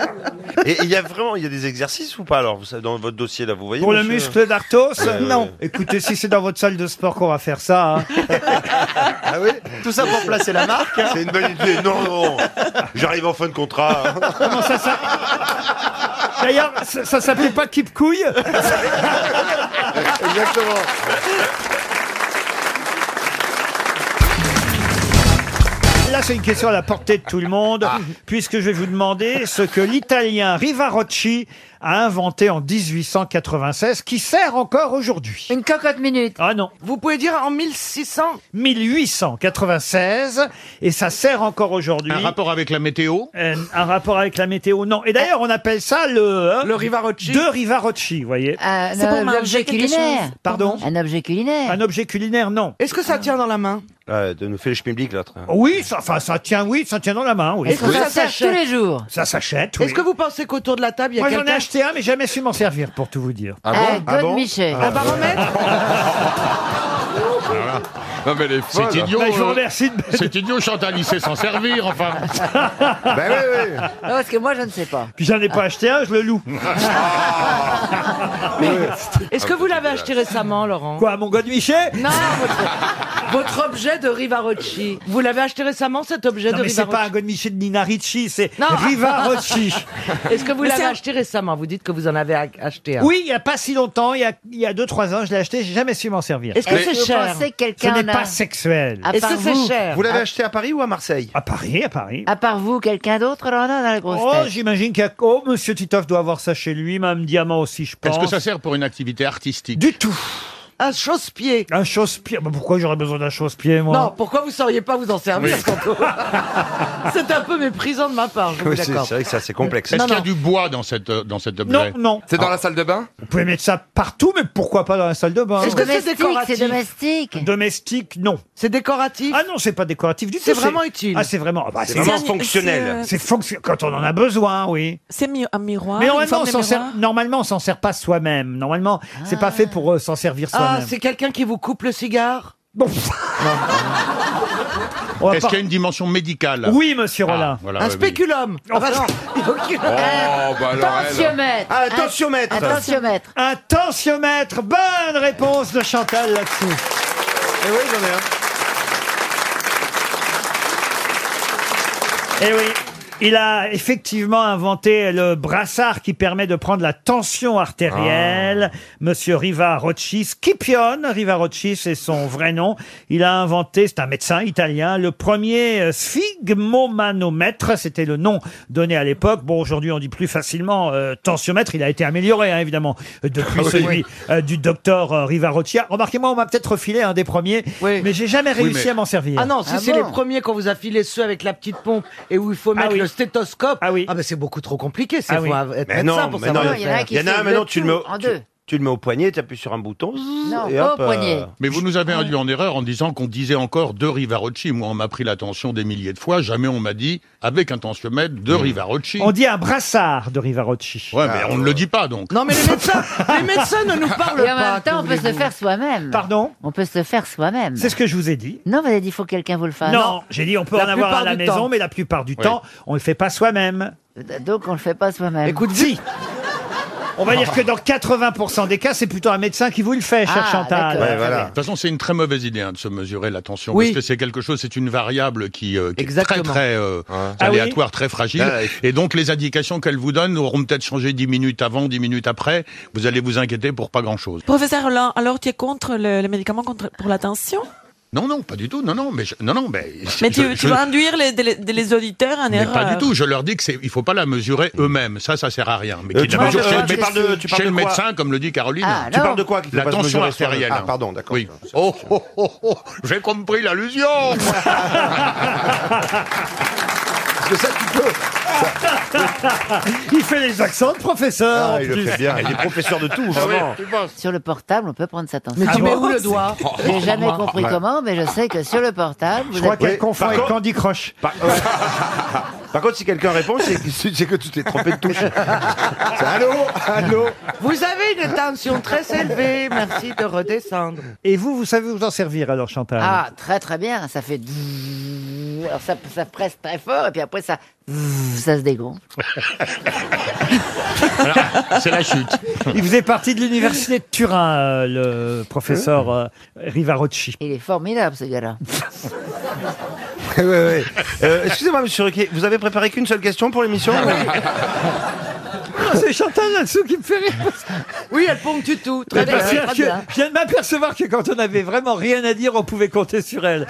Et il y a vraiment, il y a des exercices ou pas alors vous savez, dans votre dossier là, vous voyez
Pour le
monsieur
muscle d'Arthos
Ouais, ouais, ouais.
Écoutez, si c'est dans votre salle de sport qu'on va faire ça. hein.
Ah oui
Tout ça pour placer la marque. hein.
C'est une bonne idée. Non, non. J'arrive en fin de contrat. hein.
Comment ça, ça D'ailleurs, ça, ça s'appelait pas Keep Couille
Exactement.
Là, c'est une question à la portée de tout le monde,
Ah.
puisque je vais vous demander ce que l'Italien Rivarocci a inventé en 1896, qui sert encore aujourd'hui. Une cocotte minute. Ah non. Vous pouvez dire en 1600 1896, et ça sert encore aujourd'hui.
Un rapport avec la météo
Euh, un rapport avec la météo, non. Et d'ailleurs, on appelle ça le... Le Rivarocci. De Rivarocci, vous voyez.
Un Ah, C'est pour objet manger quelque culinaire. chose.
Pardon Un objet culinaire. Un objet culinaire, non.
Est-ce que ça tient dans la main
Ah, de nous faire le schmilblick l'autre.
Oui, ça, enfin, ça tient, oui, ça tient dans la main, oui.
Est-ce que Oui. ça s'achète tous les
jours Ça s'achète, oui.
Est-ce que vous pensez qu'autour de la table, il y a
Moi,
quelqu'un
j'en ai acheté un, mais jamais su m'en servir, pour tout vous dire.
Ah bon Euh, Ah Claude bon
bah,
Michel.
Un
baromètre
Non mais elle est folle.
C'est idiot.
Bah, je vous
euh,
remercie
C'est idiot, Chantal, il sait s'en servir, enfin.
Non, parce que moi, je ne sais pas.
Puis j'en ai pas acheté un, je le loue.
Est-ce que vous l'avez acheté récemment, Laurent
Quoi, mon Godmichet
Non, votre... votre objet de Rivarocci. Vous l'avez acheté récemment, cet objet
Non,
de
mais c'est
Rivarocci
pas un Godmichet de Nina Ricci, c'est
Non.
Rivarocci.
Est-ce que vous
Mais
l'avez
c'est un-
acheté récemment Vous dites que vous en avez a- acheté un.
Oui, il n'y a pas si longtemps, il y a- il y a 2-3 ans, je l'ai acheté, j'ai jamais su m'en servir.
Est-ce que Mais- c'est
Vous
cher
pensez
Ce
que quelqu'un
n'est
en a-
pas sexuel.
À Est-ce part que c'est vous. cher Vous l'avez À-
acheté à Paris ou à Marseille À Paris, à Paris.
À part vous, quelqu'un d'autre en a dans la grosse
Oh,
tête
j'imagine qu'il y a... Oh, Monsieur Titoff doit avoir ça chez lui, Mme Diamant aussi, je pense.
Est-ce que ça sert pour une activité artistique
Du tout.
Un chausse-pied.
Un chausse-pied Bah, Pourquoi j'aurais besoin d'un chausse-pied, moi
Non, pourquoi vous sauriez pas vous en servir
Oui.
surtout C'est un peu méprisant de ma part, je vous
Oui, c'est-
l'accorde.
c'est
vrai que c'est assez complexe.
Est-ce
Non,
qu'il y a
non.
du bois dans, cette, euh, dans cet objet
Non, non. Ah. C'est dans la
salle de bain
Vous pouvez mettre ça partout, mais pourquoi pas dans la salle de bain
Est-ce que c'est Domestique, décoratif c'est
domestique. Domestique, non.
C'est décoratif
Ah non, c'est pas décoratif du tout.
C'est vraiment utile.
Ah, c'est vraiment. ah bah,
C'est vraiment fonctionnel.
C'est fonction- quand on en a besoin, oui.
C'est mi- un miroir.
Mais
une
normalement,
forme
on
de
s'en
miroir.
sert, normalement, on s'en sert pas soi-même. Normalement, c'est pas fait pour euh, s'en servir
Ah,
soi-même.
c'est quelqu'un qui vous coupe le cigare
Bon. On va
Est-ce
pas-
qu'il y a une dimension médicale Ah,
Oui, monsieur Rollin.
voilà,
Un
oui, oui.
Oh.
spéculum Ah bah non, il y a aucune-
Oh, bah alors elle.
Tensiomètre.
Ah, un tensiomètre.
Un tensiomètre.
Un tensiomètre. Bonne réponse de Chantal là-dessous.
Eh oui, j'en ai un.
Eh oui. Il a effectivement inventé le brassard qui permet de prendre la tension artérielle.
Ah.
Monsieur Rivarocci, Scipione Rivarocci, c'est son vrai nom. Il a inventé, c'est un médecin italien, le premier euh, sphygmomanomètre. C'était le nom donné à l'époque. Bon, aujourd'hui, on dit plus facilement euh, tensiomètre. Il a été amélioré, hein, évidemment, euh, depuis
Ah oui.
celui euh, du docteur euh, Rivarocci. Ah, Remarquez-moi, on m'a peut-être refilé un des premiers, mais j'ai jamais
Oui,
réussi
mais-
à m'en servir.
Ah non, si c'est les premiers qu'on vous a filé ceux avec la petite pompe et où il faut mettre le
Ah
stéthoscope, ah, oui. bah c'est beaucoup trop compliqué, c'est
Ah
faut
oui.
être
Mais
médecin
non,
pour
mais
savoir
non,
le
il y en a
faire.
qui Il y en a un, font maintenant, le tu le tout mets- en
deux.
Tu Tu le mets au poignet, tu appuies sur un bouton. zzz,
Non,
et
pas au
hop, euh,
poignet.
Mais vous nous avez induit en erreur en disant qu'on disait encore de Rivarocci. Moi, on m'a pris l'attention des milliers de fois. Jamais on m'a dit, avec un tensiomètre, de Rivarocci.
Mm. On dit un brassard de Rivarocci.
Ouais,
Ah.
mais on ne le dit pas, donc.
Non, mais les médecins, les médecins ne nous parlent
Et en
pas.
même temps,
que
on peut se le
voulez-vous.
faire soi-même.
Pardon
On peut se le faire soi-même.
C'est ce que je vous ai dit.
Non, vous avez dit, il faut que quelqu'un vous le fasse.
Non, j'ai dit on peut en avoir à la maison, mais la plupart du
Oui.
temps, on ne le fait pas soi-même.
Donc on le fait pas soi-même.
Écoute, si On va dire que dans 80% des cas, c'est plutôt un médecin qui vous le fait,
Ah,
cher
Ah,
Chantal.
De toute façon, c'est une très mauvaise idée hein, de se mesurer la tension,
Oui.
parce que c'est quelque chose, c'est une variable qui, euh, qui est très
Exactement.
très euh,
Ah oui
aléatoire, très fragile.
Bah,
Ah,
Et donc, les indications qu'elle vous donne auront peut-être changé dix minutes avant, dix minutes après. Vous allez vous inquiéter pour pas grand-chose.
Professeur Hollande, alors tu es contre le, les médicaments contre, pour la tension
Non, non, pas du tout. Non, non, mais je- non, non, mais.
Mais tu,
je-
tu
je-
vas induire les, les- les auditeurs en
Mais
erreur.
pas du tout. Je leur dis que c'est, il faut pas la mesurer eux-mêmes. Ça, ça sert à rien. Mais
Mm. Euh,
qu'ils
tu
la
parles de-
mesurent chez le
tu
médecin-
parles de- tu
chez
parles
le
de quoi
médecin, comme le dit Caroline.
Ah, Tu alors parles de quoi qu'il faut
La
pas se
tension
mesurer soi-même
artérielle.
Ah, pardon, d'accord.
Oui. Oh, oh, oh, oh, j'ai compris l'allusion.
Parce que ça, tu peux. il fait les accents de professeur.
Ah,
en plus. Ah
Sur le portable, on peut prendre sa tension.
Mais tu Ah mets bon où le doigt
J'ai jamais
Moi.
compris
Ouais.
comment, mais je sais que sur le portable, vous
Je crois
êtes-
qu'elle confond avec Candy Crush.
Par contre, si quelqu'un répond, c'est que- c'est que tu t'es trompé de touche. C'est allô, allô.
Vous avez une tension très élevée, merci de redescendre.
Et vous, vous savez vous en servir alors, Chantal
Ah, très très bien, ça fait... Alors ça, ça presse très fort, et puis après ça... Ça se dégonfle.
c'est la chute.
Il faisait partie de l'université de Turin, euh, le professeur
Hein
euh, Rivarocci.
Il est formidable, ce gars-là.
Ouais, ouais. Euh, Excusez-moi, monsieur Ruquier, vous avez préparé qu'une seule question pour l'émission Ah,
C'est Chantal là-dessous qui me fait rire.
Oui, elle ponctue tout.
Mais
Très bien.
parce Eh ben, que
très
je,
bien.
je viens de m'apercevoir que quand on avait vraiment rien à dire, on pouvait compter sur elle.